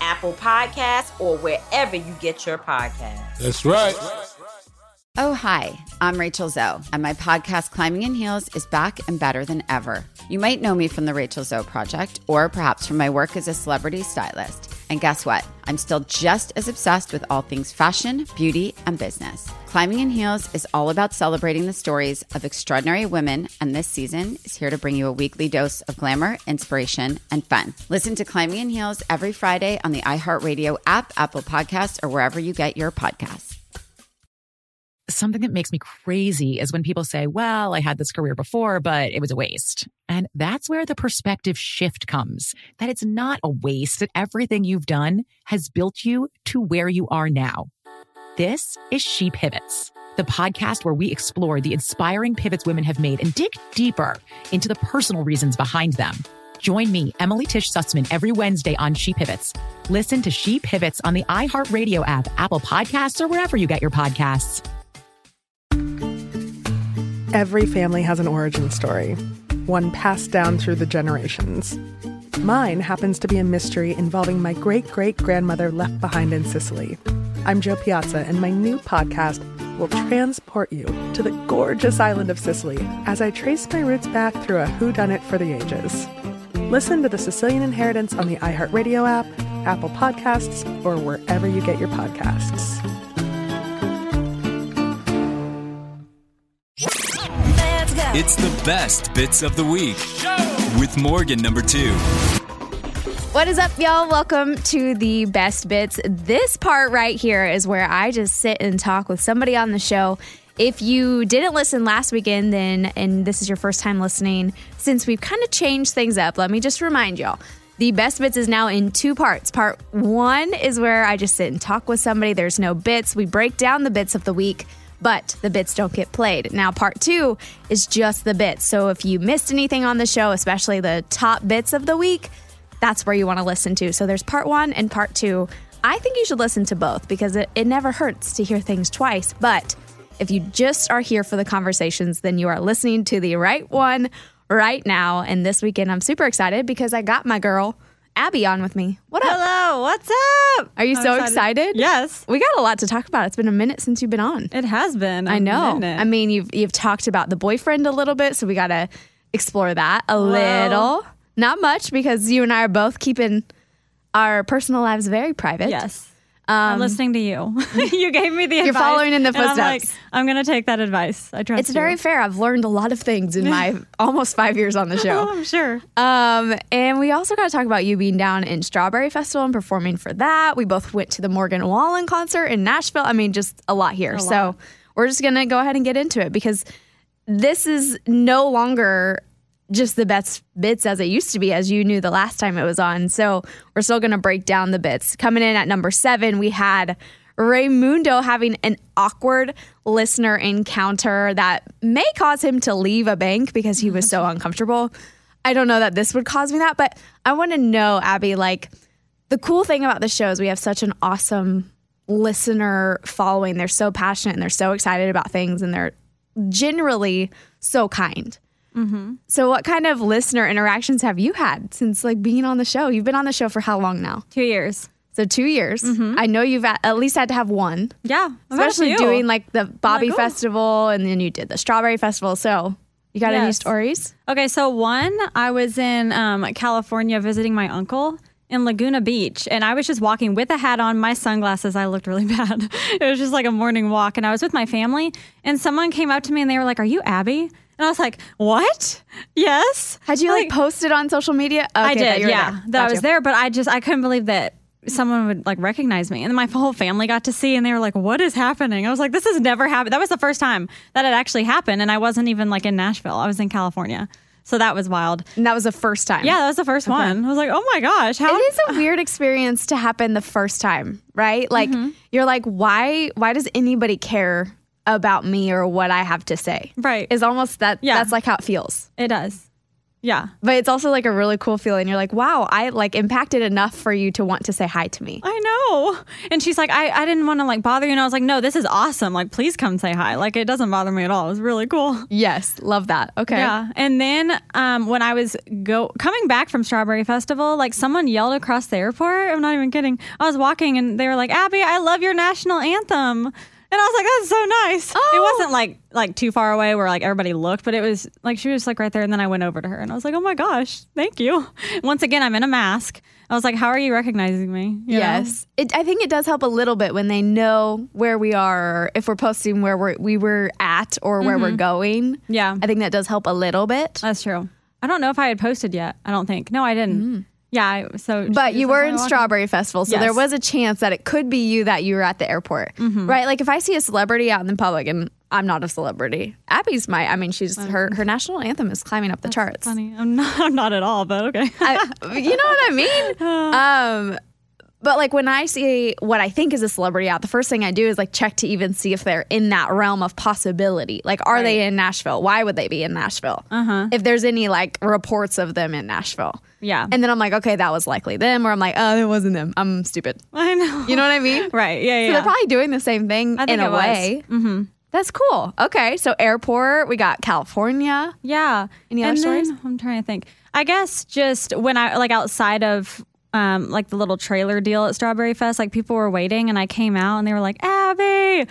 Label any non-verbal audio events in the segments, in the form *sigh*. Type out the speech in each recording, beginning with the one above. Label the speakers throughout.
Speaker 1: Apple Podcasts, or wherever you get your podcasts.
Speaker 2: That's right.
Speaker 3: Oh, hi, I'm Rachel Zoe, and my podcast, Climbing in Heels, is back and better than ever. You might know me from the Rachel Zoe Project, or perhaps from my work as a celebrity stylist. And guess what? I'm still just as obsessed with all things fashion, beauty, and business. Climbing in Heels is all about celebrating the stories of extraordinary women, and this season is here to bring you a weekly dose of glamour, inspiration, and fun. Listen to Climbing in Heels every Friday on the iHeartRadio app, Apple Podcasts, or wherever you get your podcasts.
Speaker 4: Something that makes me crazy is when people say, Well, I had this career before, but it was a waste. And that's where the perspective shift comes that it's not a waste, that everything you've done has built you to where you are now. This is She Pivots, the podcast where we explore the inspiring pivots women have made and dig deeper into the personal reasons behind them. Join me, Emily Tish Sussman, every Wednesday on She Pivots. Listen to She Pivots on the iHeartRadio app, Apple Podcasts, or wherever you get your podcasts.
Speaker 5: Every family has an origin story, one passed down through the generations. Mine happens to be a mystery involving my great great grandmother left behind in Sicily. I'm Joe Piazza, and my new podcast will transport you to the gorgeous island of Sicily as I trace my roots back through a whodunit for the ages. Listen to the Sicilian Inheritance on the iHeartRadio app, Apple Podcasts, or wherever you get your podcasts.
Speaker 6: It's the best bits of the week with Morgan number two.
Speaker 7: What is up, y'all? Welcome to the best bits. This part right here is where I just sit and talk with somebody on the show. If you didn't listen last weekend, then, and this is your first time listening, since we've kind of changed things up, let me just remind y'all. The best bits is now in two parts. Part one is where I just sit and talk with somebody. There's no bits. We break down the bits of the week but the bits don't get played. Now, part two is just the bits. So if you missed anything on the show, especially the top bits of the week, that's where you want to listen to. So there's part one and part two. I think you should listen to both because it, it never hurts to hear things twice. But if you just are here for the conversations, then you are listening to the right one right now. And this weekend, I'm super excited because I got my girl. Abby on with me. What up?
Speaker 8: Hello, what's up?
Speaker 7: Are you
Speaker 8: I'm
Speaker 7: so excited?
Speaker 8: Yes.
Speaker 7: We got a lot to talk about. It's been a minute since you've been on.
Speaker 8: It has been.
Speaker 7: I know.
Speaker 8: Minute.
Speaker 7: I mean, you've you've talked about the boyfriend a little bit, so we got to explore that a little. Not much because you and I are both keeping our personal lives very private.
Speaker 8: yes. I'm listening to you. *laughs* you gave me the advice.
Speaker 7: Um, following in the
Speaker 8: and I'm like,
Speaker 7: footsteps.
Speaker 8: I'm going to take that advice. I trust
Speaker 7: It's very
Speaker 8: you.
Speaker 7: fair. I've learned a lot of things in *laughs* my almost five years on the
Speaker 8: Oh,
Speaker 7: *laughs* show.
Speaker 8: *laughs* I'm sure.
Speaker 7: Um, and we also got to talk about you being down in Strawberry Festival and performing for that. We both went to the Morgan Wallen concert in Nashville. I mean, just a lot here. So we're just going to go ahead and get into it because this is no longer just the best bits as it used to be, as you knew the last time it was on. So we're still going to break down the bits. Coming in at number seven, we had Raymundo having an awkward listener encounter that may cause him to leave a bank because he was so uncomfortable. I don't know that this would cause me that, but I want to know, Abby, like the cool thing about the show is we have such an awesome listener following. They're so passionate and they're so excited about things and they're generally so kind. So, what kind of listener interactions have you had since like being on the show? You've been on the show for how long now?
Speaker 8: Two years.
Speaker 7: So two years.
Speaker 8: Mm-hmm.
Speaker 7: I know you've at, at least had to have one,
Speaker 8: Yeah. I've had a
Speaker 7: especially
Speaker 8: few.
Speaker 7: doing like the Bobby
Speaker 8: oh.
Speaker 7: Festival and then you did the Strawberry Festival. So, you got any
Speaker 8: Yes.
Speaker 7: stories?
Speaker 8: Okay, so one, I was in um, California visiting my uncle in Laguna Beach, and I was just walking with a hat on, my sunglasses. I looked really *laughs* bad. it was just like a morning walk, and I was with my family, and someone came up to me and they were like, "Are you Abby?" And I was like, "What? Yes."
Speaker 7: Had you like, posted on social media? Okay,
Speaker 8: I
Speaker 7: that
Speaker 8: did,
Speaker 7: you were
Speaker 8: yeah.
Speaker 7: there.
Speaker 8: That I
Speaker 7: Gotcha.
Speaker 8: was there, but I just I couldn't believe that someone would like recognize me, and then my whole family got to see, and they were like, "What is happening?" I was like, "This has never happened." That was the first time that had actually happened, and I wasn't even like in Nashville. I was in California, So that was wild.
Speaker 7: And that was the first time.
Speaker 8: Yeah, that was the first one. I was like, oh my gosh, how
Speaker 7: It is a weird experience to happen the first time, right? Like
Speaker 8: Mm-hmm.
Speaker 7: you're like, why why does anybody care about me or what I have to say?
Speaker 8: *laughs* Right.
Speaker 7: Is almost that
Speaker 8: Yeah.
Speaker 7: that's like how it feels.
Speaker 8: it does. Yeah.
Speaker 7: But it's also like a really cool feeling. You're like, wow, I like impacted enough for you to want to say hi to me.
Speaker 8: I know. And she's like, I, I didn't want to like bother you. And I was like, no, this is awesome. Like, please come say hi. Like, it doesn't bother me at all. It was really cool.
Speaker 7: Yes, love that. Okay.
Speaker 8: Yeah. And then um, when I was go coming back from Strawberry Festival, like someone yelled across the airport. I'm not even kidding. I was walking and they were like, Abby, I love your national anthem. And I was like, that's so nice. It
Speaker 7: Oh.
Speaker 8: wasn't like like too far away where like everybody looked, but it was like she was like right there. And then I went over to her and I was like, oh my gosh, thank you. *laughs* Once again, I'm in a mask. I was like, how are you recognizing me? You know?
Speaker 7: Yes, it, I think it does help a little bit when they know where we are, or if we're posting where we're, we were at or where we're going.
Speaker 8: Yeah.
Speaker 7: I think that does help a little bit.
Speaker 8: That's true. I don't know if I had posted yet. I don't think. No, I didn't. Yeah. I, so,
Speaker 7: Mm. But you were in
Speaker 8: Strawberry.
Speaker 7: Strawberry Festival, so
Speaker 8: Yes.
Speaker 7: there was a chance that it could be you that you were at the airport, right? Like if I see a celebrity out in the public, and I'm not a celebrity, Abby's my. I mean, she's her her national anthem is climbing up the charts.
Speaker 8: Funny. I'm not, *laughs* I'm not at all, but okay. *laughs*
Speaker 7: I, *laughs* you know what I
Speaker 8: Uh.
Speaker 7: mean? Um, but like when I see what I think is a celebrity out, the first thing I do is like check to even see if they're in that realm of possibility. Like, are they in Nashville? Why would they be in Nashville? Uh-huh. If there's any like reports of them in Nashville.
Speaker 8: Yeah.
Speaker 7: And then I'm like, okay, that was likely them. Or I'm like, oh, it wasn't them. I'm stupid.
Speaker 8: I *laughs* know.
Speaker 7: You know what I mean?
Speaker 8: Right. Yeah.
Speaker 7: So
Speaker 8: Yeah.
Speaker 7: they're probably doing the same thing
Speaker 8: I think
Speaker 7: in a
Speaker 8: it was. Mm.
Speaker 7: way. Mm-hmm. That's cool. Okay. So airport, we got California.
Speaker 8: yeah.
Speaker 7: Any other
Speaker 8: And then-
Speaker 7: stories?
Speaker 8: I'm trying to think. I guess just when I like outside of um like the little trailer deal at Strawberry Fest, like people were waiting, and I came out, and they were like, Abby.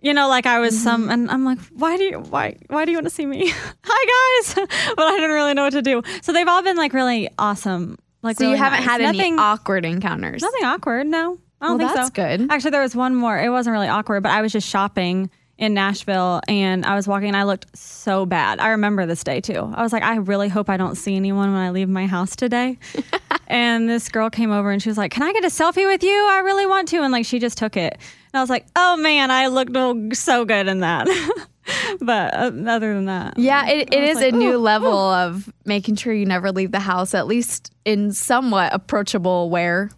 Speaker 8: You know, like I was
Speaker 7: Mm-hmm.
Speaker 8: some, and I'm like, why do you, why, why do you want to see me? *laughs* Hi guys, *laughs* but I didn't really know what to do. So they've all been like really awesome. Like,
Speaker 7: So you
Speaker 8: really
Speaker 7: haven't
Speaker 8: nice.
Speaker 7: had any
Speaker 8: nothing,
Speaker 7: awkward encounters.
Speaker 8: Nothing awkward, no. I don't
Speaker 7: Well,
Speaker 8: think
Speaker 7: that's
Speaker 8: so.
Speaker 7: good.
Speaker 8: Actually, there was one more. It wasn't really awkward, but I was just shopping in Nashville and I was walking and I looked so bad. I remember this day too. I was like, I really hope I don't see anyone when I leave my house today.
Speaker 7: *laughs*
Speaker 8: and this girl came over and she was like, Can I get a selfie with you? I really want to. And like, she just took it. And I was like, Oh man, I looked oh, so good in that. *laughs* but uh, other than that,
Speaker 7: Yeah, it, it is
Speaker 8: like,
Speaker 7: a new
Speaker 8: "Ooh,
Speaker 7: level of making sure you never leave the house, at least in somewhat approachable wear,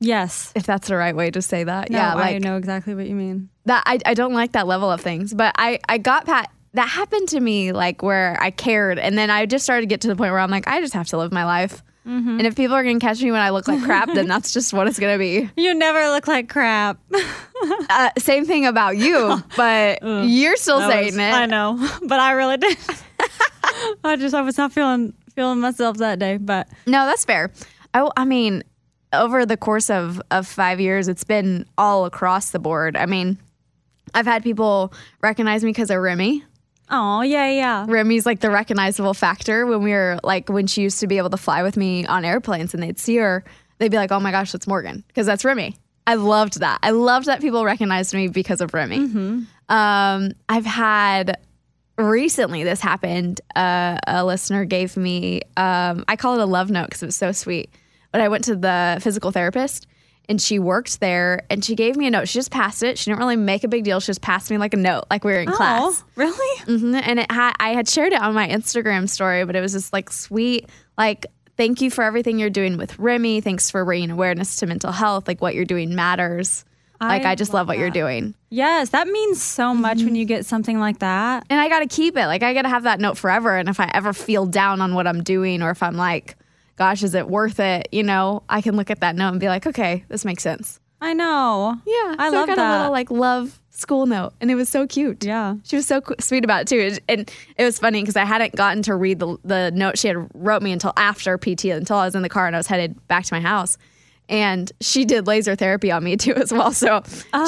Speaker 8: yes.
Speaker 7: if that's the right way to say that.
Speaker 8: No,
Speaker 7: yeah,
Speaker 8: I know exactly what you mean.
Speaker 7: that I, I don't like that level of things but i i got pat that happened to me like where i cared and then i just started to get to the point where i'm like i just have to live my life
Speaker 8: Mm-hmm.
Speaker 7: and if people are gonna catch me when i look like crap
Speaker 8: *laughs*
Speaker 7: then that's just what it's gonna be
Speaker 8: You never look like crap.
Speaker 7: uh, same thing about
Speaker 8: *laughs*
Speaker 7: you but you're still
Speaker 8: That
Speaker 7: saying
Speaker 8: was-
Speaker 7: it
Speaker 8: I know, *laughs* but I
Speaker 7: *laughs*
Speaker 8: really did. I just I was not feeling feeling myself that day, but
Speaker 7: No, that's fair. I, I mean, over the course of, of five years, it's been all across the board. I mean, I've had people recognize me because of Remy.
Speaker 8: oh yeah, yeah,
Speaker 7: Remy's like the recognizable factor when we were like, when she used to be able to fly with me on airplanes and they'd see her, they'd be like, oh my gosh, that's Morgan, because that's Remy. I loved that. I loved that people recognized me because of Remy. Um, I've had recently this happened. Uh, a listener gave me, um, I call it a love note because it was so sweet. But I went to the physical therapist and she worked there and she gave me a note. She just passed it. She didn't really make a big deal. She just passed me like a note, like we were in class.
Speaker 8: Oh, really?
Speaker 7: hmm And it had I had shared it on my Instagram story, but it was just like sweet, like thank you for everything you're doing with Remy. Thanks for bringing awareness to mental health. Like what you're doing matters. like I just love, what you're doing.
Speaker 8: Yes, that means so much
Speaker 7: Mm-hmm.
Speaker 8: when you get something like that.
Speaker 7: And I got to keep it. Like I got to have that note forever. And if I ever feel down on what I'm doing, or if I'm like, gosh, is it worth it? You know, I can look at that note and be like, okay, this makes sense.
Speaker 8: I know.
Speaker 7: Yeah,
Speaker 8: I
Speaker 7: so
Speaker 8: love
Speaker 7: got a
Speaker 8: that.
Speaker 7: little like love school note, and it was so cute.
Speaker 8: Yeah.
Speaker 7: she was so cu- sweet about it too, It- and it was funny because I hadn't gotten to read the the note she had wrote me until after PT, until I was in the car and I was headed back to my house. And she did laser therapy on me *laughs* too, as well. So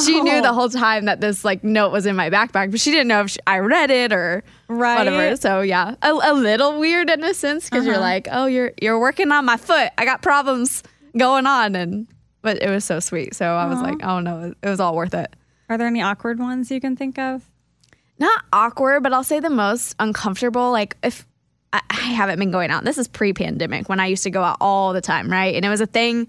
Speaker 7: she knew
Speaker 8: Oh.
Speaker 7: the whole time that this like note was in my backpack, but she didn't know if she, I read it or
Speaker 8: Right.
Speaker 7: whatever. So yeah, a, a little weird in a sense because you're like, oh, you're you're working on my foot. I got problems going on, and but it was so sweet. So I was like, oh no, it was all worth it.
Speaker 8: Are there any awkward ones you can think
Speaker 7: *laughs*
Speaker 8: of?
Speaker 7: Not awkward, but I'll say the most uncomfortable. Like if I, I haven't been going out. This is pre-pandemic when I used to go out all the time, right? And it was a thing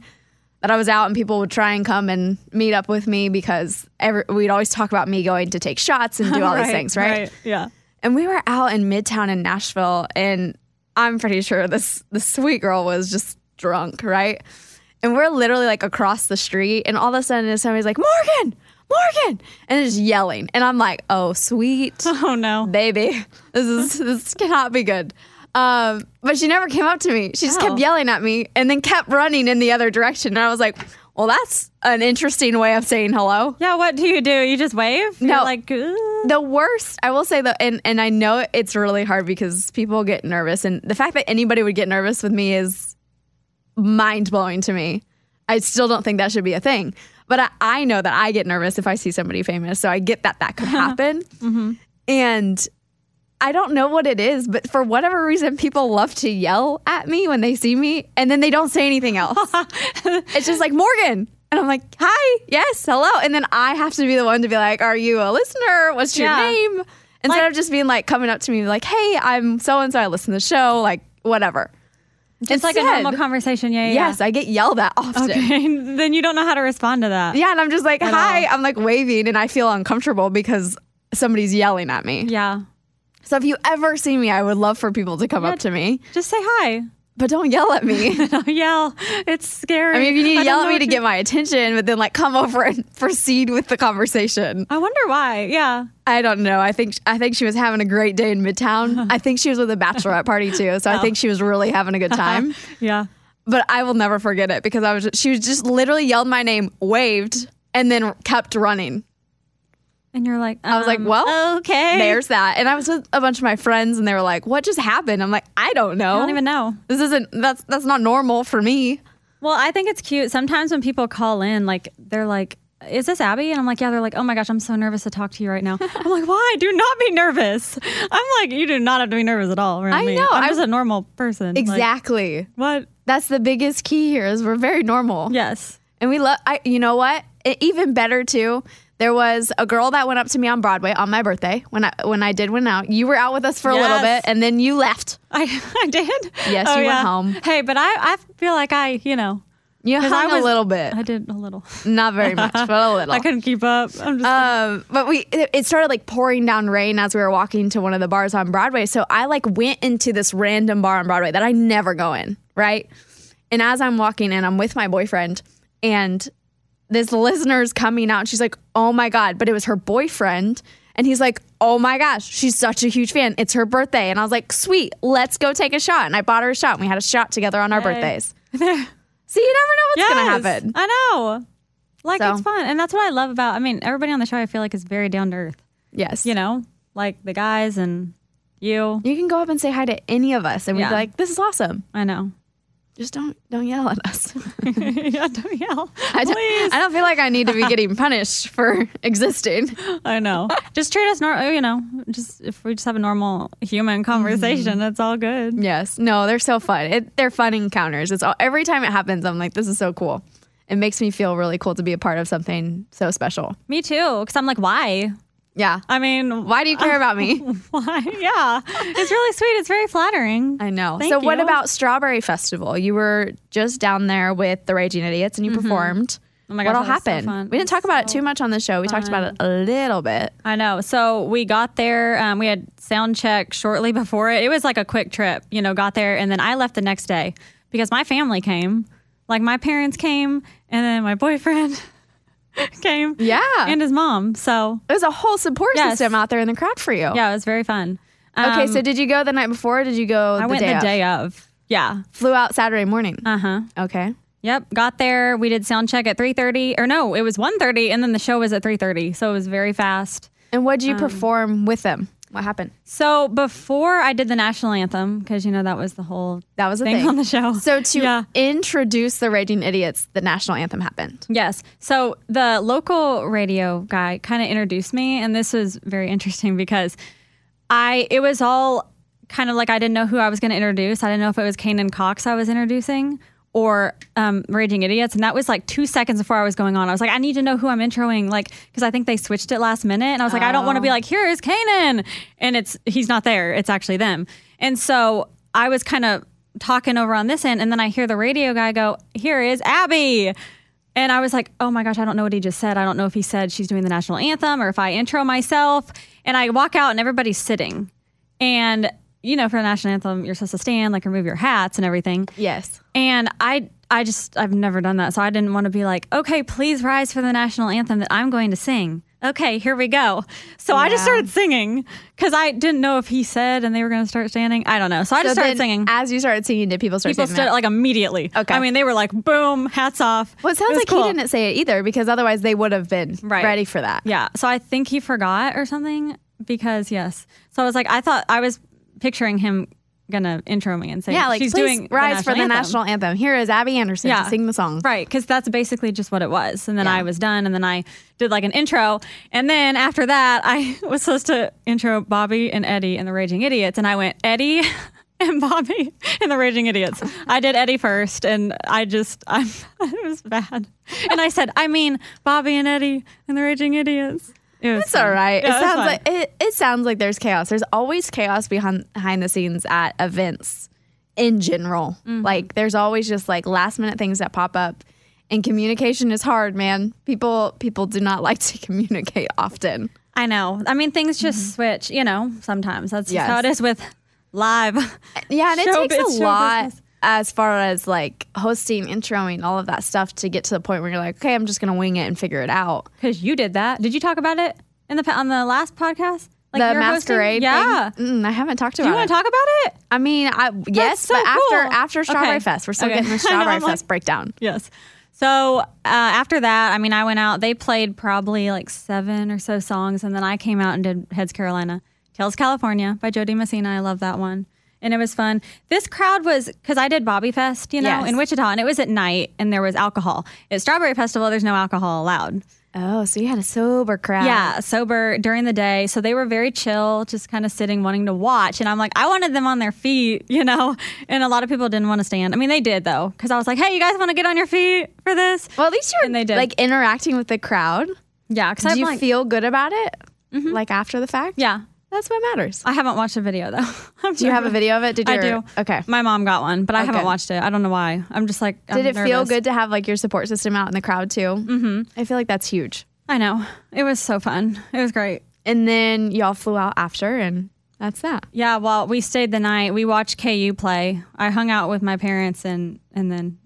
Speaker 7: that I was out and people would try and come and meet up with me because every, we'd always talk about me going to *laughs* take shots and do all these things, right?
Speaker 8: Yeah. *laughs*
Speaker 7: And we were out in Midtown in Nashville, and I'm pretty sure this this sweet girl was just drunk, right? And we're literally like across the street, and all of a sudden somebody's like, Morgan, Morgan, and just yelling. And I'm like, oh, sweet
Speaker 8: Oh no.
Speaker 7: baby, this is this cannot be good. Um, but she never came up to me. She just
Speaker 8: Oh.
Speaker 7: kept yelling at me and then kept running in the other direction. And I was like, well, that's an interesting way of saying hello.
Speaker 8: Yeah, what do you do? You just wave? You're
Speaker 7: No.
Speaker 8: like, "Ugh."
Speaker 7: The worst, I will say though, and, and I know it's really hard because people get nervous, and the fact that anybody would get nervous with me is mind blowing to me. I still don't think that should be a thing, but I, I know that I get nervous if I see somebody famous, so I get that
Speaker 8: *laughs*
Speaker 7: that could happen.
Speaker 8: Mm-hmm.
Speaker 7: And I don't know what it is, but for whatever reason, people love to yell at me when they see me, and then they don't say anything else.
Speaker 8: *laughs*
Speaker 7: it's just like Morgan. And I'm like, hi, yes, hello. And then I have to be the one to be like, are you a listener? What's your
Speaker 8: Yeah.
Speaker 7: name? Instead
Speaker 8: Like-
Speaker 7: of just being like coming up to me like, hey, I'm so and so, I listen to the show, like whatever.
Speaker 8: It's like a
Speaker 7: Instead-
Speaker 8: normal conversation. Yeah, yeah.
Speaker 7: Yes, I get yelled at often.
Speaker 8: Okay. *laughs* then you don't know how to respond to that.
Speaker 7: Yeah, and I'm just like,
Speaker 8: At
Speaker 7: hi.
Speaker 8: all.
Speaker 7: I'm like waving and I feel uncomfortable because somebody's yelling at me.
Speaker 8: Yeah.
Speaker 7: So if you ever see me, I would love for people to come up to me,
Speaker 8: Just say hi.
Speaker 7: but don't yell at me. *laughs*
Speaker 8: Don't *laughs* yell. It's scary.
Speaker 7: I mean, if
Speaker 8: *laughs*
Speaker 7: you need to
Speaker 8: don't
Speaker 7: yell at
Speaker 8: know
Speaker 7: me
Speaker 8: what
Speaker 7: to
Speaker 8: you-
Speaker 7: get my attention, but then like come over and *laughs* proceed with the conversation.
Speaker 8: I wonder why. Yeah.
Speaker 7: I don't know. I think I think she was having a great day in
Speaker 8: *laughs*
Speaker 7: Midtown. I think she was with a bachelorette party too,
Speaker 8: Oh.
Speaker 7: so I think she was really having a good
Speaker 8: *laughs*
Speaker 7: time.
Speaker 8: Yeah.
Speaker 7: but I will never forget it because I was she was just literally yelled my name, waved, and then kept running.
Speaker 8: And you're like,
Speaker 7: I was like,
Speaker 8: um,
Speaker 7: well,
Speaker 8: okay.
Speaker 7: there's that. And I was with a bunch of my friends, and they were like, "What just happened?" I'm like, "I don't know.
Speaker 8: I don't even know.
Speaker 7: This isn't that's that's not normal for me."
Speaker 8: Well, I think it's cute. Sometimes when people call in, like they're like, "Is this Abby?" And I'm like, "Yeah." They're like, "Oh my gosh, I'm so nervous to talk to you
Speaker 7: *laughs*
Speaker 8: right now." I'm like, "Why? Do not be nervous." I'm like, "You do not have to be nervous at all." around
Speaker 7: I
Speaker 8: me.
Speaker 7: know.
Speaker 8: I'm
Speaker 7: I-
Speaker 8: just a normal person. Like,
Speaker 7: Exactly.
Speaker 8: what?
Speaker 7: that's the biggest key here is we're very normal.
Speaker 8: Yes.
Speaker 7: And we love, I, you know what? E- even better too. There was a girl that went up to me on Broadway on my birthday when I when I did win out. You were out with us for a little
Speaker 8: Yes.
Speaker 7: bit, and then you left.
Speaker 8: I, *laughs* I did. Oh,
Speaker 7: Yes, you went home.
Speaker 8: Hey, but I, I feel like I, you know,
Speaker 7: You
Speaker 8: 'cause
Speaker 7: hung
Speaker 8: I was,
Speaker 7: a little bit,
Speaker 8: I did
Speaker 7: *laughs*
Speaker 8: a little.
Speaker 7: not very much, but a
Speaker 8: *laughs*
Speaker 7: little.
Speaker 8: I couldn't keep up. I'm just
Speaker 7: um, but we it it started like pouring down rain as we were walking to one of the bars on Broadway. So I like went into this random bar on Broadway that I never go in, right? And as I'm walking in, I'm with my boyfriend, and this listener's coming out, and she's like, "Oh my god!" But it was her boyfriend, and he's like, "Oh my gosh, she's such a huge fan. It's her birthday." And I was like, "Sweet, let's go take a shot." And I bought her a shot, and we had a shot together on our
Speaker 8: *laughs*
Speaker 7: birthdays. See, you never know what's
Speaker 8: Yes,
Speaker 7: gonna happen.
Speaker 8: I know. Like
Speaker 7: So.
Speaker 8: it's fun, and that's what I love about. I mean, everybody on the show, I feel like is very down to earth.
Speaker 7: Yes,
Speaker 8: You know, like the guys and you.
Speaker 7: you can go up and say hi to any of us, and we'd
Speaker 8: Yeah.
Speaker 7: be like, "This is awesome."
Speaker 8: I know. *laughs*
Speaker 7: just don't don't yell at us.
Speaker 8: yeah, don't yell.
Speaker 7: I don't,
Speaker 8: Please.
Speaker 7: I don't feel like I need to be *laughs* getting punished for existing.
Speaker 8: I know. just treat us normal. You know, just if we just have a normal
Speaker 7: Mm-hmm.
Speaker 8: human conversation, that's all good.
Speaker 7: Yes, no, they're so fun. It, they're fun encounters. It's all, every time it happens, I'm like, this is so cool. It makes me feel really cool to be a part of something so special.
Speaker 8: Me too, because I'm like, why?
Speaker 7: Yeah.
Speaker 8: I mean,
Speaker 7: Why do you care about me?
Speaker 8: *laughs* why? Yeah, it's really sweet. It's very flattering.
Speaker 7: I know.
Speaker 8: Thank
Speaker 7: so, what
Speaker 8: you.
Speaker 7: about Strawberry Festival? You were just down there with the Raging Idiots and you performed.
Speaker 8: Oh my gosh,
Speaker 7: What'll
Speaker 8: that was so
Speaker 7: happen?
Speaker 8: fun.
Speaker 7: We didn't talk about it too much on the show. We talked about it a little bit.
Speaker 8: I know. So we got there. Um, we had sound check shortly before it. It was like a quick trip, you know, got there. And then I left the next day because my family came. Like my parents came, and then my boyfriend *laughs* came.
Speaker 7: Yeah.
Speaker 8: And his mom. So,
Speaker 7: There's a whole support
Speaker 8: Yes.
Speaker 7: system out there in the crowd for you.
Speaker 8: yeah, it was very fun.
Speaker 7: Okay,
Speaker 8: Um,
Speaker 7: so did you go the night before? Or did you go?
Speaker 8: I
Speaker 7: the
Speaker 8: went
Speaker 7: day
Speaker 8: the
Speaker 7: of?
Speaker 8: day of. Yeah.
Speaker 7: Flew out Saturday morning.
Speaker 8: Uh huh.
Speaker 7: okay.
Speaker 8: Yep. Got there. We did sound check at 3.30. Or no, it was 1.30, and then the show was at 3.30. So it was very fast.
Speaker 7: And what did
Speaker 8: Um,
Speaker 7: you perform with them? What happened?
Speaker 8: So before I did the national anthem, because, you know, that was the whole
Speaker 7: That was the
Speaker 8: thing
Speaker 7: thing,
Speaker 8: on the show.
Speaker 7: So to
Speaker 8: Yeah.
Speaker 7: introduce the Raging Idiots, the national anthem happened.
Speaker 8: Yes. So the local radio guy kind of introduced me, and this was very interesting because I it was all kind of like I didn't know who I was going to introduce. I didn't know if it was Kanan Cox I was introducing or um, Raging Idiots, and that was like two seconds before I was going on. I was like, I need to know who I'm introing, like because I think they switched it last minute, and I was like, I don't want to be like, here is Kanan, and it's he's not there. It's actually them, and so I was kind of talking over on this end, and then I hear the radio guy go, here is Abby. And I was like, oh my gosh, I don't know what he just said. I don't know if he said she's doing the national anthem or if I intro myself. And I walk out and everybody's sitting. And you know, for the national anthem, you're supposed to stand, like remove your hats and everything.
Speaker 7: Yes.
Speaker 8: And I I just I've never done that. So I didn't want to be like, okay, please rise for the national anthem that I'm going to sing. Okay, here we go. So I just started singing because I didn't know if he said and they were going to start standing. I don't know. So I just started singing.
Speaker 7: As you started singing, did people start
Speaker 8: People
Speaker 7: standing
Speaker 8: stood
Speaker 7: up?
Speaker 8: like immediately.
Speaker 7: Okay.
Speaker 8: I mean, they were like, boom, hats off.
Speaker 7: Well, it sounds
Speaker 8: was
Speaker 7: like
Speaker 8: cool.
Speaker 7: he didn't say it either because otherwise they would have been
Speaker 8: Right.
Speaker 7: ready for that.
Speaker 8: Yeah. So I think he forgot or something because yes. So I was like, I thought I was picturing him gonna intro me and say,
Speaker 7: Yeah, like
Speaker 8: she's
Speaker 7: please
Speaker 8: doing the
Speaker 7: rise for the
Speaker 8: anthem."
Speaker 7: national anthem. Here is Abby Anderson
Speaker 8: Yeah.
Speaker 7: to sing the song.
Speaker 8: Right, because that's basically just what it was. And then I was done, and then I did like an intro. And then after that, I *laughs* was supposed to intro Bobby and Eddie and the Raging Idiots. And I went, Eddie *laughs* and Bobby *laughs* and the Raging Idiots. I did Eddie first, and I just, *laughs* I'm, it was bad. And I said, I mean, Bobby and Eddie and the Raging Idiots. It was
Speaker 7: It's all right.
Speaker 8: Mm.
Speaker 7: it
Speaker 8: Yeah, it was
Speaker 7: sounds
Speaker 8: fun.
Speaker 7: like it, it sounds like there's chaos. There's always chaos behind behind the scenes at events in general.
Speaker 8: Mm-hmm.
Speaker 7: Like there's always just like last minute things that pop up and communication is hard, man. People people do not *laughs* like to communicate often.
Speaker 8: I know. I mean, things just switch, you know, sometimes. That's just
Speaker 7: Mm-hmm. Yes.
Speaker 8: how it is with live.
Speaker 7: Yeah, and it
Speaker 8: Show-
Speaker 7: takes
Speaker 8: it's
Speaker 7: a
Speaker 8: show
Speaker 7: lot
Speaker 8: business.
Speaker 7: as far as like hosting, introing, all of that stuff to get to the point where you're like, okay, I'm just gonna wing it and figure it out.
Speaker 8: Because you did that. Did you talk about it in the pa- on the last podcast?
Speaker 7: the
Speaker 8: you're hosting?
Speaker 7: masquerade,
Speaker 8: Yeah.
Speaker 7: thing? Mm, I haven't talked about.
Speaker 8: Do you
Speaker 7: it.
Speaker 8: want to talk about it?
Speaker 7: I mean, I yes,
Speaker 8: so
Speaker 7: but after
Speaker 8: cool.
Speaker 7: after Strawberry
Speaker 8: Okay.
Speaker 7: Fest, we're still
Speaker 8: Okay.
Speaker 7: getting
Speaker 8: *laughs* I
Speaker 7: the
Speaker 8: know,
Speaker 7: Strawberry
Speaker 8: I'm like-
Speaker 7: Fest breakdown.
Speaker 8: Yes. So uh, after that, I mean, I went out. They played probably like seven or so songs, and then I came out and did Heads Carolina, Tails California by Jody Messina. I love that one, and it was fun. This crowd was because I did Bobby Fest, you know,
Speaker 7: Yes.
Speaker 8: in Wichita, and it was at night, and there was alcohol at Strawberry Festival. There's no alcohol allowed.
Speaker 7: Oh, so you had a sober crowd.
Speaker 8: Yeah, sober during the day. So they were very chill, just kind of sitting, wanting to watch. And I'm like, I wanted them on their feet, *laughs* you know? And a lot of people didn't want to stand. I mean, they did though, because I was like, hey, you guys want to get on your feet for this?
Speaker 7: Well, at least you're
Speaker 8: And they did.
Speaker 7: like interacting with the crowd.
Speaker 8: Yeah, because
Speaker 7: Do
Speaker 8: I'm
Speaker 7: you
Speaker 8: like, Mm-hmm.
Speaker 7: feel good about it? Like after the fact?
Speaker 8: yeah.
Speaker 7: that's what matters.
Speaker 8: I haven't watched a video though. *laughs* I'm
Speaker 7: Do you have a
Speaker 8: nervous.
Speaker 7: video of it? Did
Speaker 8: I
Speaker 7: your-
Speaker 8: do.
Speaker 7: Okay.
Speaker 8: My mom got one, but I haven't
Speaker 7: good.
Speaker 8: watched it. I don't know why. I'm just like, I'm
Speaker 7: Did it feel
Speaker 8: nervous.
Speaker 7: good to have like your support system out in the crowd too? Mm-hmm. I feel like that's huge.
Speaker 8: I know. It was so fun. It was great.
Speaker 7: And then y'all flew out after, and that's that.
Speaker 8: Yeah, well, we stayed the night. We watched KU play. I hung out with my parents and and then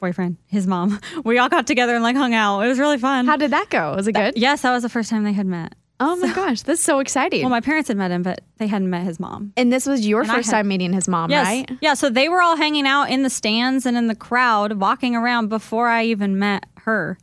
Speaker 8: boyfriend, his mom. *laughs* We all got together and like hung out. It was really fun.
Speaker 7: How did that go? Was it
Speaker 8: *laughs*
Speaker 7: good?
Speaker 8: yes, that was the first time they had met.
Speaker 7: Oh my gosh, that's so exciting.
Speaker 8: Well, my parents had met him, but they hadn't met his mom.
Speaker 7: and this was your
Speaker 8: I
Speaker 7: first
Speaker 8: had-
Speaker 7: time meeting his mom,
Speaker 8: Yes.
Speaker 7: right?
Speaker 8: Yeah, so they were all hanging out in the stands and in the crowd, walking around before I even met her,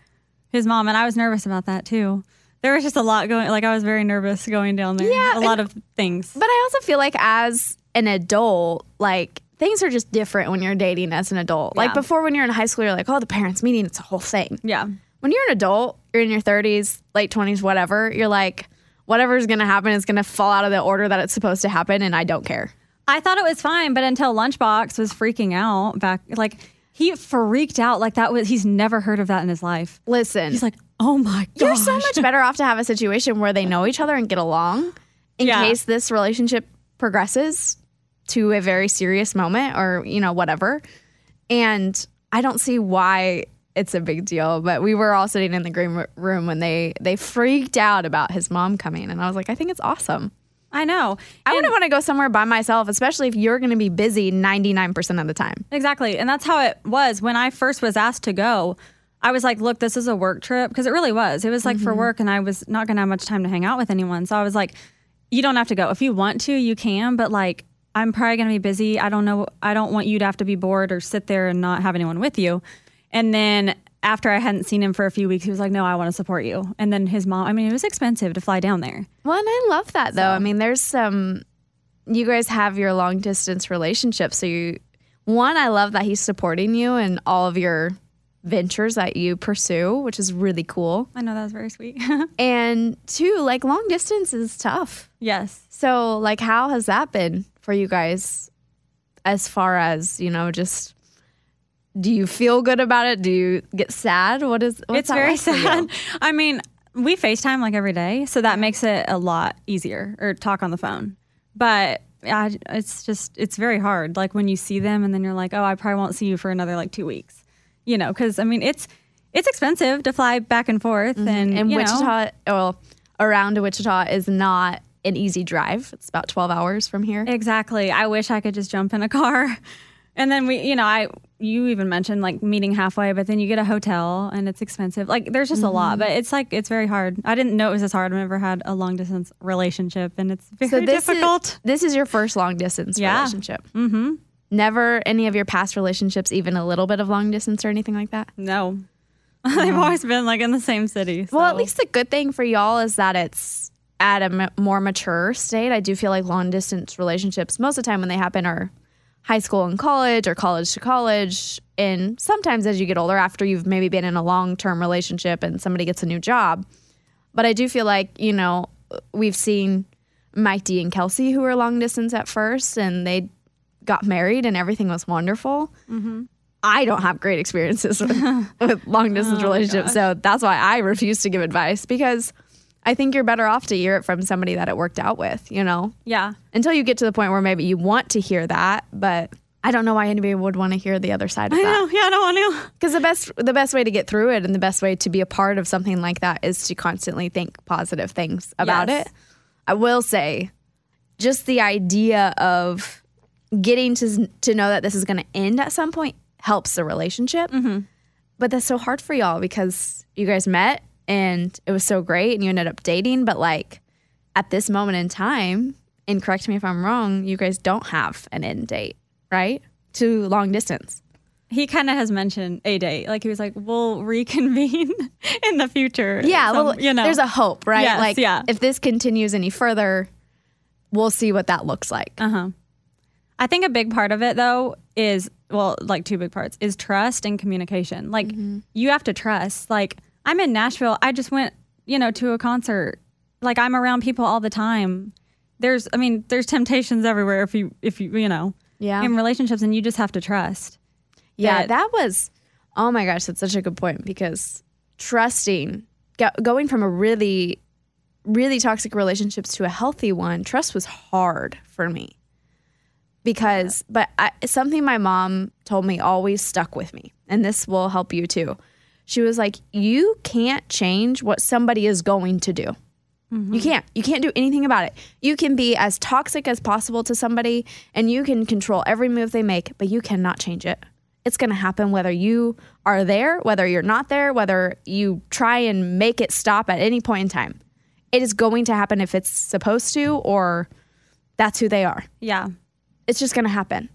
Speaker 8: his mom, and I was nervous about that too. There was just a lot going like I was very nervous going down there.
Speaker 7: Yeah,
Speaker 8: a
Speaker 7: and-
Speaker 8: lot of things.
Speaker 7: But I also feel like as an adult, like things are just different when you're dating as an adult. Like
Speaker 8: Yeah.
Speaker 7: before, when you're in high school, you're like, oh, the parents' meeting, it's a whole thing.
Speaker 8: Yeah.
Speaker 7: When you're an adult, you're in your 30s, late 20s, whatever, you're like, whatever's going to happen is going to fall out of the order that it's supposed to happen, and I don't care.
Speaker 8: I thought it was fine, but until Lunchbox was freaking out back, like he freaked out like that was he's never heard of that in his life.
Speaker 7: Listen,
Speaker 8: He's like, oh my god,
Speaker 7: you're so much better off to have a situation where they know each other and get along in
Speaker 8: Yeah.
Speaker 7: case this relationship progresses to a very serious moment or you know whatever and i don't see why it's a big deal but we were all sitting in the green r- room when they they freaked out about his mom coming and i was like i think it's awesome
Speaker 8: I know.
Speaker 7: i
Speaker 8: And-
Speaker 7: wouldn't want to go somewhere by myself especially if you're going to be busy 99% of the time
Speaker 8: Exactly. And that's how it was when I first was asked to go. I was like, look, this is a work trip because it really was. It was like for work, and I was not going to have much time to hang out with anyone. So I was like, you don't have to go. If you want to, you can, but like, I'm probably going to be busy. I don't know. I don't want you to have to be bored or sit there and not have anyone with you. And then after I hadn't seen him for a few weeks, he was like, no, I want to support you. And then his mom, I mean, it was expensive to fly down there.
Speaker 7: Well, and I love that though. I mean, there's some you guys have your long distance relationship, so you one, I love that he's supporting you and all of your ventures that you pursue, which is really cool.
Speaker 8: I know that was very sweet. *laughs*
Speaker 7: And two, like long distance is tough.
Speaker 8: yes.
Speaker 7: So, like how has that been for you guys as far as, you know, just do you feel good about it? Do you get sad? What is what's
Speaker 8: it's
Speaker 7: that
Speaker 8: very
Speaker 7: like for you?
Speaker 8: sad. *laughs* I mean, we FaceTime like every day, so that makes it a lot easier or talk on the phone. But I, it's just it's very hard. Like when you see them and then you're like, oh, I probably won't see you for another like two weeks. You know, because I mean, it's it's expensive to fly back and forth, and
Speaker 7: And
Speaker 8: Mm. you know,
Speaker 7: Wichita, well, around Wichita is not an easy drive. It's about 12 hours from here.
Speaker 8: Exactly. I wish I could just jump in a car. *laughs* And then we, you know, I you even mentioned like meeting halfway, but then you get a hotel and it's expensive. Like there's just a
Speaker 7: Mm-hmm.
Speaker 8: lot, but it's like it's very hard. I didn't know it was this hard. I've never had a long distance relationship and it's very
Speaker 7: Is,
Speaker 8: difficult.
Speaker 7: this is your first long distance
Speaker 8: Yeah.
Speaker 7: relationship. Mm-hmm. Never any of your past relationships, even a little bit of long distance or anything like that.
Speaker 8: no. *laughs* They've always been like in the same city.
Speaker 7: Mm-hmm. Well,
Speaker 8: so-
Speaker 7: at least the good thing for y'all is that it's at a m- more mature state. I do feel like long distance relationships, most of the time when they happen, are high school and college or college to college. And sometimes as you get older, after you've maybe been in a long term relationship and somebody gets a new job. But I do feel like, you know, we've seen Mike D and Kelsey who were long distance at first and they got married and everything was wonderful. I don't have great experiences
Speaker 8: *laughs*
Speaker 7: with, with long
Speaker 8: Oh,
Speaker 7: distance relationships. So that's why I refuse to give advice because I think you're better off to hear it from somebody that it worked out with, you know?
Speaker 8: yeah. *laughs*
Speaker 7: Until you get to the point where maybe you want to hear that, but I don't know why anybody would want to hear the other side of
Speaker 8: I
Speaker 7: that.
Speaker 8: know. Yeah, I don't want to.
Speaker 7: Because the best the best way to get through it and the best way to be a part of something like that is to constantly think positive things *laughs* about
Speaker 8: Yes.
Speaker 7: it. I will say, just the idea of getting to to know that this is going to end at some point helps the relationship.
Speaker 8: Mm-hmm.
Speaker 7: But that's so hard for y'all because you guys met and it was so great and you ended up dating. But like at this moment in time, and correct me if I'm wrong, you guys don't have an end date, right? To long distance.
Speaker 8: He kind of has mentioned a date. Like he was like, "We'll reconvene *laughs* in the future."
Speaker 7: Yeah,
Speaker 8: Some-
Speaker 7: well, there's a hope, right?
Speaker 8: Yes,
Speaker 7: like,
Speaker 8: yeah.
Speaker 7: if this continues any further, we'll see what that looks like.
Speaker 8: I think a big part of it though is well, like two big parts is trust and communication. Like
Speaker 7: Mm-hmm.
Speaker 8: you have to trust. Like I'm in Nashville. I just went, you know, to a concert. Like I'm around people all the time. There's I mean, there's temptations everywhere if you if you, you know,
Speaker 7: Yeah.
Speaker 8: in relationships and you just have to trust.
Speaker 7: yeah,
Speaker 8: that-
Speaker 7: that was, oh my gosh, that's such a good point because trusting, go, going from a really, really toxic relationships to a healthy one, trust was hard for me because, but I, something my mom told me always stuck with me, and this will help you too. She was like, you can't change what somebody is going to do. You can't. You can't do anything about it. You can be as toxic as possible to somebody and you can control every move they make, but you cannot change it. It's going to happen whether you are there, whether you're not there, whether you try and make it stop at any point in time. It is going to happen if it's supposed to or that's who they are
Speaker 8: Yeah.
Speaker 7: it's just gonna happen.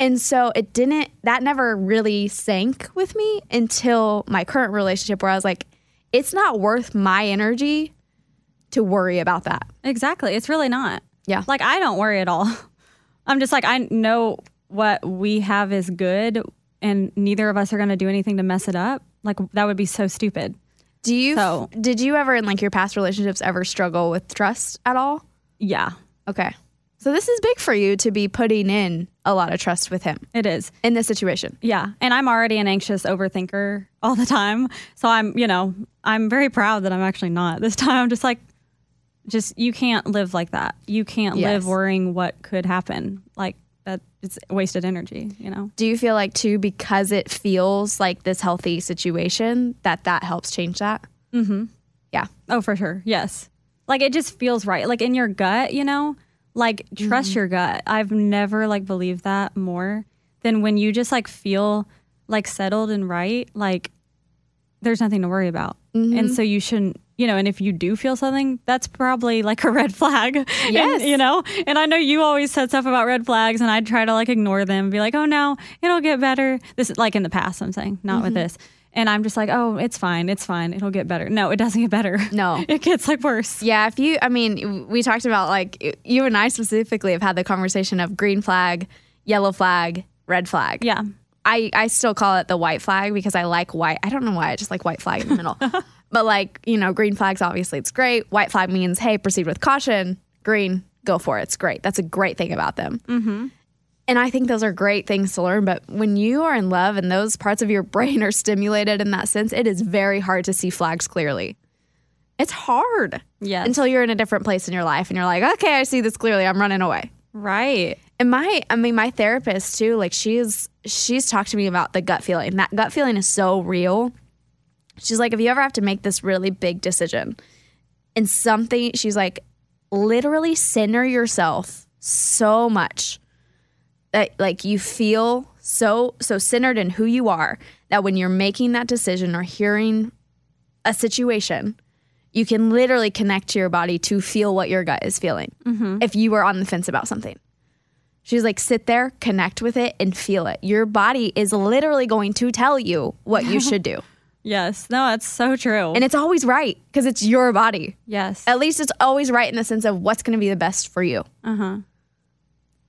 Speaker 7: And so it didn't. That never really sank with me until my current relationship, where I was like, it's not worth my energy to worry about that.
Speaker 8: Exactly. It's really not.
Speaker 7: Yeah.
Speaker 8: Like I don't worry at all. *laughs* I'm just like I know what we have is good and neither of us are going to do anything to mess it up. Like that would be so stupid.
Speaker 7: Do you?
Speaker 8: So-
Speaker 7: did you ever in like your past relationships ever struggle with trust at all?
Speaker 8: Yeah.
Speaker 7: Okay, so this is big for you to be putting in a lot of trust with him
Speaker 8: It is.
Speaker 7: in this situation.
Speaker 8: Yeah. And I'm already an anxious overthinker all the time. So I'm, you know, I'm very proud that I'm actually not. This *laughs* time I'm just like, just you can't live like that. You can't
Speaker 7: Yes.
Speaker 8: live worrying what could happen. Like that, it's wasted energy, you know?
Speaker 7: Do you feel like too because it feels like this healthy situation that that helps change that? Mm-hmm. Yeah.
Speaker 8: Oh, for sure. Yes. Like it just feels right. Like in your gut, you know? Like trust your gut. I've never like believed that more than when you just like feel like settled and right, like there's nothing to worry about. And so you shouldn't, you know, and if you do feel something, that's probably like a red flag. *laughs* And,
Speaker 7: Yes.
Speaker 8: you know, and I know you always said stuff about red flags and I'd try to like ignore them, be like, oh no, it'll get better. This is like in the past, I'm saying, not
Speaker 7: Mm-hmm.
Speaker 8: with this. And I'm just like, oh, it's fine. It's fine. It'll get better. No, it doesn't get better.
Speaker 7: No.
Speaker 8: *laughs* it gets like worse.
Speaker 7: Yeah, if you, I mean, we talked about like you and I specifically have had the conversation of green flag, yellow flag, red flag.
Speaker 8: Yeah.
Speaker 7: I, I still call it the white flag because I like white. I don't know why. I just like white flag in the middle. but like, you know, green flags, obviously, it's great. White flag means, hey, proceed with caution. Green, go for it. It's great. That's a great thing about them. Mm-hmm. And I think those are great things to learn. But when you are in love and those parts of your *laughs* brain are stimulated in that sense, it is very hard to see flags clearly. It's hard
Speaker 8: Yes.
Speaker 7: until you're in a different place in your life and you're like, okay, I see this clearly. I'm running away.
Speaker 8: right.
Speaker 7: And my, I mean, my therapist too, like she's, she's talked to me about the gut feeling. That gut feeling is so real. She's like, if you ever have to make this really big decision and something, she's like, literally center yourself so much that like you feel so so centered in who you are that when you're making that decision or hearing a situation you can literally connect to your body to feel what your gut is feeling if you were on the fence about something she's like sit there connect with it and feel it your body is literally going to tell you what you should do
Speaker 8: Yes. No, that's so true.
Speaker 7: and it's always right because it's your body
Speaker 8: yes.
Speaker 7: at least it's always right in the sense of what's going to be the best for you.
Speaker 8: Uh huh.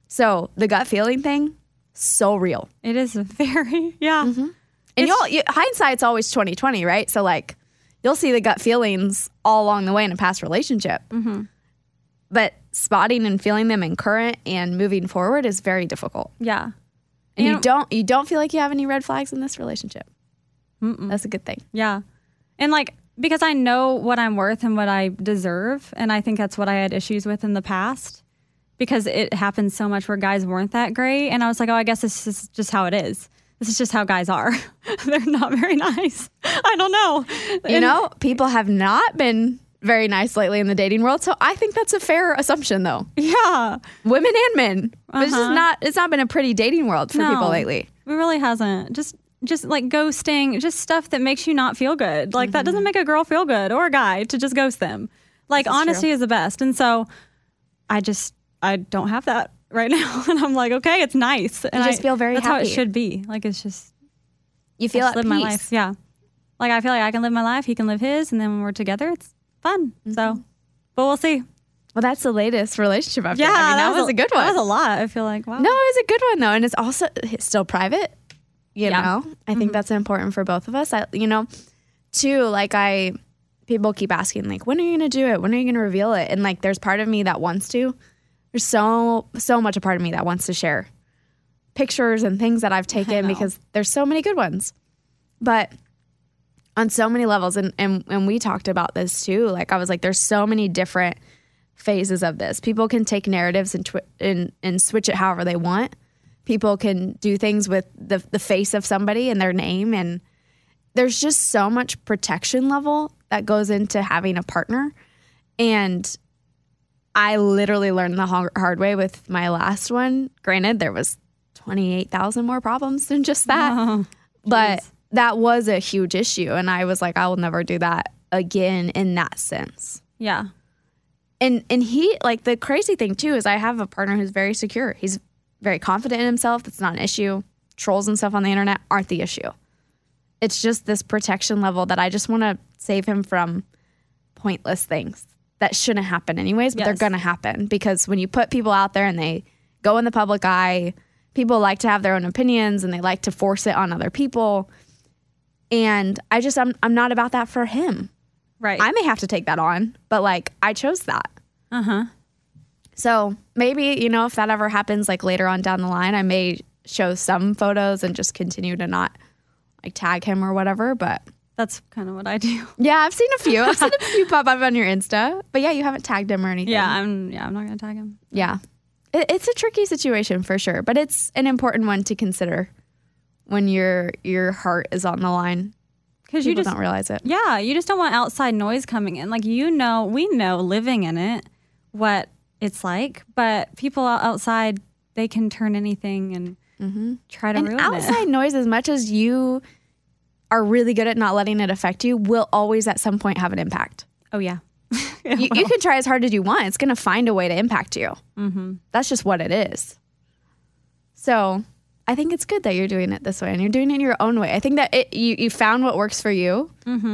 Speaker 7: So the gut feeling thing, so real.
Speaker 8: It is very *laughs* yeah.
Speaker 7: Mm-hmm. And y'all, you, hindsight's always twenty twenty, right? So like, you'll see the gut feelings all along the way in a past relationship. But spotting and feeling them in current and moving forward is very difficult.
Speaker 8: Yeah.
Speaker 7: And
Speaker 8: You
Speaker 7: you,
Speaker 8: know-
Speaker 7: don't you don't feel like you have any red flags in this relationship. That's a good thing.
Speaker 8: Yeah. And like, because I know what I'm worth and what I deserve. And I think that's what I had issues with in the past because it happened so much where guys weren't that great. And I was like, oh, I guess this is just how it is. This is just how guys are. *laughs* They're not very *laughs* nice. I don't know.
Speaker 7: You know, people have not been very nice lately in the dating world, so I think that's a fair assumption, though.
Speaker 8: Yeah.
Speaker 7: women and men. But It's just
Speaker 8: Uh-huh.
Speaker 7: not. It's not been a pretty dating world for
Speaker 8: No.
Speaker 7: people lately.
Speaker 8: It really hasn't. Just, just like ghosting, just stuff that makes you not feel good. Like that
Speaker 7: Mm-hmm.
Speaker 8: doesn't make a girl feel good or a guy to just ghost them. Like honesty is the best. And so I just, I don't have that right *laughs* now. And I'm like, okay, it's nice. And
Speaker 7: just
Speaker 8: I,
Speaker 7: feel very
Speaker 8: That's how it
Speaker 7: happy.
Speaker 8: should be. Like it's just,
Speaker 7: You
Speaker 8: I
Speaker 7: feel
Speaker 8: just
Speaker 7: at
Speaker 8: live
Speaker 7: peace.
Speaker 8: my life. Yeah. Like I feel like I can live my life. He can live his. And then when we're together, it's fun.
Speaker 7: Mm-hmm.
Speaker 8: So, but we'll see.
Speaker 7: Well, that's the latest relationship update. I mean, that, was, a good one.
Speaker 8: That was a lot. I feel like, wow.
Speaker 7: no, it was a good one though, and it's also it's still private. You
Speaker 8: Yeah.
Speaker 7: know, I think that's important for both of us. I, you know, too. Like I, people keep asking, like, when are you gonna do it? When are you gonna reveal it? And like, there's part of me that wants to. There's so so much a part of me that wants to share pictures and things that I've taken because there's so many good ones. But on so many levels and, and and we talked about this too. Like I was like there's so many different phases of this. People can take narratives and twi- and and switch it however they want. People can do things with the the face of somebody and their name and there's just so much protection level that goes into having a partner and I literally learned the har- hard way with my last one. Granted, there was 28,000 more problems than just that. but that was a huge issue and I was like I will never do that again in that sense.
Speaker 8: Yeah.
Speaker 7: And and he like the crazy thing too is I have a partner who's very secure. He's very confident in himself. That's not an issue. Trolls and stuff on the internet aren't the issue. It's just this protection level that I just want to save him from pointless things that shouldn't happen anyways, but they're
Speaker 8: Yes.
Speaker 7: going to happen because when you put people out there and they go in the public eye, people like to have their own opinions and they like to force it on other people. And I just I'm I'm not about that for him.
Speaker 8: Right.
Speaker 7: I may have to take that on, but like I chose that.
Speaker 8: uh huh.
Speaker 7: So maybe, you know, if that ever happens like later on down the line, I may show some photos and just continue to not like tag him or whatever. But
Speaker 8: That's kind of what I do.
Speaker 7: yeah, I've seen a few. I've seen
Speaker 8: *laughs*
Speaker 7: a few pop up on your Insta. But yeah, you haven't tagged him or anything.
Speaker 8: Yeah. I'm, yeah, I'm not going to tag him.
Speaker 7: Yeah. It, it's a tricky situation for sure, but it's an important one to consider when your your heart is on the line.
Speaker 8: Because
Speaker 7: People
Speaker 8: you just
Speaker 7: don't realize it.
Speaker 8: Yeah, you just don't want outside noise coming in. Like you know, we know living in it what it's like, but people out- outside they can turn anything and try
Speaker 7: Mm-hmm.
Speaker 8: to
Speaker 7: And
Speaker 8: ruin
Speaker 7: outside
Speaker 8: it.
Speaker 7: noise, as much as you are really good at not letting it affect you, will always at some point have an impact.
Speaker 8: *laughs* Oh yeah,
Speaker 7: you, you can try as hard as you want. It's going to find a way to impact you. That's just what it is. So I think it's good that you're doing it this way and you're doing it your own way. I think that it, you, you found what works for you,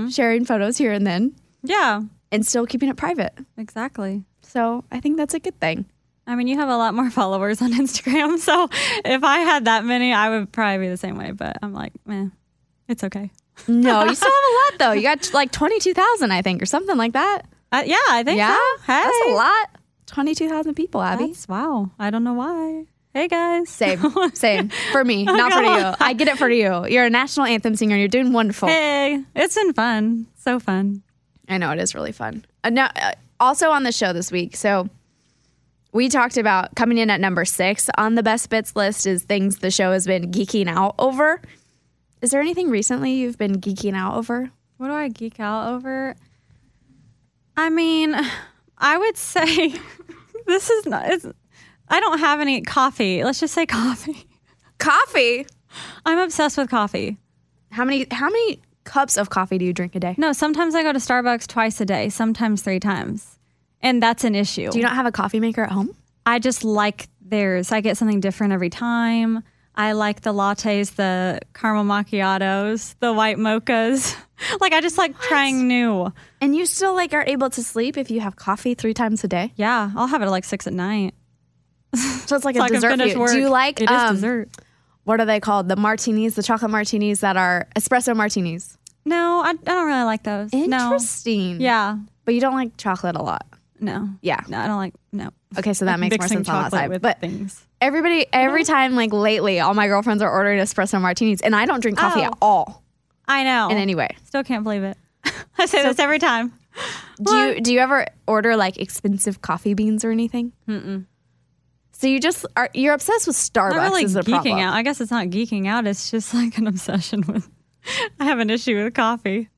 Speaker 7: sharing photos here and then,
Speaker 8: yeah,
Speaker 7: and still keeping it private.
Speaker 8: exactly.
Speaker 7: So I think that's a good thing.
Speaker 8: I mean, you have a lot more *laughs* followers on Instagram, so if I had that many, I would probably be the same way. But I'm like, man, it's okay.
Speaker 7: No, you still have a lot though. You got like 22,000, I think, or something like that.
Speaker 8: Uh, yeah, I think
Speaker 7: Yeah.
Speaker 8: so. Hey,
Speaker 7: That's a lot. 22,000 people, Abby.
Speaker 8: That's- wow, I don't know why. Hey guys, *laughs*
Speaker 7: same, same for me, not for you. I get it for you. You're a national anthem singer. and You're doing wonderful.
Speaker 8: hey, it's been fun, so fun.
Speaker 7: I know it is really fun. Uh, now, uh, also on the show this week, so we talked about coming in at number six on the best bits list is things the show has been geeking out over. Is there anything recently you've been geeking out over?
Speaker 8: What do I geek out over? I mean, I would say *laughs* this is not. It's, I don't have any coffee. Let's just say *laughs* coffee.
Speaker 7: Coffee.
Speaker 8: I'm obsessed with coffee.
Speaker 7: How many how many cups of coffee do you drink a day?
Speaker 8: No, sometimes I go to Starbucks twice a day, sometimes three times, and that's an issue.
Speaker 7: Do you not have a coffee maker at home?
Speaker 8: I just like theirs. I get something different every time. I like the lattes, the caramel macchiatos, the white mochas. *laughs* like I just like trying new.
Speaker 7: And you still like aren't able to sleep if you have coffee three times a day.
Speaker 8: Yeah, I'll have it at like six at night.
Speaker 7: So it's like
Speaker 8: So
Speaker 7: a
Speaker 8: I can
Speaker 7: dessert. for
Speaker 8: finish
Speaker 7: you.
Speaker 8: work.
Speaker 7: Do you like
Speaker 8: It is
Speaker 7: um,
Speaker 8: dessert.
Speaker 7: What are they called? The martinis, the chocolate martinis that are espresso martinis.
Speaker 8: No, I, I don't really like those.
Speaker 7: Interesting.
Speaker 8: No. Yeah.
Speaker 7: but you don't like chocolate a lot.
Speaker 8: No.
Speaker 7: Yeah.
Speaker 8: No, I don't like no.
Speaker 7: Okay, so that
Speaker 8: Like
Speaker 7: makes more
Speaker 8: mixing
Speaker 7: sense on that
Speaker 8: chocolate
Speaker 7: side.
Speaker 8: with
Speaker 7: But-
Speaker 8: things.
Speaker 7: Everybody, every time, like lately, all my girlfriends are ordering espresso martinis, and I don't drink coffee
Speaker 8: Oh.
Speaker 7: at all
Speaker 8: I know.
Speaker 7: in any way.
Speaker 8: Still can't believe it. *laughs* I say this every time.
Speaker 7: Do you do you ever order like expensive coffee beans or anything? Mm-mm. So you just are you're obsessed with Starbucks.
Speaker 8: Not really
Speaker 7: is the
Speaker 8: geeking
Speaker 7: problem.
Speaker 8: out. I guess it's not geeking out. It's just *laughs* like an obsession with. *laughs* I have an issue with coffee.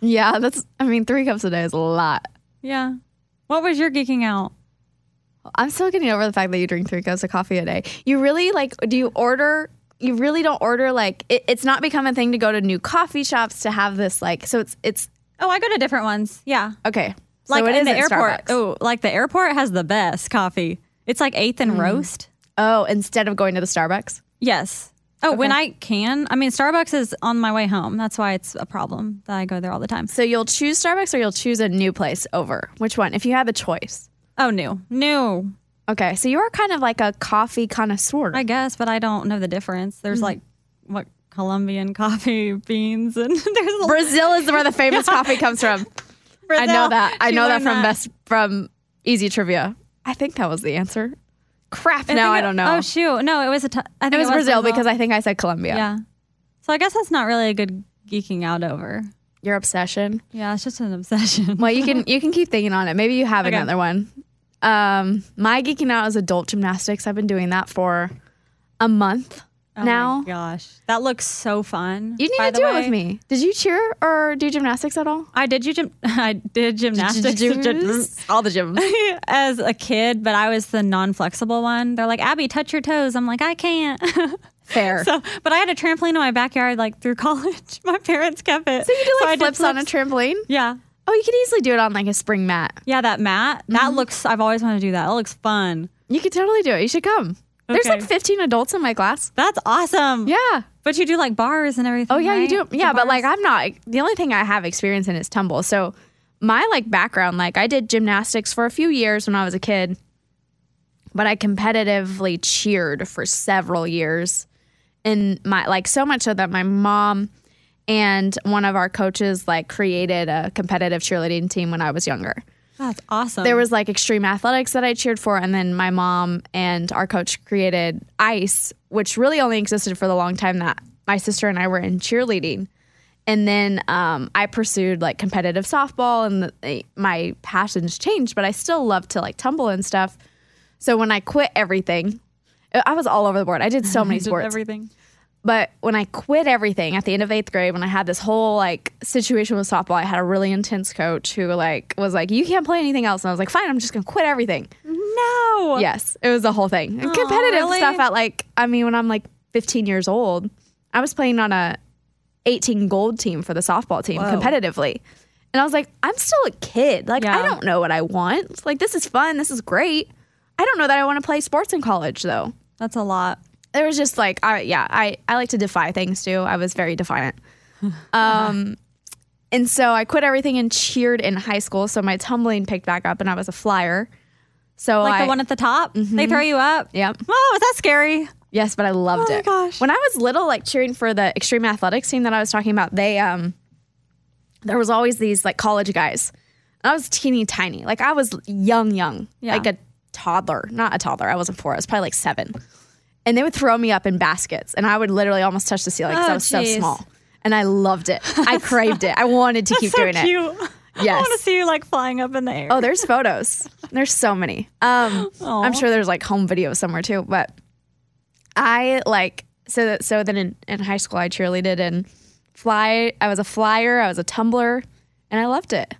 Speaker 7: Yeah, that's. I mean, three cups a day is a lot.
Speaker 8: Yeah. What was your geeking out?
Speaker 7: I'm still getting over the fact that you drink three cups of coffee a day. You really like? Do you order? You really don't order like it, it's not become a thing to go to new coffee shops to have this like. So it's it's
Speaker 8: Oh, I go to different ones. Yeah.
Speaker 7: okay. So
Speaker 8: Like
Speaker 7: it
Speaker 8: in
Speaker 7: is
Speaker 8: the
Speaker 7: at
Speaker 8: airport.
Speaker 7: Starbucks.
Speaker 8: Oh, like the airport has the best coffee. It's like eighth
Speaker 7: Mm.
Speaker 8: and roast.
Speaker 7: Oh, instead of going to the Starbucks.
Speaker 8: Yes. Oh, when I can. I mean, Starbucks is on my way home. That's why it's a problem that I go there all the time.
Speaker 7: So you'll choose Starbucks or you'll choose a new place over. Which one? If you had the choice.
Speaker 8: Oh, new. New,
Speaker 7: Okay, so you are kind of like a coffee connoisseur.
Speaker 8: I guess, but I don't know the difference. There's
Speaker 7: Mm.
Speaker 8: like what Colombian *laughs* coffee beans and *laughs* there's a
Speaker 7: Brazil is where the *laughs* famous coffee comes from. I know
Speaker 8: Brazil.
Speaker 7: that. I
Speaker 8: She
Speaker 7: know that
Speaker 8: learned
Speaker 7: from best from Easy Trivia. I think that was the answer. Crap.
Speaker 8: think
Speaker 7: now I
Speaker 8: it-
Speaker 7: don't know.
Speaker 8: Oh shoot! No, it was a. T- I think
Speaker 7: it was Brazil, because I think I said Colombia.
Speaker 8: yeah. So I guess that's not really a good geeking out over.
Speaker 7: Your obsession.
Speaker 8: Yeah, it's just an obsession.
Speaker 7: Well, you
Speaker 8: *laughs*
Speaker 7: can you can keep thinking on it. Maybe you have
Speaker 8: Okay.
Speaker 7: another one. Um, my geeking out is adult gymnastics. I've been doing that for a month
Speaker 8: Oh
Speaker 7: now.
Speaker 8: my gosh, that looks so fun.
Speaker 7: You need
Speaker 8: by
Speaker 7: to
Speaker 8: the
Speaker 7: do it
Speaker 8: way.
Speaker 7: with me. Did you cheer or do gymnastics at all?
Speaker 8: I did you gym- *laughs* I did gymnastics *laughs*
Speaker 7: all the gym.
Speaker 8: as a kid, but I was the non-flexible one. They're like, Abby, touch your toes. I'm like, I can't. *laughs*
Speaker 7: Fair. So,
Speaker 8: so, but I had a trampoline in my backyard like through *laughs* college. My parents kept it. So
Speaker 7: you do like
Speaker 8: I did
Speaker 7: flips on a trampoline.
Speaker 8: Yeah,
Speaker 7: Oh, you could easily do it on like a spring mat.
Speaker 8: yeah, that mat.
Speaker 7: Mm-hmm.
Speaker 8: That looks. I've always wanted to do that. That looks fun.
Speaker 7: You could totally do it. You should come. There's
Speaker 8: Okay.
Speaker 7: like 15 adults in my class.
Speaker 8: That's awesome.
Speaker 7: Yeah.
Speaker 8: But you do like bars and everything.
Speaker 7: Oh yeah,
Speaker 8: right?
Speaker 7: you do.
Speaker 8: The
Speaker 7: Yeah, but like
Speaker 8: bars.
Speaker 7: I'm not. The only thing I have experience in is tumble. So my like background, like I did gymnastics for a few years when I was a kid, but I competitively cheered for several years, and my like so much so that my mom and one of our coaches like created a competitive cheerleading team when I was younger.
Speaker 8: That's awesome.
Speaker 7: There was like extreme athletics that I cheered for, and then my mom and our coach created ice, which really only existed for the long time that my sister and I were in cheerleading. And then um, I pursued like competitive softball, and the, eh, my passions changed, but I still loved to like tumble and stuff. So when I quit everything, I was all over the board. I did so many
Speaker 8: *laughs* Did
Speaker 7: sports.
Speaker 8: everything.
Speaker 7: But when I quit everything at the end of eighth grade, when I had this whole like situation with softball, I had a really intense coach who like was like, "You can't play anything else," and I was like, "Fine, I'm just gonna quit everything."
Speaker 8: No.
Speaker 7: Yes, it was the whole thing. And competitive
Speaker 8: really?
Speaker 7: stuff at like, I mean, when I'm like 15 years old, I was playing on a 18 gold team for the softball team competitively, and I was like, "I'm still a kid. Like, I
Speaker 8: Yeah.
Speaker 7: don't know what I want. Like, this is fun. This is great. I don't know that I want to play sports in college though."
Speaker 8: That's a lot.
Speaker 7: there was just like I yeah I I like to defy things too. I was very
Speaker 8: *laughs*
Speaker 7: defiant. Um and so I quit everything and cheered in high school. So my tumbling picked back up and I was a flyer. So I-
Speaker 8: Like
Speaker 7: Mm-hmm.
Speaker 8: the one at the top. They throw you up.
Speaker 7: Yep.
Speaker 8: Oh, was that scary?
Speaker 7: Yes, but I loved
Speaker 8: Oh my
Speaker 7: it.
Speaker 8: gosh.
Speaker 7: When I was little, like cheering for the extreme athletics team that I was talking about, they um there was always these like college guys. And I was teeny tiny. Like I was young, young.
Speaker 8: Yeah.
Speaker 7: Like a toddler. Not a toddler. I wasn't four. I was probably like seven. And they would throw me up in baskets and I would literally almost touch the ceiling because
Speaker 8: Oh,
Speaker 7: I was so
Speaker 8: jeez.
Speaker 7: small. And I loved it. I craved it. I wanted to keep
Speaker 8: so
Speaker 7: doing it.
Speaker 8: cute. *laughs* I
Speaker 7: Yes.
Speaker 8: want to see you like flying up in the air.
Speaker 7: Oh, there's photos. There's so many. Um, I'm sure there's like home video somewhere too. But I like so that so then in, in high school I cheerleaded and fly. I was a flyer. I was a tumbler, and I loved it.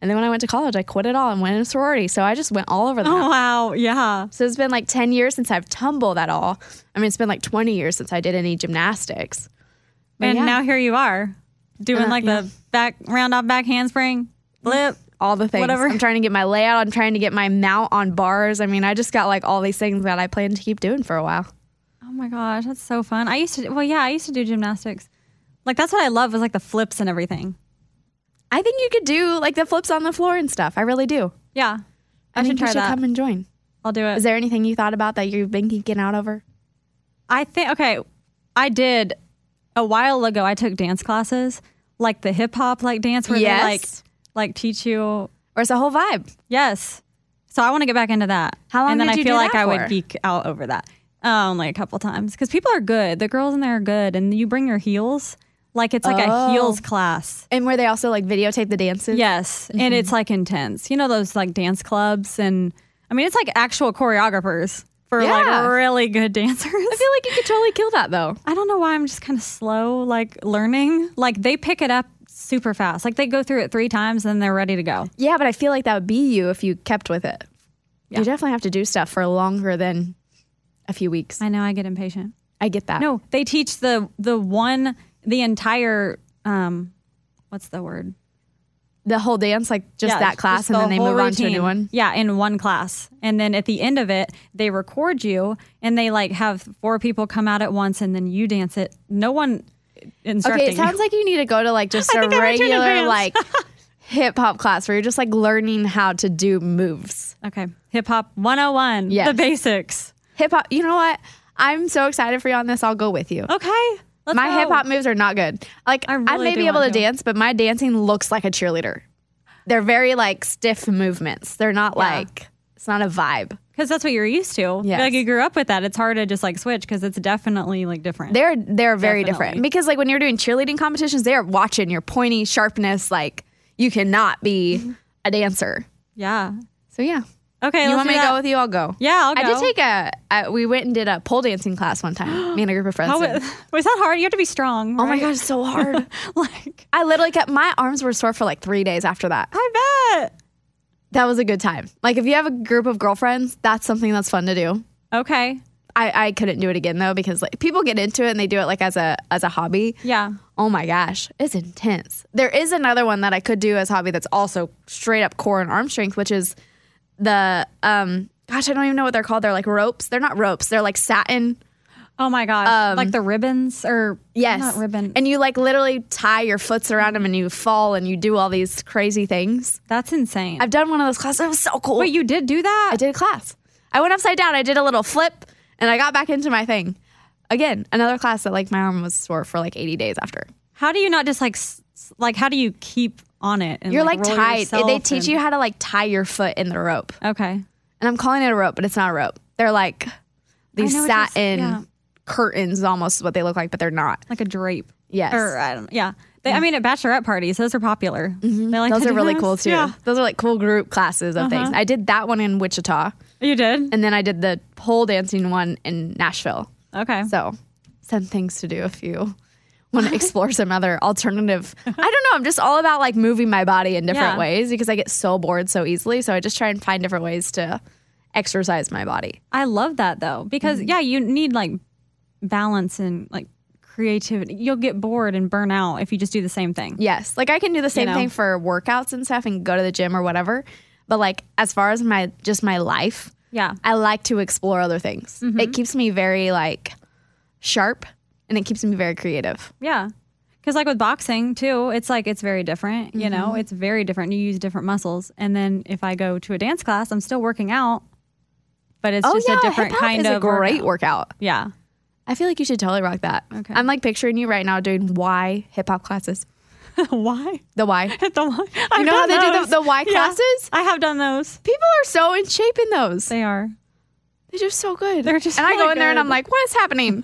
Speaker 7: And then when I went to college, I quit it all and went in a sorority. So I just went all over the map.
Speaker 8: Oh wow, yeah.
Speaker 7: So it's been like 10 years since I've tumbled at all. I mean, it's been like 20 years since I did any gymnastics. But
Speaker 8: And
Speaker 7: yeah,
Speaker 8: now here you are doing
Speaker 7: Uh,
Speaker 8: like
Speaker 7: yeah.
Speaker 8: the back round off back handspring flip.
Speaker 7: all the things.
Speaker 8: whatever.
Speaker 7: I'm trying to get my layout. I'm trying to get my mount on bars. I mean, I just got like all these things that I plan to keep doing for a while.
Speaker 8: Oh my gosh, that's so fun. I used to well, yeah, I used to do gymnastics. Like that's what I love was like the flips and everything.
Speaker 7: I think you could do like the flips on the floor and stuff. I really do.
Speaker 8: Yeah. I, should
Speaker 7: think you
Speaker 8: try
Speaker 7: should
Speaker 8: that.
Speaker 7: come and join.
Speaker 8: I'll do it.
Speaker 7: Is there anything you thought about that you've been geeking out over?
Speaker 8: I think okay, I did a while ago. I took dance classes, like the hip hop like dance where
Speaker 7: Yes.
Speaker 8: they like like teach you.
Speaker 7: Or it's a whole vibe?
Speaker 8: Yes. So I want to get back into that.
Speaker 7: How long
Speaker 8: And then
Speaker 7: did
Speaker 8: I
Speaker 7: you
Speaker 8: feel
Speaker 7: do
Speaker 8: like
Speaker 7: that
Speaker 8: I
Speaker 7: for?
Speaker 8: would geek out over that. Um, like a couple times because people are good. The girls in there are good, and you bring your heels. Like it's like
Speaker 7: Oh.
Speaker 8: a heels class.
Speaker 7: And where they also like videotape the dances?
Speaker 8: Yes,
Speaker 7: Mm-hmm.
Speaker 8: and it's like intense. You know those like dance clubs, and I mean it's like actual choreographers for
Speaker 7: Yeah.
Speaker 8: like really good dancers.
Speaker 7: I feel like you could totally kill that though.
Speaker 8: I don't know why I'm just kind of slow, like learning. Like they pick it up super fast. Like they go through it three times and they're ready to go.
Speaker 7: Yeah, but I feel like that would be you if you kept with it. You definitely have to do stuff for longer than a few weeks. I,
Speaker 8: I know I get impatient.
Speaker 7: get that.
Speaker 8: No, they teach the the one the entire um what's the word?
Speaker 7: The whole dance, like just
Speaker 8: Yeah,
Speaker 7: that class, and
Speaker 8: the
Speaker 7: then they
Speaker 8: whole
Speaker 7: move on to a new
Speaker 8: routine.
Speaker 7: one.
Speaker 8: Yeah, in one class. And then at the end of it, they record you and they like have four people come out at once and then you dance it. No one instructing.
Speaker 7: Okay, it sounds like you need to go to *laughs* like just
Speaker 8: I
Speaker 7: a
Speaker 8: think I went to an
Speaker 7: regular
Speaker 8: advanced.
Speaker 7: *laughs* like hip hop class where you're just like learning how to do moves.
Speaker 8: you. Okay. Hip hop 101.
Speaker 7: Yes.
Speaker 8: The basics.
Speaker 7: Hip hop. You know what? I'm so excited for you on this. I'll go with you.
Speaker 8: Okay. Let's
Speaker 7: my
Speaker 8: go.
Speaker 7: hip hop moves are not good. Like I,
Speaker 8: I really
Speaker 7: may
Speaker 8: do
Speaker 7: be able to
Speaker 8: want to.
Speaker 7: dance, but my dancing looks like a cheerleader. They're very like stiff movements. They're not like it's not a vibe.
Speaker 8: because that's what you're used to.
Speaker 7: Yes.
Speaker 8: Like you grew up with that. It's hard to just like switch because it's definitely like different.
Speaker 7: They're they're very different
Speaker 8: Definitely.
Speaker 7: because like when you're doing cheerleading competitions, they are watching your pointy sharpness. Like you cannot
Speaker 8: Mm-hmm.
Speaker 7: be a dancer.
Speaker 8: yeah.
Speaker 7: So yeah,
Speaker 8: Okay.
Speaker 7: you
Speaker 8: let's
Speaker 7: want me
Speaker 8: do
Speaker 7: to
Speaker 8: that.
Speaker 7: go with you? I'll go.
Speaker 8: Yeah, I'll
Speaker 7: I did
Speaker 8: go.
Speaker 7: take a. I, we went and did a pole dancing class one time. me and a
Speaker 8: *gasps*
Speaker 7: group of friends.
Speaker 8: How,
Speaker 7: did.
Speaker 8: *laughs* was that hard? You have to be strong.
Speaker 7: oh my
Speaker 8: right?
Speaker 7: gosh, it's
Speaker 8: *laughs*
Speaker 7: so hard.
Speaker 8: like
Speaker 7: I literally kept my arms were sore for like three days after that.
Speaker 8: I bet.
Speaker 7: That was a good time. Like if you have a group of girlfriends, that's something that's fun to do.
Speaker 8: Okay.
Speaker 7: I, I couldn't do it again though because like people get into it and they do it like as a as a hobby.
Speaker 8: Yeah.
Speaker 7: Oh my gosh, it's intense. There is another one that I could do as hobby that's also straight up core and arm strength, which is the um gosh, I don't even know what they're called. They're like ropes. They're not ropes. They're like satin.
Speaker 8: Oh my gosh.
Speaker 7: Um,
Speaker 8: like the ribbons or
Speaker 7: Yes.
Speaker 8: not ribbon.
Speaker 7: And you like literally tie your foots around them and you fall and you do all these crazy things.
Speaker 8: that's insane.
Speaker 7: I've done one of those classes. It was so cool.
Speaker 8: Wait, you did do that?
Speaker 7: I did a class. I went upside down. I did a little flip, and I got back into my thing. Again, another class that like my arm was sore for like 80 days after.
Speaker 8: How do you not just like s- s- like how do you keep on it? And,
Speaker 7: You're like,
Speaker 8: roll
Speaker 7: tied.
Speaker 8: yourself
Speaker 7: They teach
Speaker 8: and-
Speaker 7: you how to like tie your foot in the rope,
Speaker 8: Okay.
Speaker 7: and I'm calling it a rope, but it's not a rope. They're like these
Speaker 8: know what you're s-
Speaker 7: satin
Speaker 8: yeah.
Speaker 7: curtains, almost is what they look like, but they're not.
Speaker 8: Like a drape.
Speaker 7: Yes.
Speaker 8: Or I don't. Yeah. They, I mean, at bachelorette parties, those are popular. They
Speaker 7: Mm-hmm.
Speaker 8: like
Speaker 7: Those
Speaker 8: to
Speaker 7: are
Speaker 8: do
Speaker 7: really
Speaker 8: those.
Speaker 7: cool too.
Speaker 8: Yeah. Uh-huh.
Speaker 7: Those are like cool group classes of things. I did that one in Wichita,
Speaker 8: You did.
Speaker 7: and then I did the pole dancing one in Nashville.
Speaker 8: Okay.
Speaker 7: So, some things to do if you want *laughs* to explore some other alternative. I don't know. I'm just all about like moving my body in different
Speaker 8: Yeah.
Speaker 7: ways because I get so bored so easily. So I just try and find different ways to exercise my body.
Speaker 8: I love that though because
Speaker 7: Mm-hmm.
Speaker 8: yeah, you need like balance and like creativity. You'll get bored and burn out if you just do the same thing.
Speaker 7: Yes, like I can do the same
Speaker 8: know.
Speaker 7: thing for workouts and stuff and go to the gym or whatever. But like as far as my just my life,
Speaker 8: Yeah.
Speaker 7: I like to explore other things. It keeps me very like sharp and it keeps me very creative.
Speaker 8: Yeah. Cuz like with boxing too, it's like it's very different, you
Speaker 7: Mm-hmm.
Speaker 8: know? It's very different. You use different muscles. And then if I go to a dance class, I'm still working out, but
Speaker 7: Oh,
Speaker 8: it's just a different
Speaker 7: hip-hop
Speaker 8: kind
Speaker 7: is
Speaker 8: of
Speaker 7: a great
Speaker 8: workout.
Speaker 7: workout. *laughs*
Speaker 8: Yeah.
Speaker 7: I feel like you should totally rock that.
Speaker 8: Okay.
Speaker 7: I'm like picturing you right now doing Y hip hop classes.
Speaker 8: Why?
Speaker 7: *laughs* The
Speaker 8: *laughs*
Speaker 7: Y.
Speaker 8: the why? I've
Speaker 7: know how
Speaker 8: done
Speaker 7: they do the-
Speaker 8: those.
Speaker 7: the Y
Speaker 8: Yeah.
Speaker 7: classes?
Speaker 8: I have done those.
Speaker 7: People are so in shape in those.
Speaker 8: They are.
Speaker 7: They're just so good.
Speaker 8: They're just
Speaker 7: and I go
Speaker 8: really
Speaker 7: in there and
Speaker 8: good.
Speaker 7: I'm like, what is
Speaker 8: *laughs*
Speaker 7: happening?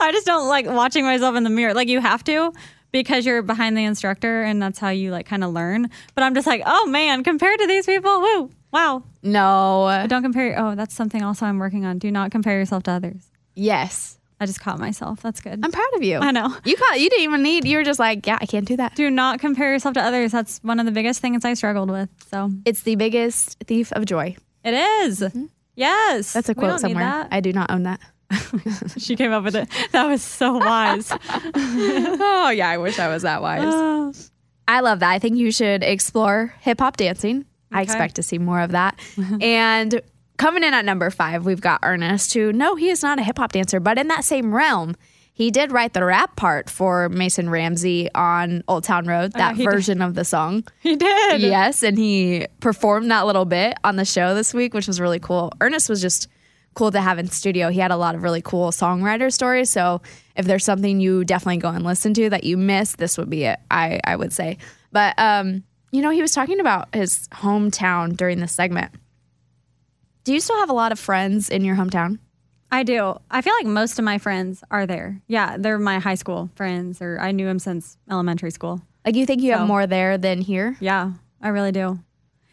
Speaker 8: I just don't like watching myself in the mirror. Like you have to because you're behind the instructor and that's how you like kind of learn. But I'm just like, oh man, compared to these people, woo, wow.
Speaker 7: no.
Speaker 8: But don't compare. Oh, that's something also I'm working on. Do not compare yourself to others.
Speaker 7: Yes.
Speaker 8: I just caught myself. That's good.
Speaker 7: I'm proud of you.
Speaker 8: I know.
Speaker 7: You caught. You didn't even need. You were just like, yeah, I can't do that.
Speaker 8: Do not compare yourself to others. That's one of the biggest things I struggled with. So
Speaker 7: It's the biggest thief of joy.
Speaker 8: it is. Yes.
Speaker 7: Mm-hmm. That's a
Speaker 8: We
Speaker 7: quote
Speaker 8: don't need
Speaker 7: somewhere.
Speaker 8: that.
Speaker 7: I do not own that.
Speaker 8: *laughs* she came up with it. That was
Speaker 7: *laughs*
Speaker 8: so wise.
Speaker 7: oh yeah, I wish I was that wise. *sighs* I love that. I think you should explore hip hop dancing. I expect to see more of *laughs* that. and coming in at number five, we've got Ernest, who, no, he is not a hip hop dancer, but in that same realm, he did write the rap part for Mason Ramsey on Old Town Road, that version of the song. *laughs*
Speaker 8: he did.
Speaker 7: Yes, and he performed that little bit on the show this week, which was really cool. Ernest was just cool to have in studio. He had a lot of really cool songwriter stories. So if there's something you definitely go and listen to that you missed, this would be it. I I would say. But um, you know, he was talking about his hometown during this segment. Do you still have a lot of friends in your hometown?
Speaker 8: I do. I feel like most of my friends are there. Yeah, they're my high school friends, or I knew them since elementary school.
Speaker 7: Like you think you
Speaker 8: So-
Speaker 7: have more there than here?
Speaker 8: Yeah, I really do.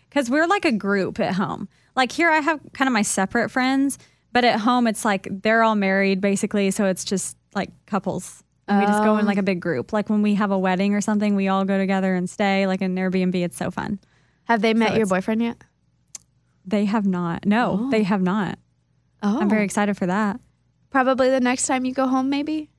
Speaker 8: Because we're like a group at home. Like here, I have kind of my separate friends, but at home, it's like they're all married basically. So it's just like couples. And we just go in like a big group. Like when we have a wedding or something, we all go together and stay like in Airbnb. It's so fun.
Speaker 7: Have they met your
Speaker 8: it's-
Speaker 7: boyfriend yet?
Speaker 8: They have not. No, they have not.
Speaker 7: Oh,
Speaker 8: I'm very excited for that.
Speaker 7: probably the next time you go home, maybe.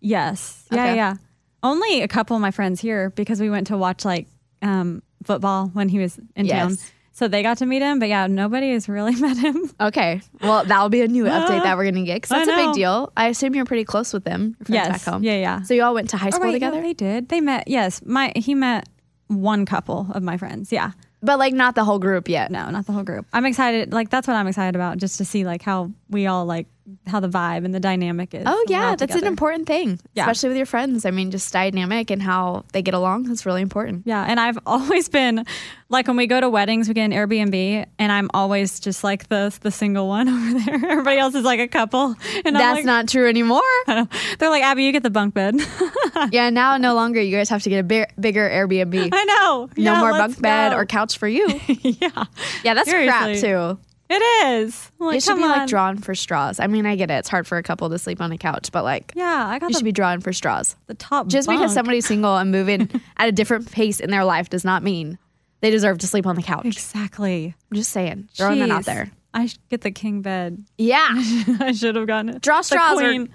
Speaker 8: Yes. Yeah,
Speaker 7: Okay.
Speaker 8: yeah. Only a couple of my friends here because we went to watch like um, football when he was in town.
Speaker 7: Yes.
Speaker 8: So they got to meet him, but yeah, nobody has really *laughs* met him.
Speaker 7: Okay. Well, that'll be a new update that we're gonna get because
Speaker 8: I
Speaker 7: that's a big
Speaker 8: know.
Speaker 7: deal. I assume you're pretty close with them. your friends
Speaker 8: Yes.
Speaker 7: Back home.
Speaker 8: Yeah, yeah.
Speaker 7: So you all went to high
Speaker 8: Or
Speaker 7: school
Speaker 8: wait, no,
Speaker 7: together,
Speaker 8: they did. They met. Yes, my he met one couple of my friends. Yeah,
Speaker 7: but like not the whole group yet.
Speaker 8: no, not the whole group. I'm excited. Like that's what I'm excited about, just to see like how we all like how the vibe and the dynamic is.
Speaker 7: Oh
Speaker 8: when we're
Speaker 7: yeah,
Speaker 8: all
Speaker 7: that's an
Speaker 8: together.
Speaker 7: important thing,
Speaker 8: Yeah.
Speaker 7: especially with your friends. I mean, just dynamic and how they get along is really important.
Speaker 8: Yeah, and I've *laughs* always been like when we go to weddings, we get an Airbnb, and I'm always just like the the single one *laughs* over there. Everybody else is like a couple, *laughs*
Speaker 7: That's
Speaker 8: and I'm like,
Speaker 7: not true anymore.
Speaker 8: *laughs* They're like Abby, you get the bunk bed. *laughs*
Speaker 7: yeah, now no longer you guys have to get a bi- bigger Airbnb.
Speaker 8: I know.
Speaker 7: No
Speaker 8: *laughs* Yeah,
Speaker 7: more
Speaker 8: let's
Speaker 7: bunk bed
Speaker 8: go. *laughs*
Speaker 7: or couch for you.
Speaker 8: yeah,
Speaker 7: Yeah, that's crap
Speaker 8: Seriously.
Speaker 7: too.
Speaker 8: It is. I'm Like,
Speaker 7: it should
Speaker 8: come
Speaker 7: be
Speaker 8: on.
Speaker 7: like drawn for straws. I mean, I get it. It's hard for a couple to sleep on a couch, but like
Speaker 8: Yeah, I got
Speaker 7: you should
Speaker 8: the,
Speaker 7: be drawn for straws.
Speaker 8: the top.
Speaker 7: Just because
Speaker 8: bunk.
Speaker 7: somebody's single and moving at a different pace in their life does not mean they deserve to sleep on the couch.
Speaker 8: exactly
Speaker 7: I'm just saying, throwing that out
Speaker 8: Jeez.
Speaker 7: there.
Speaker 8: I should get the king bed. *laughs*
Speaker 7: Yeah,
Speaker 8: I should have gotten it.
Speaker 7: Draw
Speaker 8: The
Speaker 7: straws or-
Speaker 8: queen.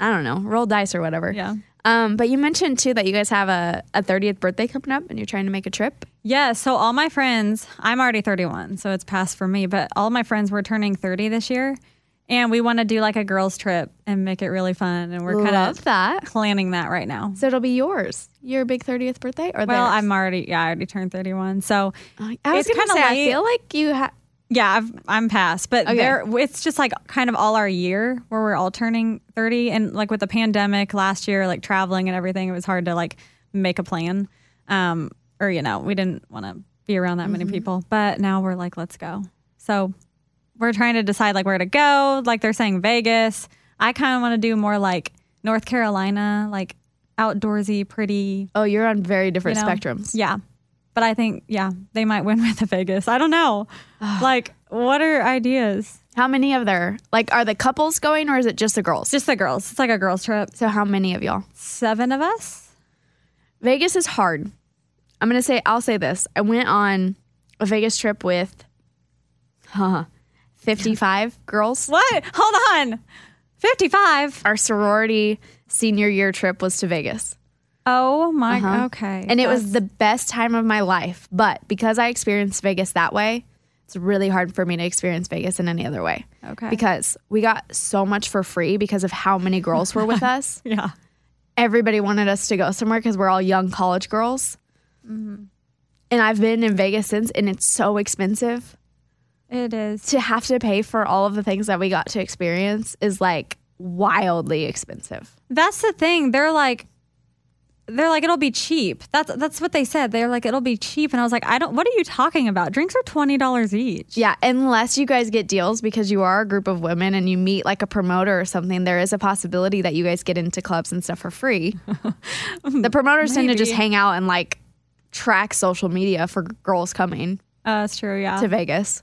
Speaker 7: I don't know, roll dice or whatever.
Speaker 8: Yeah.
Speaker 7: Um, but you mentioned too that you guys have a, a 30th birthday coming up and you're trying to make a trip.
Speaker 8: Yeah, so all my friends, I'm already 31, so it's past for me, but all my friends were turning 30 this year. And we want to do like a girls' trip and make it really fun. And we're kind
Speaker 7: Love
Speaker 8: of
Speaker 7: that.
Speaker 8: planning that right now.
Speaker 7: So it'll be yours, your big 30th birthday, or
Speaker 8: Well,
Speaker 7: theirs? Oh,
Speaker 8: I'm already, yeah, I already turned 31. So
Speaker 7: I was
Speaker 8: it's
Speaker 7: gonna
Speaker 8: kinda
Speaker 7: say, I
Speaker 8: late.
Speaker 7: feel like you have.
Speaker 8: yeah, I've, I'm past, but
Speaker 7: Okay.
Speaker 8: there, it's just like kind of all our year where we're all turning 30. And like with the pandemic last year, like traveling and everything, it was hard to like make a plan. Um, or, you know, we didn't want to be around that many people, but now we're like, let's go. So we're trying to decide like where to go. Like they're saying Vegas. I kind of want to do more like North Carolina, like outdoorsy, pretty
Speaker 7: Oh, you're on very different
Speaker 8: you know?
Speaker 7: spectrums.
Speaker 8: Yeah. But I think, yeah, they might win *laughs* with the Vegas. I don't know. like, what are ideas?
Speaker 7: How many of their like are the couples going or is it just the girls?
Speaker 8: It's just the girls. It's like a girls' trip.
Speaker 7: so how many of y'all?
Speaker 8: Seven of us.
Speaker 7: Vegas is hard. I'm gonna say I'll say this. I went on a Vegas trip with huh, 55 *laughs* girls.
Speaker 8: What? Hold on. 55.
Speaker 7: Our sorority senior year trip was to Vegas.
Speaker 8: Oh my. Okay.
Speaker 7: Uh-huh. And it was the best time of my life. But because I experienced Vegas that way, it's really hard for me to experience Vegas in any other way.
Speaker 8: Okay.
Speaker 7: Because we got so much for free because of how many girls were
Speaker 8: *laughs*
Speaker 7: with us.
Speaker 8: Yeah.
Speaker 7: everybody wanted us to go somewhere because we're all young college girls. And I've been in Vegas since, and it's so expensive
Speaker 8: It is.
Speaker 7: to have to pay for all of the things that we got to experience is like wildly expensive.
Speaker 8: That's the thing. They're like, they're like it'll be cheap. That's that's what they said. They're like it'll be cheap, and I was like, I don't. What are you talking about? Drinks are twenty dollars each.
Speaker 7: Yeah, unless you guys get deals because you are a group of women and you meet like a promoter or something, there is a possibility that you guys get into clubs and stuff for free.
Speaker 8: *laughs*
Speaker 7: the promoters tend to just hang out and like track social media for girls coming
Speaker 8: Uh-huh. Uh, that's true. Yeah.
Speaker 7: to Vegas.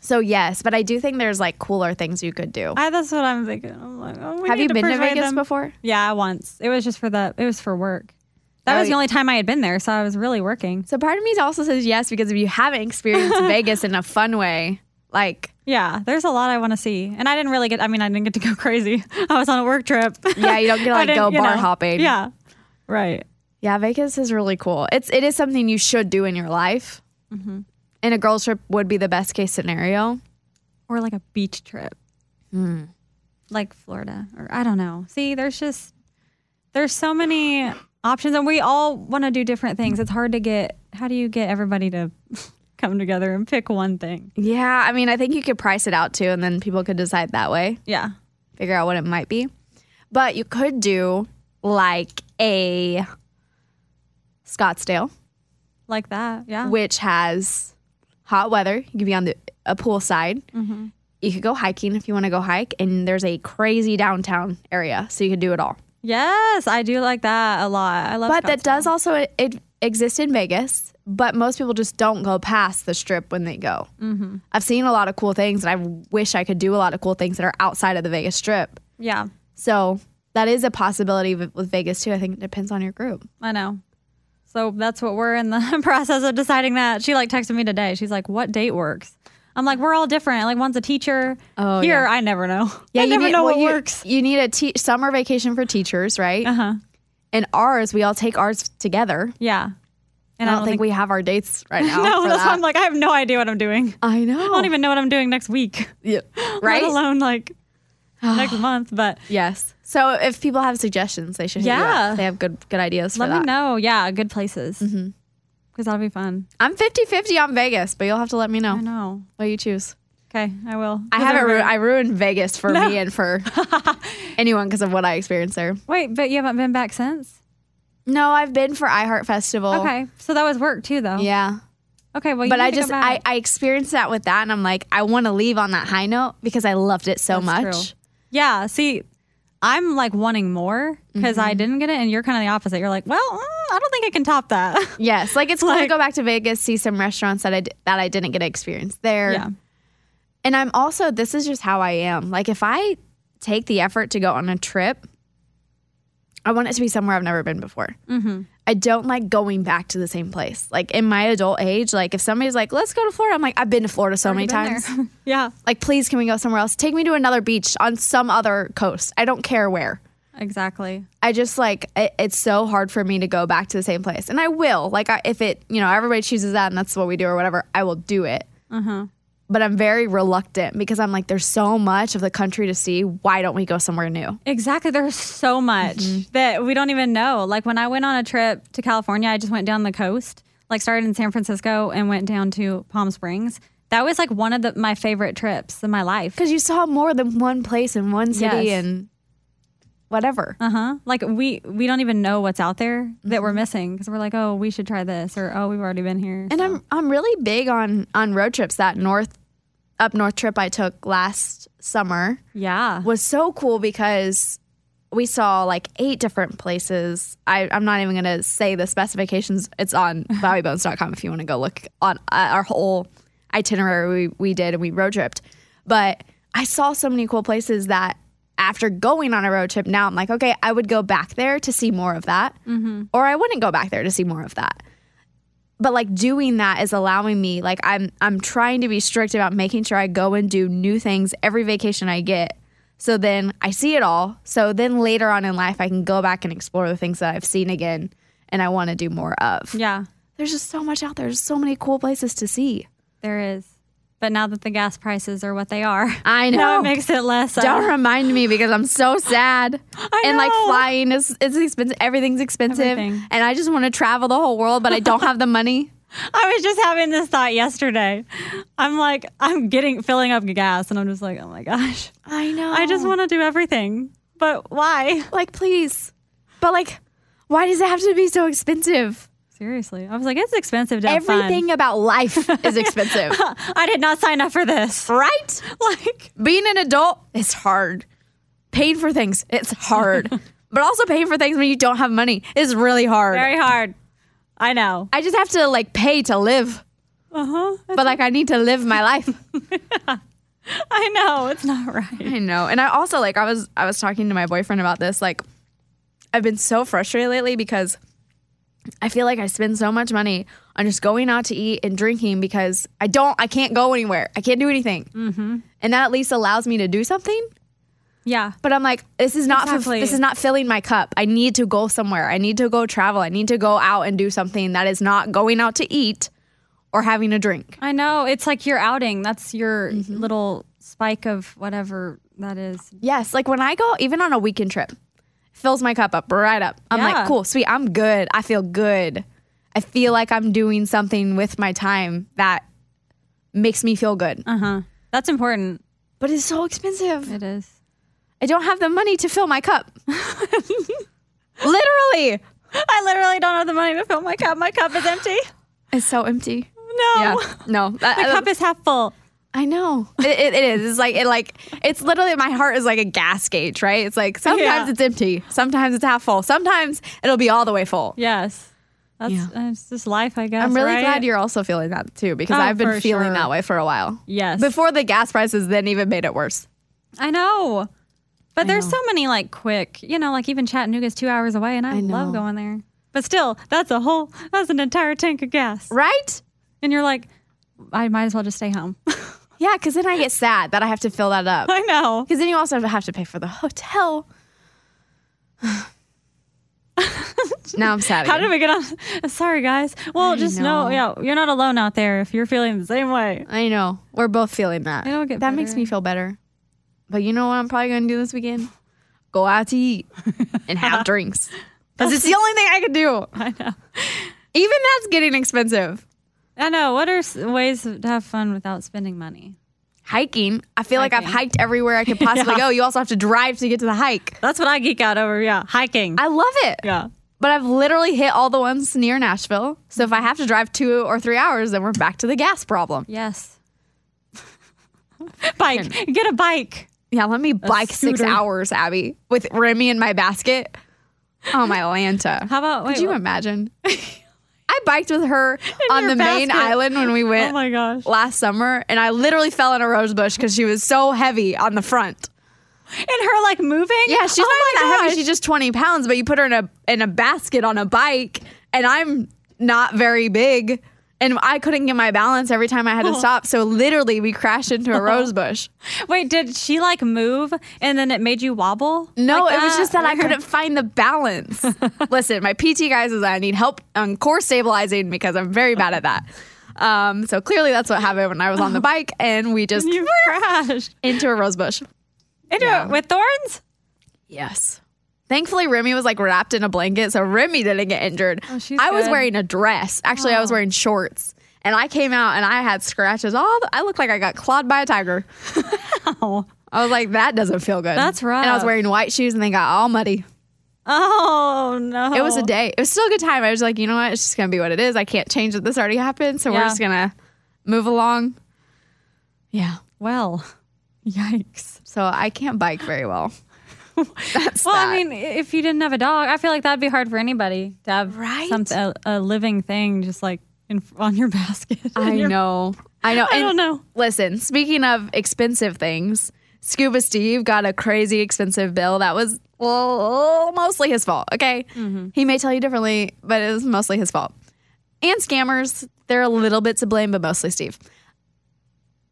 Speaker 7: So yes, but I do think there's like cooler things you could do.
Speaker 8: I, that's what I'm thinking. I'm like, oh, we
Speaker 7: Have
Speaker 8: need
Speaker 7: you
Speaker 8: to
Speaker 7: been to
Speaker 8: persuade
Speaker 7: Vegas
Speaker 8: them.
Speaker 7: before?
Speaker 8: Yeah, once. It was just for the. It was for work. That
Speaker 7: Oh,
Speaker 8: was the
Speaker 7: yeah.
Speaker 8: only time I had been there, so I was really working.
Speaker 7: So part of me also says yes because if you haven't
Speaker 8: *laughs*
Speaker 7: experienced Vegas in a fun way, like
Speaker 8: Yeah, there's a lot I want to see, and I didn't really get. I mean, I didn't get to go *laughs* crazy. I was on a work trip.
Speaker 7: Yeah, you
Speaker 8: *laughs*
Speaker 7: don't get to,
Speaker 8: I
Speaker 7: like,
Speaker 8: didn't,
Speaker 7: go
Speaker 8: you
Speaker 7: bar
Speaker 8: know.
Speaker 7: hopping.
Speaker 8: Yeah, right.
Speaker 7: yeah, Vegas is really cool. It's it is something you should do in your life.
Speaker 8: Mm-hmm.
Speaker 7: And a girls trip would be the best case scenario.
Speaker 8: Or like a beach trip,
Speaker 7: Hmm.
Speaker 8: like Florida, or I don't know. See, there's just there's so many options, and we all want to do different things. It's hard to get. How do you get everybody to *laughs* come together and pick one thing?
Speaker 7: Yeah, I mean, I think you could price it out too, and then people could decide that way,
Speaker 8: Yeah,
Speaker 7: figure out what it might be. But you could do like a Scottsdale,
Speaker 8: like that. Yeah,
Speaker 7: which has hot weather. You could be on the a poolside.
Speaker 8: Mm-hmm.
Speaker 7: You could go hiking if you want to go hike, and there's a crazy downtown area, so you could do it all.
Speaker 8: yes, I do like that a lot. I love.
Speaker 7: But that
Speaker 8: Scottsdale.
Speaker 7: does also it, exist in Vegas. But most people just don't go past the strip when they go. Mm-hmm. I've seen a lot of cool things, and I wish I could do a lot of cool things that are outside of the Vegas Strip.
Speaker 8: Yeah,
Speaker 7: So that is a possibility with with Vegas too. I think it depends on your group.
Speaker 8: I know. So that's what we're in the *laughs* process of deciding that. She like texted me today. She's like, "What date works?" I'm like, "We're all different. Like one's a teacher.
Speaker 7: Oh,
Speaker 8: Here, I never know. *laughs* I never know
Speaker 7: well,
Speaker 8: what
Speaker 7: you-
Speaker 8: works."
Speaker 7: You need a te- summer vacation for teachers, right?
Speaker 8: Uh huh.
Speaker 7: And ours, we all take ours together.
Speaker 8: Yeah.
Speaker 7: And I don't,
Speaker 8: *laughs*
Speaker 7: think, we have our dates right now.
Speaker 8: No,
Speaker 7: for
Speaker 8: that's why
Speaker 7: that.
Speaker 8: I'm like, I have no idea what I'm doing.
Speaker 7: I know.
Speaker 8: I don't even know what I'm doing next week. *laughs*
Speaker 7: Yeah.
Speaker 8: Right?
Speaker 7: Right?
Speaker 8: Let
Speaker 7: *sighs*
Speaker 8: alone like next month. But
Speaker 7: Yes. So if people have suggestions, they should. hit you up.
Speaker 8: Yeah.
Speaker 7: They have good good ideas for
Speaker 8: let
Speaker 7: that. Mm-hmm.
Speaker 8: me know. Yeah, good places. Because that'll be fun.
Speaker 7: I'm 50-50 on Vegas, but you'll have to let me
Speaker 8: I
Speaker 7: know
Speaker 8: know.
Speaker 7: what you choose.
Speaker 8: Okay, I will.
Speaker 7: I
Speaker 8: 'Cause
Speaker 7: haven't.
Speaker 8: everybody-
Speaker 7: Ru- I ruined Vegas for
Speaker 8: No.
Speaker 7: me and
Speaker 8: *laughs*
Speaker 7: for anyone because of what I experienced there.
Speaker 8: Wait, but you haven't been back since?
Speaker 7: No, I've been for iHeart Festival.
Speaker 8: Okay. So that was work too, though.
Speaker 7: Yeah.
Speaker 8: Okay, well, you
Speaker 7: but
Speaker 8: need
Speaker 7: I
Speaker 8: to go
Speaker 7: just
Speaker 8: back.
Speaker 7: I, I experienced that with that, and I'm like, I want to leave on that high note because I loved it so
Speaker 8: That's
Speaker 7: much.
Speaker 8: true. Yeah. See, I'm like wanting more because I
Speaker 7: Mm-hmm.
Speaker 8: didn't get it, and you're kind of the opposite. You're like, well, mm, I don't think I can
Speaker 7: *laughs*
Speaker 8: top that.
Speaker 7: Yes, like it's cool to
Speaker 8: Like-
Speaker 7: go back to Vegas, see some restaurants that I d- that I didn't get to experience there.
Speaker 8: yeah.
Speaker 7: And I'm also this is just how I am. Like if I take the effort to go on a trip, I want it to be somewhere I've never been before. I don't like going back to the same place. Like in my adult age, like if somebody's like, "Let's go to Florida," I'm like, "I've been to Florida so many times."
Speaker 8: *laughs* yeah.
Speaker 7: Like, please, can we go somewhere else? Take me to another beach on some other coast. I don't care where.
Speaker 8: Exactly.
Speaker 7: I just like it, it's so hard for me to go back to the same place, and I will. Like I, if it, you know, everybody chooses that, and that's what we do or whatever. I will do it. But I'm very reluctant because I'm like, there's so much of the country to see. Why don't we go somewhere new?
Speaker 8: Exactly. There's so much
Speaker 7: Mm-hmm.
Speaker 8: that we don't even know. Like when I went on a trip to California, I just went down the coast, like started in San Francisco and went down to Palm Springs. That was like one of the, my favorite trips in my life.
Speaker 7: Because you saw more than one place in one city
Speaker 8: Yes.
Speaker 7: and whatever.
Speaker 8: Uh huh. Like we we don't even know what's out there that
Speaker 7: Mm-hmm.
Speaker 8: we're missing because we're like, oh, we should try this or oh, we've already been here.
Speaker 7: And I'm I'm really big on on road trips. That north up north trip I took last summer
Speaker 8: yeah.
Speaker 7: was so cool because we saw like eight different places. I, I'm not even gonna say the specifications. It's on bobbybones.com if you want to go look on uh, our whole itinerary we, we did and we road tripped. But I saw so many cool places that after going on a road trip, now I'm like, okay, I would go back there to see more of that, or I wouldn't go back there to see more of that but like doing that is allowing me like i'm i'm trying to be strict about making sure i go and do new things every vacation i get so then i see it all so then later on in life i can go back and explore the things that i've seen again and i want to do more of
Speaker 8: Yeah.
Speaker 7: there's just so much out there there's so many cool places to see
Speaker 8: There is. But now that the gas prices are what they are,
Speaker 7: *laughs* i
Speaker 8: now it makes it less. uh,
Speaker 7: don't remind me because I'm so sad. and like
Speaker 8: know.
Speaker 7: flying is it's expensive. Everything's expensive.
Speaker 8: Everything.
Speaker 7: And I just want to travel the whole world, but I don't have the money.
Speaker 8: I was just having this thought yesterday. I'm like, I'm getting filling up gas, and I'm just like, oh my gosh,
Speaker 7: I know.
Speaker 8: I just want to do everything, but why?
Speaker 7: Like, please. But like, why does it have to be so expensive?
Speaker 8: Seriously, I was like, it's expensive to have fun.
Speaker 7: Everything about life is
Speaker 8: *laughs*
Speaker 7: expensive,
Speaker 8: I did not sign up for this.
Speaker 7: right?
Speaker 8: Like,
Speaker 7: Being an adult is hard. Paying for things, it's
Speaker 8: *laughs*
Speaker 7: hard. but also paying for things when you don't have money is really hard.
Speaker 8: very hard. I know.
Speaker 7: I just have to like pay to live.
Speaker 8: Uh huh.
Speaker 7: but like I need to live my life.
Speaker 8: *laughs* I know it's not right.
Speaker 7: I know. And I also like I was I was talking to my boyfriend about this. Like I've been so frustrated lately because I feel like I spend so much money on just going out to eat and drinking because I don't I can't go anywhere. I can't do anything. Mm-hmm. And that at least allows me to do something.
Speaker 8: Yeah.
Speaker 7: But I'm like, this is not fulf-
Speaker 8: Exactly.
Speaker 7: this is not filling my cup. I need to go somewhere. I need to go travel. I need to go out and do something that is not going out to eat or having a drink.
Speaker 8: I know. It's like your outing. That's your
Speaker 7: Mm-hmm.
Speaker 8: little spike of whatever that is.
Speaker 7: Yes, like when I go even on a weekend trip, fills my cup up right up. I'm
Speaker 8: Yeah.
Speaker 7: like, cool, sweet, I'm good. I feel good. I feel like I'm doing something with my time that makes me feel good.
Speaker 8: Uh huh. That's important.
Speaker 7: But it's so expensive.
Speaker 8: It is.
Speaker 7: I don't have the money to fill my
Speaker 8: *laughs*
Speaker 7: cup. Literally.
Speaker 8: I literally don't have the money to fill my cup. My cup is empty.
Speaker 7: It's so empty.
Speaker 8: No.
Speaker 7: *laughs* Yeah.
Speaker 8: *laughs*
Speaker 7: No.
Speaker 8: The cup is half full.
Speaker 7: I know it, it, it is. It's like it like it's literally my heart is like a gas gauge, right? It's like sometimes
Speaker 8: Yeah.
Speaker 7: it's empty, sometimes it's half full, sometimes it'll be all the way full.
Speaker 8: Yes. That's uh,
Speaker 7: Yeah.
Speaker 8: it's just life, I guess.
Speaker 7: I'm really
Speaker 8: right?
Speaker 7: glad you're also feeling that too because
Speaker 8: Oh,
Speaker 7: I've been
Speaker 8: for
Speaker 7: feeling
Speaker 8: sure.
Speaker 7: that way Ah, for a while.
Speaker 8: Yes.
Speaker 7: Before the gas prices then even made it worse.
Speaker 8: I know. But there's so many like quick, you know, like even Chattanooga's two hours away, and I, love going there. But still, that's a whole, that's an entire tank of gas.
Speaker 7: Right?
Speaker 8: And you're like, I might as well just stay home.
Speaker 7: Yeah, because then I get sad that I have to fill that up.
Speaker 8: *laughs* I know.
Speaker 7: Because then you also have to pay for the hotel. *laughs* now I'm sad.
Speaker 8: How
Speaker 7: again.
Speaker 8: did we get on? *laughs* Sorry, guys. Well, just know.
Speaker 7: know.
Speaker 8: yeah, you're not alone out there if you're feeling the same way.
Speaker 7: I know. We're both feeling that.
Speaker 8: It'll get
Speaker 7: that makes
Speaker 8: better.
Speaker 7: me feel better. But you know what I'm probably going to do this weekend? Go out to *laughs* eat and have drinks. Because it's the only thing I can do.
Speaker 8: I know.
Speaker 7: Even that's getting expensive.
Speaker 8: I know. What are s- ways to have fun without spending money?
Speaker 7: Hiking. I feel like I've hiked everywhere I
Speaker 8: *laughs*
Speaker 7: could possibly go. You also have to drive to get to the hike.
Speaker 8: That's what I geek out over. Yeah, hiking.
Speaker 7: I love it.
Speaker 8: yeah.
Speaker 7: But I've literally hit all the ones near Nashville. So if I have to drive two or three hours, then we're back to the gas problem.
Speaker 8: Yes. *laughs* bike. Get a bike.
Speaker 7: Yeah, let me bike six
Speaker 8: scooter.
Speaker 7: hours, Abby, with Remy in my basket. Oh my Lanta.
Speaker 8: *laughs* How about-
Speaker 7: Could
Speaker 8: wait,
Speaker 7: you
Speaker 8: what- *laughs*
Speaker 7: imagine? I biked with her on
Speaker 8: your
Speaker 7: the main
Speaker 8: basket.
Speaker 7: island when we went
Speaker 8: Oh my gosh.
Speaker 7: last summer, and I literally fell in a rose bush because she was so heavy on the front.
Speaker 8: And her like moving.
Speaker 7: Yeah, she's
Speaker 8: oh
Speaker 7: not
Speaker 8: my
Speaker 7: that
Speaker 8: gosh.
Speaker 7: heavy. She's just twenty pounds, but you put her in a in a basket on a bike, and I'm not very big. And I couldn't get my balance every time I had to
Speaker 8: Oh.
Speaker 7: stop. So literally, we crashed into a rose bush.
Speaker 8: Wait, did she like move and then it made you wobble?
Speaker 7: No,
Speaker 8: like
Speaker 7: it was just that I couldn't find the balance. Listen, my PT guy says I need help on core stabilizing because I'm very bad at that. Um, so clearly that's what happened when I was on the bike and we just
Speaker 8: *laughs* Oh. You crashed
Speaker 7: *laughs* into a rose bush.
Speaker 8: into it with thorns.
Speaker 7: Yes. Thankfully, Remy was like wrapped in a blanket, so Remy didn't get injured.
Speaker 8: Oh, she's
Speaker 7: I was
Speaker 8: good. Oh.
Speaker 7: wearing a dress. Actually, I was wearing shorts. And I came out and I had scratches all. The, I looked like I got clawed by a
Speaker 8: *laughs*
Speaker 7: tiger. I was like, that doesn't feel good.
Speaker 8: That's
Speaker 7: And I was
Speaker 8: rough.
Speaker 7: wearing white shoes and they got all muddy.
Speaker 8: Oh no!
Speaker 7: It was a day. It was still a good time. I was like, you know what? It's just gonna be what it is. I can't change that this already happened, so we're
Speaker 8: Yeah.
Speaker 7: just gonna move along. Yeah.
Speaker 8: Well, *laughs* yikes.
Speaker 7: So I can't bike very well. That's
Speaker 8: Well,
Speaker 7: that.
Speaker 8: I mean, i- if you didn't have a dog, I feel like that'd be hard for anybody to have
Speaker 7: Right?
Speaker 8: something a, a living thing just like in, on your *laughs* basket.
Speaker 7: *laughs* I
Speaker 8: And your-
Speaker 7: know. I know.
Speaker 8: I don't know.
Speaker 7: Listen, speaking of expensive things, Scuba Steve got a crazy expensive bill that was well, mostly his fault. Okay.
Speaker 8: Mm-hmm.
Speaker 7: He may tell you differently, but it was mostly his fault. And scammers, they're a little bit to blame, but mostly Steve.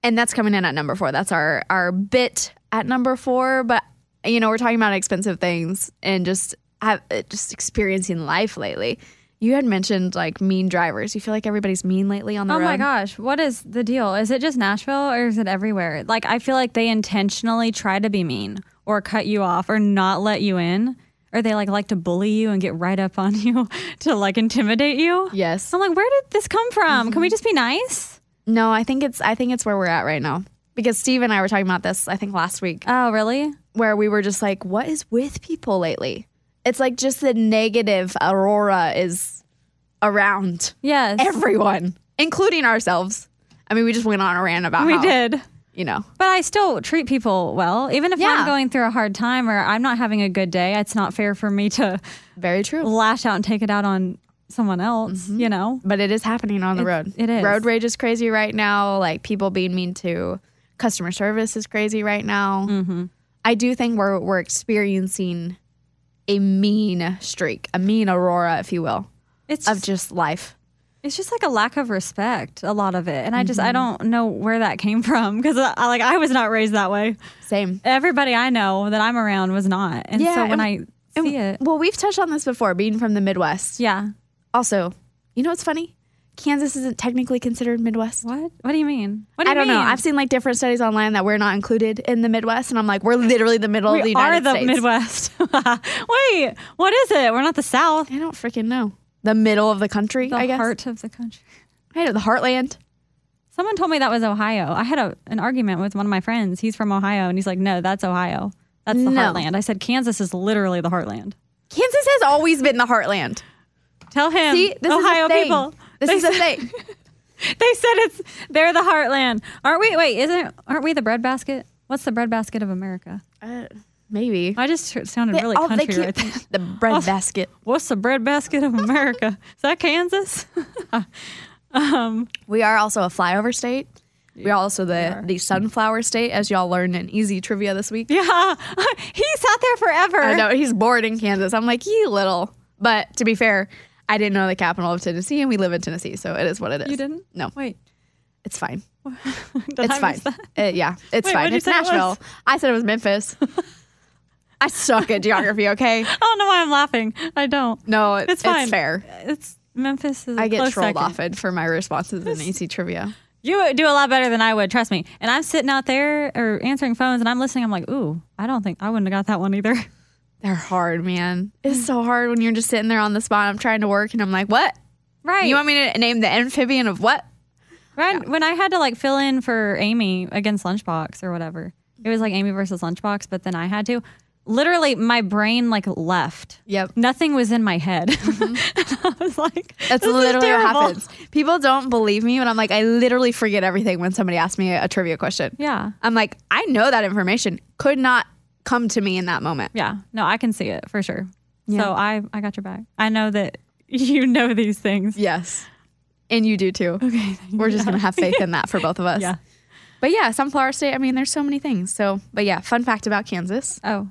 Speaker 7: And that's coming in at number four. That's our our bit at number four. But you know, we're talking about expensive things and just have uh, just experiencing life lately. You had mentioned like mean drivers. You feel like everybody's mean lately on the
Speaker 8: Oh
Speaker 7: road.
Speaker 8: my gosh, what is the deal? Is it just Nashville or is it everywhere? Like, I feel like they intentionally try to be mean or cut you off or not let you in, or they like like to bully you and get right up on *laughs* you to like intimidate you.
Speaker 7: Yes. Mm-hmm.
Speaker 8: I'm like, where did this come from? Can we just be nice?
Speaker 7: No, I think it's I think it's where we're at right now. Because Steve and I were talking about this, I think last week,
Speaker 8: Oh, really?
Speaker 7: where we were just like, what is with people lately? It's like just the negative aurora is around
Speaker 8: Yes.
Speaker 7: everyone, including ourselves. I mean, we just went on a rant about
Speaker 8: *laughs* we
Speaker 7: how,
Speaker 8: did.
Speaker 7: you know.
Speaker 8: But I still treat people well. Even if
Speaker 7: Yeah.
Speaker 8: I'm going through a hard time or I'm not having a good day, it's not fair for me to
Speaker 7: Very true.
Speaker 8: lash out and take it out on someone else, you know?
Speaker 7: Mm-hmm. but it is happening on the
Speaker 8: It-
Speaker 7: road.
Speaker 8: it is.
Speaker 7: Road rage is crazy right now. Like people being mean to customer service is crazy right now.
Speaker 8: Mm-hmm.
Speaker 7: I do think we're we're experiencing a mean streak, a mean aurora, if you will,
Speaker 8: It's
Speaker 7: of
Speaker 8: just,
Speaker 7: just life.
Speaker 8: it's just like a lack of respect, a lot of it. And I just,
Speaker 7: Mm-hmm.
Speaker 8: I don't know where that came *laughs* from because I, I- like, I was not raised that way.
Speaker 7: Same.
Speaker 8: Everybody I know that I'm around was not. And
Speaker 7: Yeah,
Speaker 8: so when
Speaker 7: and-
Speaker 8: I see it,
Speaker 7: Well, we've touched on this before, being from the Midwest.
Speaker 8: yeah.
Speaker 7: Also, you know what's funny? Kansas isn't technically considered Midwest.
Speaker 8: What? What do you mean? What do
Speaker 7: I
Speaker 8: you
Speaker 7: don't know.
Speaker 8: mean?
Speaker 7: I've seen like different studies online that we're not included in the Midwest, and I'm like, we're literally the middle of the
Speaker 8: we are
Speaker 7: United
Speaker 8: the
Speaker 7: States.
Speaker 8: Midwest. *laughs* Wait, what is it? We're not the South.
Speaker 7: I don't freaking know. The middle of the country,
Speaker 8: The
Speaker 7: I guess.
Speaker 8: heart of the country.
Speaker 7: I know the heartland.
Speaker 8: Someone told me that was Ohio. I had a, an argument with one of my friends. He's from Ohio, and he's like, "No, that's Ohio. That's the
Speaker 7: No.
Speaker 8: heartland." I said, "Kansas is literally the heartland."
Speaker 7: Kansas has always been the heartland.
Speaker 8: Tell him,
Speaker 7: See, this
Speaker 8: Um,
Speaker 7: is
Speaker 8: Ohio
Speaker 7: a thing.
Speaker 8: people.
Speaker 7: This
Speaker 8: they, *laughs*
Speaker 7: is a
Speaker 8: said,
Speaker 7: thing.
Speaker 8: they said it's they're the heartland. Aren't we? Wait, isn't aren't we the breadbasket? What's the breadbasket of America?
Speaker 7: Maybe.
Speaker 8: I just tr- sounded
Speaker 7: They-
Speaker 8: really
Speaker 7: oh, they
Speaker 8: country right
Speaker 7: can't-
Speaker 8: there.
Speaker 7: The bread basket.
Speaker 8: What's the
Speaker 7: *laughs*
Speaker 8: breadbasket of America? is that Kansas? *laughs*
Speaker 7: We are also a flyover state. We are also the, the sunflower state, as y'all learned in easy trivia this week.
Speaker 8: yeah, *laughs* he sat there forever.
Speaker 7: I know he's bored in Kansas. I'm like, you little. But to be fair, I didn't know the capital of Tennessee, and we live in Tennessee, so it is what it is.
Speaker 8: You didn't?
Speaker 7: No,
Speaker 8: Wait, *laughs*
Speaker 7: it's fine.
Speaker 8: did
Speaker 7: It's
Speaker 8: I
Speaker 7: fine.
Speaker 8: miss that? *laughs*
Speaker 7: Uh, yeah, it's
Speaker 8: Wait,
Speaker 7: fine.
Speaker 8: what'd you
Speaker 7: It's
Speaker 8: say it was?
Speaker 7: Nashville. I said it was Memphis. I suck at geography. Okay,
Speaker 8: I don't know Oh, why I'm laughing. I don't.
Speaker 7: no, it-
Speaker 8: It's fine.
Speaker 7: It's fair.
Speaker 8: It's Memphis is. I
Speaker 7: I
Speaker 8: *laughs*
Speaker 7: get trolled often for my responses in AC trivia.
Speaker 8: You do a lot better than I would, trust me. And I'm sitting out there or answering phones, and I'm listening. I'm like, ooh, I don't think I wouldn't have got that one either. *laughs*
Speaker 7: They're hard, man.
Speaker 8: Mm.
Speaker 7: It's so hard when you're just sitting there on the spot. I'm trying to work, and I'm like, what?
Speaker 8: Right.
Speaker 7: You want me to name the amphibian of what?
Speaker 8: right. When I had to like fill in for Amy against Lunchbox or whatever, it was like Amy versus Lunchbox, but then I had to. Literally, my brain like left.
Speaker 7: Yep. Mm-hmm.
Speaker 8: Nothing was in my head. *laughs* I was like,
Speaker 7: That's
Speaker 8: this is
Speaker 7: literally what
Speaker 8: terrible.
Speaker 7: happens. People don't believe me when I'm like, I literally forget everything when somebody asks me a, a trivia question.
Speaker 8: Yeah.
Speaker 7: I'm like, I know that information could not come to me in that moment.
Speaker 8: Yeah. No, I can see it for sure. So I I got your back. I know that *laughs* you know these things.
Speaker 7: Yes. And you do too. Okay. We're just going to have faith in that for both of us.
Speaker 8: *laughs* Yeah.
Speaker 7: But yeah, Sunflower State, I mean, there's so many things. So, but yeah, fun fact about Kansas.
Speaker 8: Oh.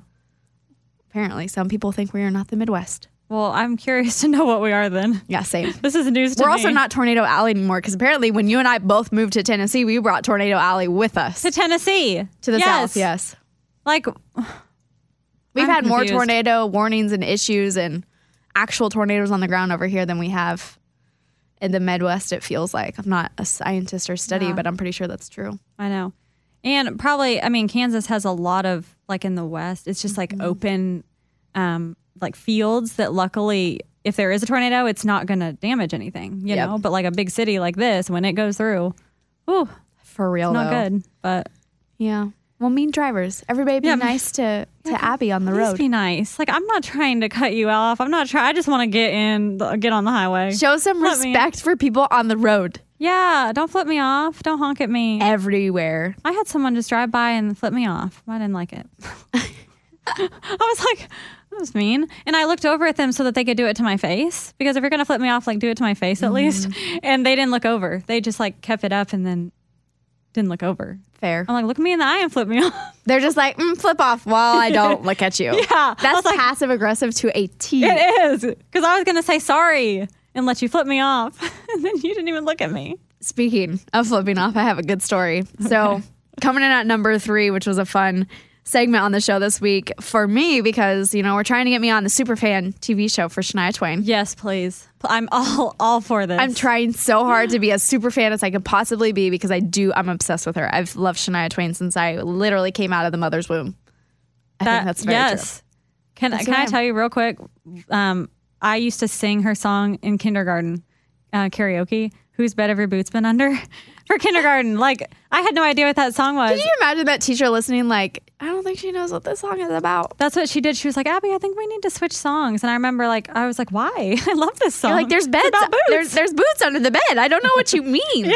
Speaker 7: Apparently, some people think we are not the Midwest.
Speaker 8: Well, I'm curious *laughs* to know what we are then.
Speaker 7: Yeah,
Speaker 8: *laughs*
Speaker 7: same.
Speaker 8: This is news to
Speaker 7: We're
Speaker 8: me.
Speaker 7: also not Tornado Alley anymore because apparently, when you and I both moved to Tennessee, we brought Tornado Alley with us
Speaker 8: to Tennessee.
Speaker 7: to the
Speaker 8: yes.
Speaker 7: South. Yes.
Speaker 8: Like *sighs*
Speaker 7: We've
Speaker 8: I'm
Speaker 7: had more
Speaker 8: confused.
Speaker 7: tornado warnings and issues and actual tornadoes on the ground over here than we have in the Midwest, it feels like. I'm not a scientist or study, but I'm pretty sure that's true.
Speaker 8: I know. And probably I mean Kansas has a lot of like in the west, it's just like
Speaker 7: Mm-hmm.
Speaker 8: open um like fields that luckily if there is a tornado, it's not going to damage anything, you
Speaker 7: Yep.
Speaker 8: know, but like a big city like this when it goes through, ooh,
Speaker 7: For real,
Speaker 8: not
Speaker 7: though.
Speaker 8: good. But
Speaker 7: Yeah. Well, mean drivers. Everybody be
Speaker 8: Yeah.
Speaker 7: nice
Speaker 8: *laughs*
Speaker 7: to, to Abby on the
Speaker 8: Please
Speaker 7: road.
Speaker 8: be nice. Like I'm not trying to cut you off. I'm not trying. I just want to get in, get on the highway.
Speaker 7: Show some
Speaker 8: Let me-
Speaker 7: respect for people on the road
Speaker 8: yeah, don't flip me off. Don't honk at me.
Speaker 7: everywhere.
Speaker 8: I had someone just drive by and flip me off. I didn't
Speaker 7: *laughs*
Speaker 8: like it. *laughs* I was like, that was mean. And I looked over at them so that they could do it to my face. Because if you're gonna flip me off, like do it to my face
Speaker 7: Mm-hmm.
Speaker 8: at least. And they didn't look over. They just like kept it up and then didn't look over.
Speaker 7: Fair.
Speaker 8: I'm like, look me in the eye and flip me *laughs* off.
Speaker 7: They're just like, mm, flip off while I
Speaker 8: *laughs*
Speaker 7: don't look at you.
Speaker 8: Yeah. I
Speaker 7: That's
Speaker 8: was like-
Speaker 7: passive aggressive to a T.
Speaker 8: It is because I was gonna say sorry and let you flip me off, *laughs* and then you didn't even look at me.
Speaker 7: Speaking of flipping off, I have a good story. So, coming in at number three, which was a fun segment on the show this week for me because, you know, we're trying to get me on the Superfan TV show for Shania Twain.
Speaker 8: Yes, please. Pl- I'm all all for this.
Speaker 7: I'm trying so hard to be as super fan as I could possibly be because I do, I'm obsessed with her. I've loved Shania Twain since I literally came out of the mother's womb. I think that's very
Speaker 8: yes. Can
Speaker 7: That's
Speaker 8: can
Speaker 7: who I
Speaker 8: I
Speaker 7: am.
Speaker 8: tell you real quick? Um, I used to sing her song in kindergarten uh, karaoke. Whose bed have your boots been under? *laughs* For kindergarten, like I had no idea what that song was.
Speaker 7: true. Can you imagine that teacher listening, like, I don't think she knows what this song is about?
Speaker 8: That's what she did. She was like, Abby, I think we need to switch songs. And I remember, like, I was like, why? *laughs* I love this song.
Speaker 7: You're like, there's
Speaker 8: It's
Speaker 7: beds,
Speaker 8: about boots.
Speaker 7: There's, there's boots under the bed. I don't know
Speaker 8: *laughs*
Speaker 7: what you mean.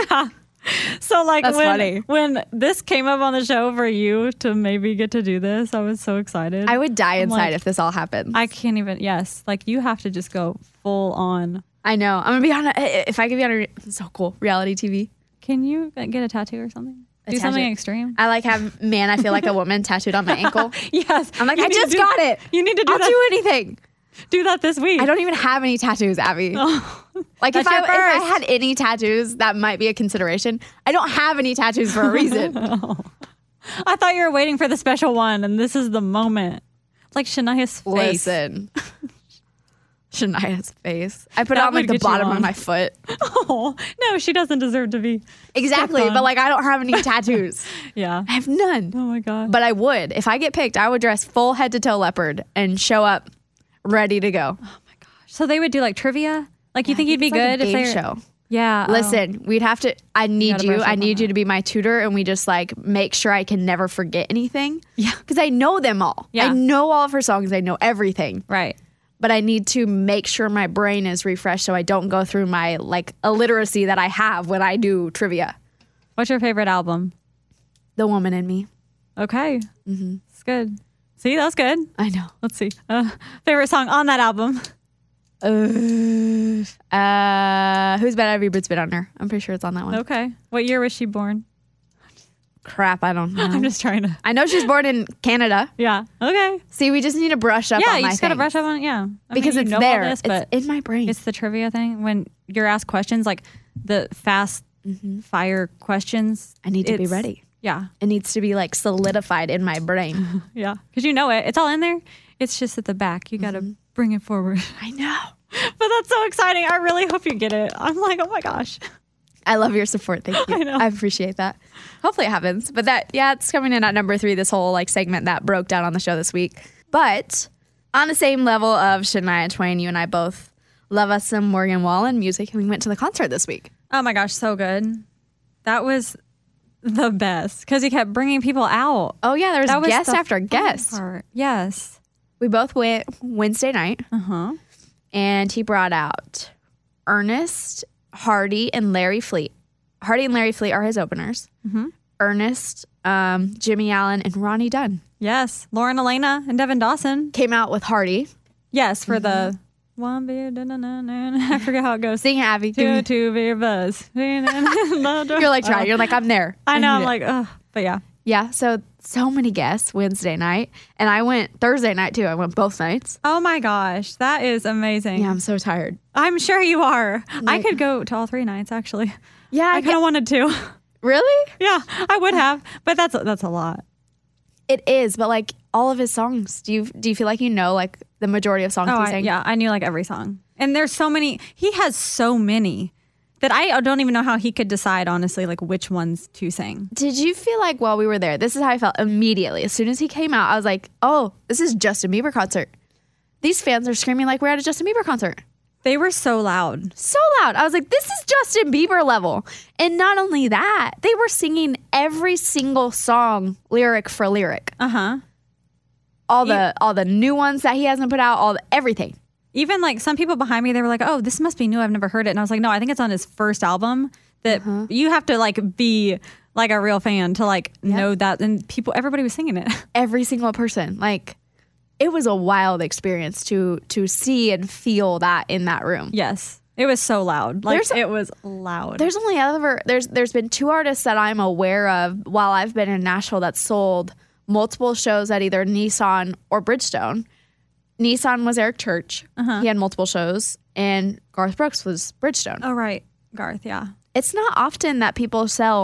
Speaker 8: So like
Speaker 7: That's
Speaker 8: when
Speaker 7: funny.
Speaker 8: when this came up on the show for you to maybe get to do this, I was so excited.
Speaker 7: I would die
Speaker 8: I'm
Speaker 7: inside
Speaker 8: like,
Speaker 7: if this all happened.
Speaker 8: I can't even. Yes, like you have to just go full on.
Speaker 7: I know. I'm gonna be on. A, if I could be on a re- so cool reality TV.
Speaker 8: Can you uh, get a tattoo or something? Do
Speaker 7: Attach
Speaker 8: something
Speaker 7: it.
Speaker 8: extreme.
Speaker 7: I like have man. I feel like a woman tattooed on my
Speaker 8: *laughs*
Speaker 7: ankle.
Speaker 8: yes.
Speaker 7: I'm like,
Speaker 8: You
Speaker 7: I
Speaker 8: need to
Speaker 7: just
Speaker 8: do-
Speaker 7: got it.
Speaker 8: You need to do
Speaker 7: I'll
Speaker 8: that.
Speaker 7: do anything.
Speaker 8: do that this week.
Speaker 7: I
Speaker 8: *laughs*
Speaker 7: don't even have any tattoos, Abby.
Speaker 8: Oh.
Speaker 7: Like if
Speaker 8: That's
Speaker 7: I,
Speaker 8: your
Speaker 7: if I
Speaker 8: first.
Speaker 7: had any tattoos, that might be a consideration. I don't have any tattoos for a
Speaker 8: *laughs*
Speaker 7: reason.
Speaker 8: I thought you were waiting for the special one, and this is the moment. It's like Shania's face. *laughs*
Speaker 7: Listen. *laughs* Shania's face. I put it
Speaker 8: That
Speaker 7: on like
Speaker 8: would
Speaker 7: the
Speaker 8: get you
Speaker 7: bottom of
Speaker 8: on.
Speaker 7: my
Speaker 8: *laughs*
Speaker 7: foot.
Speaker 8: Oh no, she doesn't deserve to be.
Speaker 7: Exactly.
Speaker 8: on.
Speaker 7: But like I don't have any
Speaker 8: *laughs*
Speaker 7: tattoos.
Speaker 8: Yeah.
Speaker 7: I have none.
Speaker 8: Oh my god.
Speaker 7: But I would. If I get picked, I would dress full head to toe leopard and show up ready to go.
Speaker 8: So they would do like trivia. Like you think you'd be
Speaker 7: It's like a
Speaker 8: good if
Speaker 7: game
Speaker 8: they
Speaker 7: show.
Speaker 8: Yeah. oh. *laughs*
Speaker 7: Listen, we'd have to I need
Speaker 8: gotta
Speaker 7: you.
Speaker 8: brush
Speaker 7: I
Speaker 8: up
Speaker 7: need
Speaker 8: on
Speaker 7: you to be my tutor and we just like make sure I can never forget anything. Yeah. Cuz I know them all.
Speaker 8: Yeah.
Speaker 7: I know all of her songs. I know everything.
Speaker 8: Right.
Speaker 7: But I need to make sure my brain is refreshed so I don't go through my like illiteracy that I have when I do trivia.
Speaker 8: What's your favorite album?
Speaker 7: The woman in me.
Speaker 8: Okay. Mm-hmm. It's good. See, that's good.
Speaker 7: I know.
Speaker 8: Let's see. Uh, favorite song on that album? *laughs*
Speaker 7: Uh, uh who's been every brit's been on her? I'm pretty sure it's on that one.
Speaker 8: Okay. What year was she born?
Speaker 7: Crap, I don't know.
Speaker 8: *laughs* I'm just trying to.
Speaker 7: I know she's born in Canada.
Speaker 8: Yeah. Okay.
Speaker 7: See, we just need to brush up
Speaker 8: yeah,
Speaker 7: on
Speaker 8: you
Speaker 7: my
Speaker 8: just gotta
Speaker 7: things.
Speaker 8: brush up on it. Yeah. I mean,
Speaker 7: because
Speaker 8: you
Speaker 7: it's
Speaker 8: know all
Speaker 7: there.
Speaker 8: this, but-
Speaker 7: it's in my brain.
Speaker 8: It's the trivia thing when you're asked questions like the fast fire questions.
Speaker 7: Mm-hmm. I need to be
Speaker 8: it's-
Speaker 7: ready.
Speaker 8: Yeah,
Speaker 7: It needs to be like solidified in my brain.
Speaker 8: *laughs* yeah, because you know it. It's all in there. It's just at the back. You got to bring it forward. *laughs*
Speaker 7: I know.
Speaker 8: but that's so exciting. I really hope you get it. I'm like, oh my gosh.
Speaker 7: I love your support.
Speaker 8: *laughs*
Speaker 7: Thank you. I,
Speaker 8: know.
Speaker 7: appreciate that. Hopefully it happens. But that, yeah, it's coming in at number three, this whole like segment that broke down on the show this week. But on the same level of Shania Twain, you and I both love us some Morgan Wallen music. And we went to the concert this week.
Speaker 8: Oh my gosh, so good. That was the best because he kept bringing people out.
Speaker 7: Oh, yeah. There was,
Speaker 8: That was
Speaker 7: guest
Speaker 8: the
Speaker 7: after
Speaker 8: fun
Speaker 7: guest.
Speaker 8: part. Yes.
Speaker 7: We both went Wednesday night.
Speaker 8: Uh huh.
Speaker 7: and he brought out Ernest, Hardy, and Larry Fleet. Hardy and Larry Fleet are his openers.
Speaker 8: Mm-hmm.
Speaker 7: Ernest, um, Jimmy Allen, and Ronnie Dunn
Speaker 8: Yes. Lauren Elena and Devin Dawson.
Speaker 7: came out with Hardy.
Speaker 8: Yes, for the one beer. da-na-na-na. I forget how it goes.
Speaker 7: Sing it, Abby. Give
Speaker 8: two
Speaker 7: me-
Speaker 8: two beer buzz. *laughs* You're
Speaker 7: You're like trying. You're like I'm there.
Speaker 8: *laughs* I know.
Speaker 7: need
Speaker 8: I'm
Speaker 7: it.
Speaker 8: like, ugh. But yeah,
Speaker 7: yeah. So so many guests Wednesday night, and I went Thursday night too. I went both nights.
Speaker 8: oh my gosh, that is amazing.
Speaker 7: Yeah, I'm so tired.
Speaker 8: I'm sure you are. I could go to all three nights actually.
Speaker 7: Yeah,
Speaker 8: I kind of wanted to. *laughs*
Speaker 7: really.
Speaker 8: yeah, I would have, but that's that's a lot.
Speaker 7: It is, but like all of his songs. Do you do you feel like you know like the majority of songs
Speaker 8: Oh,
Speaker 7: he
Speaker 8: I,
Speaker 7: sang?
Speaker 8: yeah, I knew like every song, and there's so many. He has so many that I don't even know how he could decide honestly, like which ones to sing.
Speaker 7: Did you feel like while we were there, this is how I felt immediately. As soon as he came out, I was like, oh, this is Justin Bieber concert. These fans are screaming like we're at a Justin Bieber concert.
Speaker 8: They were so loud.
Speaker 7: So loud. I was like, this is Justin Bieber level. And not only that, they were singing every single song lyric for lyric.
Speaker 8: Uh huh.
Speaker 7: All the all the new ones that he hasn't put out, all the, everything.
Speaker 8: even like some people behind me they were like oh this must be new i've never heard it and i was like no i think it's on his first album that
Speaker 7: Uh-huh.
Speaker 8: you have to like be like a real fan to like know that and people everybody was singing it *laughs*
Speaker 7: Every single person. Like it was a wild experience to to see and feel that in that room.
Speaker 8: yes it was so loud like
Speaker 7: There's a-
Speaker 8: it was loud
Speaker 7: There's only ever there's there's been two artists that I'm aware of while I've been in Nashville that sold multiple shows at either Nissan or Bridgestone. Nissan was Eric Church. He had multiple shows, and Garth Brooks was Bridgestone.
Speaker 8: oh right garth yeah
Speaker 7: It's not often that people sell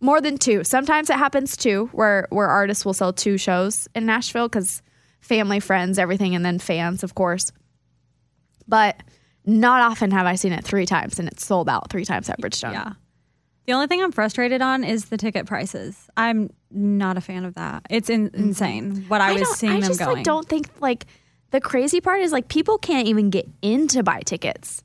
Speaker 7: more than two. Sometimes it happens two, where where artists will sell two shows in Nashville because family, friends, everything, and then fans, of course. But not often have I seen it three times, and it's sold out three times at Bridgestone.
Speaker 8: yeah the only thing i'm frustrated on is the ticket prices i'm not a fan of that it's in- insane what i, was
Speaker 7: don't-
Speaker 8: seeing
Speaker 7: Mm-hmm. I
Speaker 8: them
Speaker 7: just
Speaker 8: going
Speaker 7: like don't think like the crazy part is like people can't even get in to buy tickets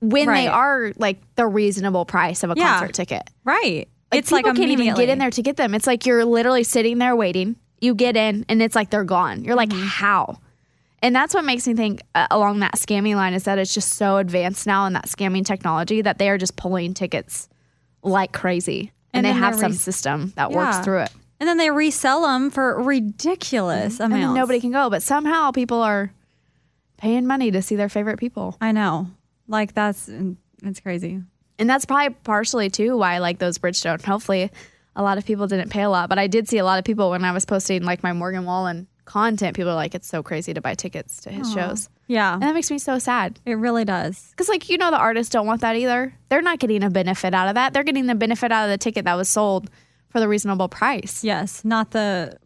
Speaker 7: when they
Speaker 8: Right.
Speaker 7: are like the reasonable price of a
Speaker 8: Yeah.
Speaker 7: concert ticket.
Speaker 8: right it's
Speaker 7: people
Speaker 8: like
Speaker 7: can't even get
Speaker 8: immediately.
Speaker 7: in there to get them. It's like you're literally sitting there waiting. You get in and it's like they're gone. You're like
Speaker 8: Mm-hmm.
Speaker 7: how? And that's what makes me think uh, along that scamming line is that it's just so advanced now in that scamming technology that they are just pulling tickets like crazy. And,
Speaker 8: And
Speaker 7: they
Speaker 8: then
Speaker 7: have
Speaker 8: they're
Speaker 7: some
Speaker 8: res-
Speaker 7: system that
Speaker 8: Yeah.
Speaker 7: works through it. Mm-hmm.
Speaker 8: and then they resell them for ridiculous
Speaker 7: and
Speaker 8: amounts
Speaker 7: then nobody can go. But somehow people are paying money to see their favorite people.
Speaker 8: I know. Like that's it's crazy.
Speaker 7: And that's probably partially too why like those Bridgestone. Hopefully, a lot of people didn't pay a lot, but I did see a lot of people when I was posting like my Morgan Wallen content. People are like, "It's so crazy to buy tickets to his shows,"
Speaker 8: Yeah,
Speaker 7: and that makes me so sad
Speaker 8: it really does.
Speaker 7: because like you know the artists don't want that either. They're not getting a benefit out of that. They're getting the benefit out of the ticket that was sold for the reasonable price.
Speaker 8: Yes, not the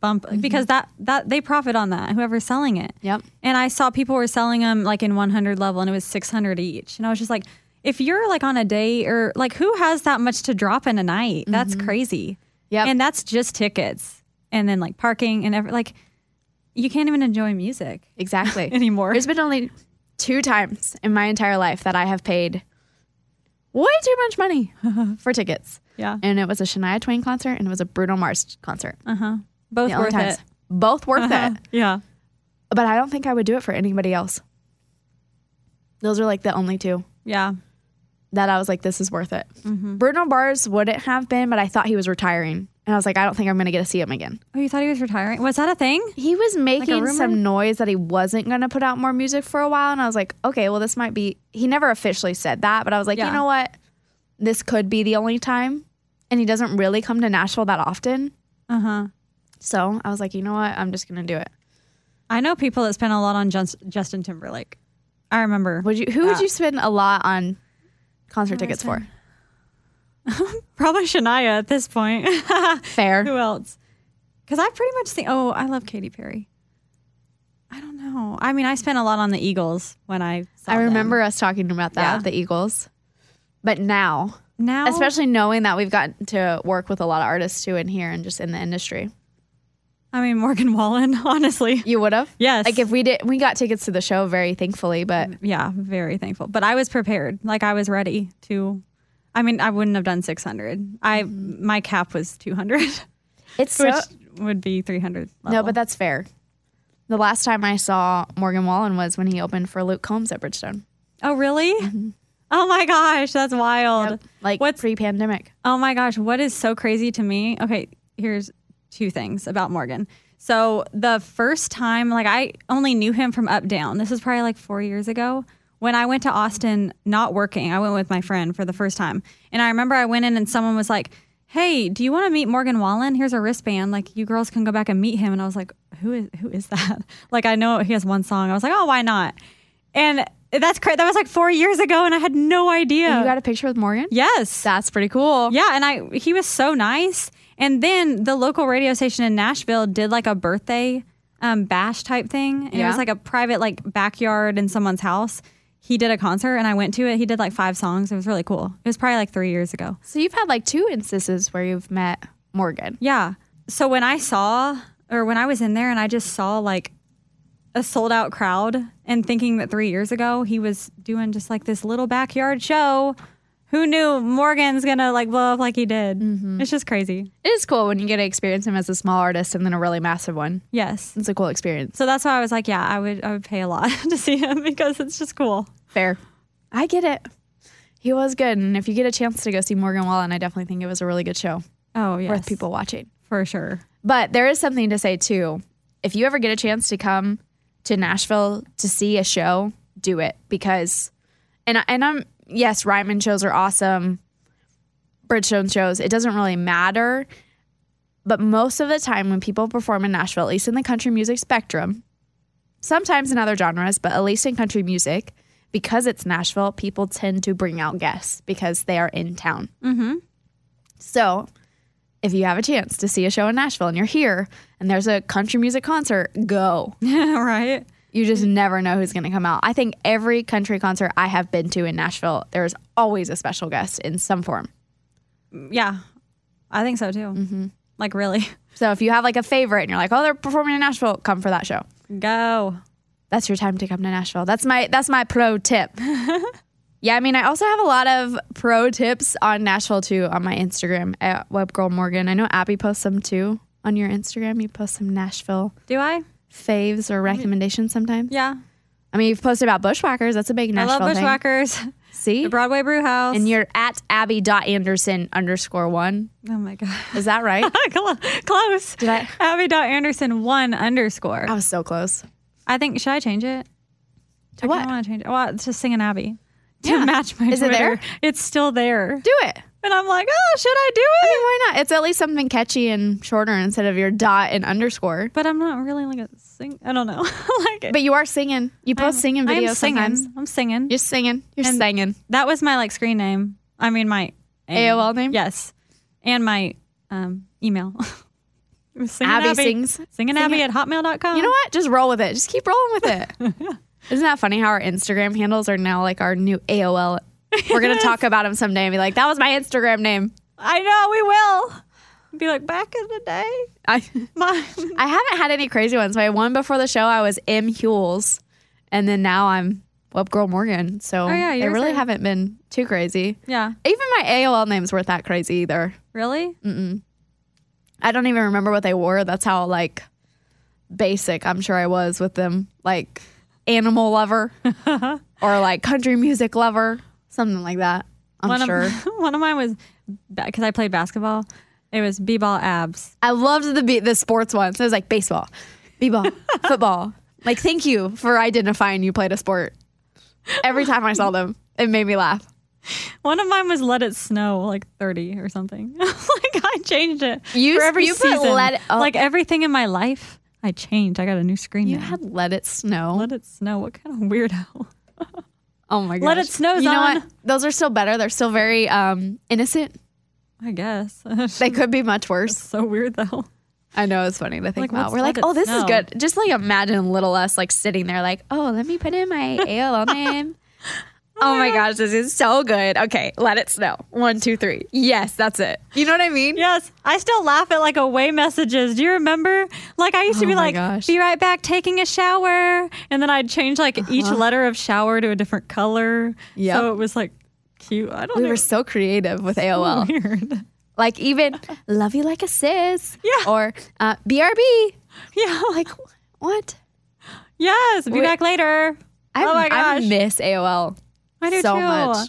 Speaker 8: bump because that that they profit on that. Whoever's selling it.
Speaker 7: Mm-hmm. Yep.
Speaker 8: And I saw people were selling them like in 100 level, and it was 600 each. And I was just like, if you're like on a day or like who has that much to drop in a night? That's crazy.
Speaker 7: Mm-hmm. Yep.
Speaker 8: And that's just tickets, and then like parking and every like, you can't even enjoy music.
Speaker 7: Exactly.
Speaker 8: *laughs* Anymore.
Speaker 7: There's been only two times in my entire life that I have paid way too much money *laughs* for tickets.
Speaker 8: Yeah.
Speaker 7: And it was a Shania Twain concert and it was a Bruno Mars concert.
Speaker 8: Both
Speaker 7: The only
Speaker 8: worth
Speaker 7: times.
Speaker 8: it.
Speaker 7: Both worth
Speaker 8: *laughs*
Speaker 7: it.
Speaker 8: Yeah.
Speaker 7: But I don't think I would do it for anybody else. Those are like the only two
Speaker 8: Yeah.
Speaker 7: that I was like, this is worth it.
Speaker 8: Mm-hmm.
Speaker 7: Bruno Mars wouldn't have been, but I thought he was retiring. And I was like, I don't think I'm going to get to see him again.
Speaker 8: Oh, you thought he was retiring? Was that a thing?
Speaker 7: He was making
Speaker 8: rumor?
Speaker 7: some noise that he wasn't going to put out more music for a while. And I was like, okay, well, this might be. He never officially said that, but I was like,
Speaker 8: Yeah.
Speaker 7: you know what? This could be the only time. And he doesn't really come to Nashville that often.
Speaker 8: Uh huh.
Speaker 7: So I was like, you know what? I'm just going to do it.
Speaker 8: I know people that spend a lot on Jus- Justin Timberlake. I remember
Speaker 7: Would you? Who would you spend a lot on concert tickets for?
Speaker 8: *laughs* probably Shania at this point. *laughs* Who
Speaker 7: Fair.
Speaker 8: else? Because I pretty much think. Oh, I love Katy Perry. I don't know. I mean, I spent a lot on the Eagles when I. Saw
Speaker 7: I
Speaker 8: them.
Speaker 7: remember us talking about that,
Speaker 8: Yeah.
Speaker 7: the Eagles. But now,
Speaker 8: now,
Speaker 7: especially knowing that we've gotten to work with a lot of artists too in here and just in the industry,
Speaker 8: I mean Morgan Wallen. *laughs* Honestly,
Speaker 7: you would have.
Speaker 8: Yes.
Speaker 7: Like if we did, we got tickets to the show very thankfully, but
Speaker 8: yeah, very thankful. But I was prepared. Like I was ready to. I mean, I wouldn't have done six hundred. I my cap was two hundred, *laughs*
Speaker 7: it's Mm-hmm. so.
Speaker 8: which would be three hundred.
Speaker 7: No, but that's fair. The last time I saw Morgan Wallen was when he opened for Luke Combs at Bridgestone.
Speaker 8: Oh, really? Oh my gosh, that's wild.
Speaker 7: Like
Speaker 8: What's-
Speaker 7: pre-pandemic.
Speaker 8: Oh my gosh, what is so crazy to me? Okay, here's two things about Morgan. So the first time, like I only knew him from Up Down. This is probably like four years ago when I went to Austin, not working. I went with my friend for the first time, and I remember I went in and someone was like, "Hey, do you want to meet Morgan Wallen? Here's a wristband. Like you girls can go back and meet him." And I was like, "Who is who is that?" *laughs* Like I know he has one song. I was like, "Oh, why not?" And that's crazy. That was like four years ago, and I had no idea.
Speaker 7: You got a picture with Morgan?
Speaker 8: yes.
Speaker 7: That's pretty cool.
Speaker 8: Yeah, and I he was so nice. And then the local radio station in Nashville did like a birthday um, bash type thing. And it
Speaker 7: Yeah.
Speaker 8: was like a private like backyard in someone's house. He did a concert and I went to it. He did like five songs. It was really cool. It was probably like three years ago.
Speaker 7: So you've had like two instances where you've met Morgan.
Speaker 8: Yeah. So when I saw or when I was in there and I just saw like a sold out crowd and thinking that three years ago he was doing just like this little backyard show. Who knew Morgan's gonna like blow up like he did? It's just crazy.
Speaker 7: It is cool when you get to experience him as a small artist and then a really massive one.
Speaker 8: Yes.
Speaker 7: It's a cool experience.
Speaker 8: So that's why I was like, yeah, I would I would pay a lot *laughs* to see him because it's just cool.
Speaker 7: Fair. I get it. He was good. And if you get a chance to go see Morgan Wallen, I definitely think it was a really good show
Speaker 8: Oh yeah,
Speaker 7: worth people watching.
Speaker 8: for sure.
Speaker 7: But there is something to say too. If you ever get a chance to come to Nashville to see a show, do it because, and I- and I'm yes, Ryman shows are awesome, Bridgestone shows. It doesn't really matter, but most of the time when people perform in Nashville, at least in the country music spectrum, sometimes in other genres, but at least in country music, because it's Nashville, people tend to bring out guests because they are in town. Mm-hmm. So if you have a chance to see a show in Nashville and you're here and there's a country music concert, go.
Speaker 8: *laughs* right?
Speaker 7: You just never know who's going to come out. I think every country concert I have been to in Nashville, there's always a special guest in some form.
Speaker 8: Yeah, I think so too. Mm-hmm. Like really,
Speaker 7: So if you have like a favorite and you're like, "Oh, they're performing in Nashville, come for that show."
Speaker 8: go.
Speaker 7: That's your time to come to Nashville. That's my that's my pro tip. *laughs* yeah, I mean, I also have a lot of pro tips on Nashville too on my Instagram at webgirlmorgan. I know Abby posts some too on your Instagram. You post some Nashville
Speaker 8: Do I?
Speaker 7: faves or recommendations sometimes.
Speaker 8: Yeah,
Speaker 7: I mean, you've posted about Bushwhackers. That's a big Nashville
Speaker 8: I love
Speaker 7: thing.
Speaker 8: Bushwhackers,
Speaker 7: See?
Speaker 8: the Broadway Brew House,
Speaker 7: And you're at abby.anderson underscore one.
Speaker 8: oh my god, *laughs*
Speaker 7: Is that right?
Speaker 8: Cl- close.
Speaker 7: Did I-
Speaker 8: Abby dot Anderson one underscore.
Speaker 7: I was so close.
Speaker 8: I think should I change it?
Speaker 7: To
Speaker 8: I
Speaker 7: what?
Speaker 8: kind of want to change it. Well, it's just singing Abby to
Speaker 7: Yeah.
Speaker 8: match my
Speaker 7: Is it
Speaker 8: Twitter.
Speaker 7: there?
Speaker 8: It's still there.
Speaker 7: Do it.
Speaker 8: And I'm like, oh, should I do
Speaker 7: I
Speaker 8: it?
Speaker 7: mean, why not? It's at least something catchy and shorter instead of your dot and underscore.
Speaker 8: but I'm not really like a sing. I don't know. *laughs* like it.
Speaker 7: But you are singing. You post singing
Speaker 8: I'm
Speaker 7: videos
Speaker 8: singing.
Speaker 7: sometimes.
Speaker 8: I'm singing.
Speaker 7: You're singing. You're singing.
Speaker 8: That was my like screen name. I mean my
Speaker 7: AOL name?
Speaker 8: Yes, and my um, email. *laughs* It was singing
Speaker 7: Abby sings.
Speaker 8: Singing
Speaker 7: Sing
Speaker 8: Abby
Speaker 7: it.
Speaker 8: at hotmail.com.
Speaker 7: You know what? Just roll with it. Just keep rolling with it.
Speaker 8: *laughs*
Speaker 7: Isn't that funny how our Instagram handles are now like our new AOL? We're going to talk about them someday and be like, that was my Instagram name.
Speaker 8: I know we will. Be like back in the day.
Speaker 7: I,
Speaker 8: *laughs* My
Speaker 7: I haven't had any crazy ones. My one before the show, I was M. Hules. And then now I'm Web Girl Morgan. So
Speaker 8: Oh, yeah,
Speaker 7: they
Speaker 8: yours
Speaker 7: really
Speaker 8: are-
Speaker 7: haven't been too crazy.
Speaker 8: yeah.
Speaker 7: Even my AOL names weren't that crazy either.
Speaker 8: Really?
Speaker 7: Mm, I don't even remember what they were. That's how like basic I'm sure I was with them. Like animal
Speaker 8: *laughs*
Speaker 7: lover or like country music lover, something like that. I'm
Speaker 8: one
Speaker 7: sure.
Speaker 8: Of, *laughs* one of mine was because I played basketball. It was b-ball abs.
Speaker 7: I loved the be- the sports ones. It was like baseball, b-ball, football. Like thank you for identifying you played a sport. Every time I saw them, it made me laugh.
Speaker 8: One of mine was let it snow like 30 or something. *laughs* like I changed it
Speaker 7: You-
Speaker 8: for every
Speaker 7: you put
Speaker 8: season.
Speaker 7: let- oh.
Speaker 8: Like everything in my life, I changed. I got a new screen.
Speaker 7: You
Speaker 8: name.
Speaker 7: had let it snow.
Speaker 8: let it snow. What kind of weirdo?
Speaker 7: Oh my gosh.
Speaker 8: Let It Snow's
Speaker 7: You know
Speaker 8: on.
Speaker 7: what? Those are still better. They're still very um, innocent.
Speaker 8: I guess. *laughs*
Speaker 7: They could be much worse.
Speaker 8: so weird though.
Speaker 7: I know it's funny to think
Speaker 8: Like,
Speaker 7: about.
Speaker 8: what's
Speaker 7: We're like,
Speaker 8: let it
Speaker 7: oh, this is
Speaker 8: snow?
Speaker 7: good. Just like imagine little us like sitting there, like, oh, let me put in my AOL name. Oh my gosh, this is so good. Okay, let it snow. One, two, three. Yes, that's it. You know what I mean?
Speaker 8: Yes, I still laugh at like away messages. Do you remember? Like I used to
Speaker 7: Oh
Speaker 8: be
Speaker 7: my
Speaker 8: like,
Speaker 7: gosh.
Speaker 8: "Be right back, taking a shower," and then I'd change like each letter of shower to a different color.
Speaker 7: Uh-huh. Yep.
Speaker 8: so it was like cute. I don't
Speaker 7: We
Speaker 8: know.
Speaker 7: were so creative with AOL.
Speaker 8: *laughs* weird.
Speaker 7: Like even love you like a sis.
Speaker 8: Yeah.
Speaker 7: Or uh, BRB.
Speaker 8: *laughs* Yeah, like
Speaker 7: What?
Speaker 8: yes. Be
Speaker 7: Wait.
Speaker 8: back later.
Speaker 7: I,
Speaker 8: Oh my
Speaker 7: I
Speaker 8: gosh.
Speaker 7: miss AOL.
Speaker 8: I do
Speaker 7: so
Speaker 8: too.
Speaker 7: much.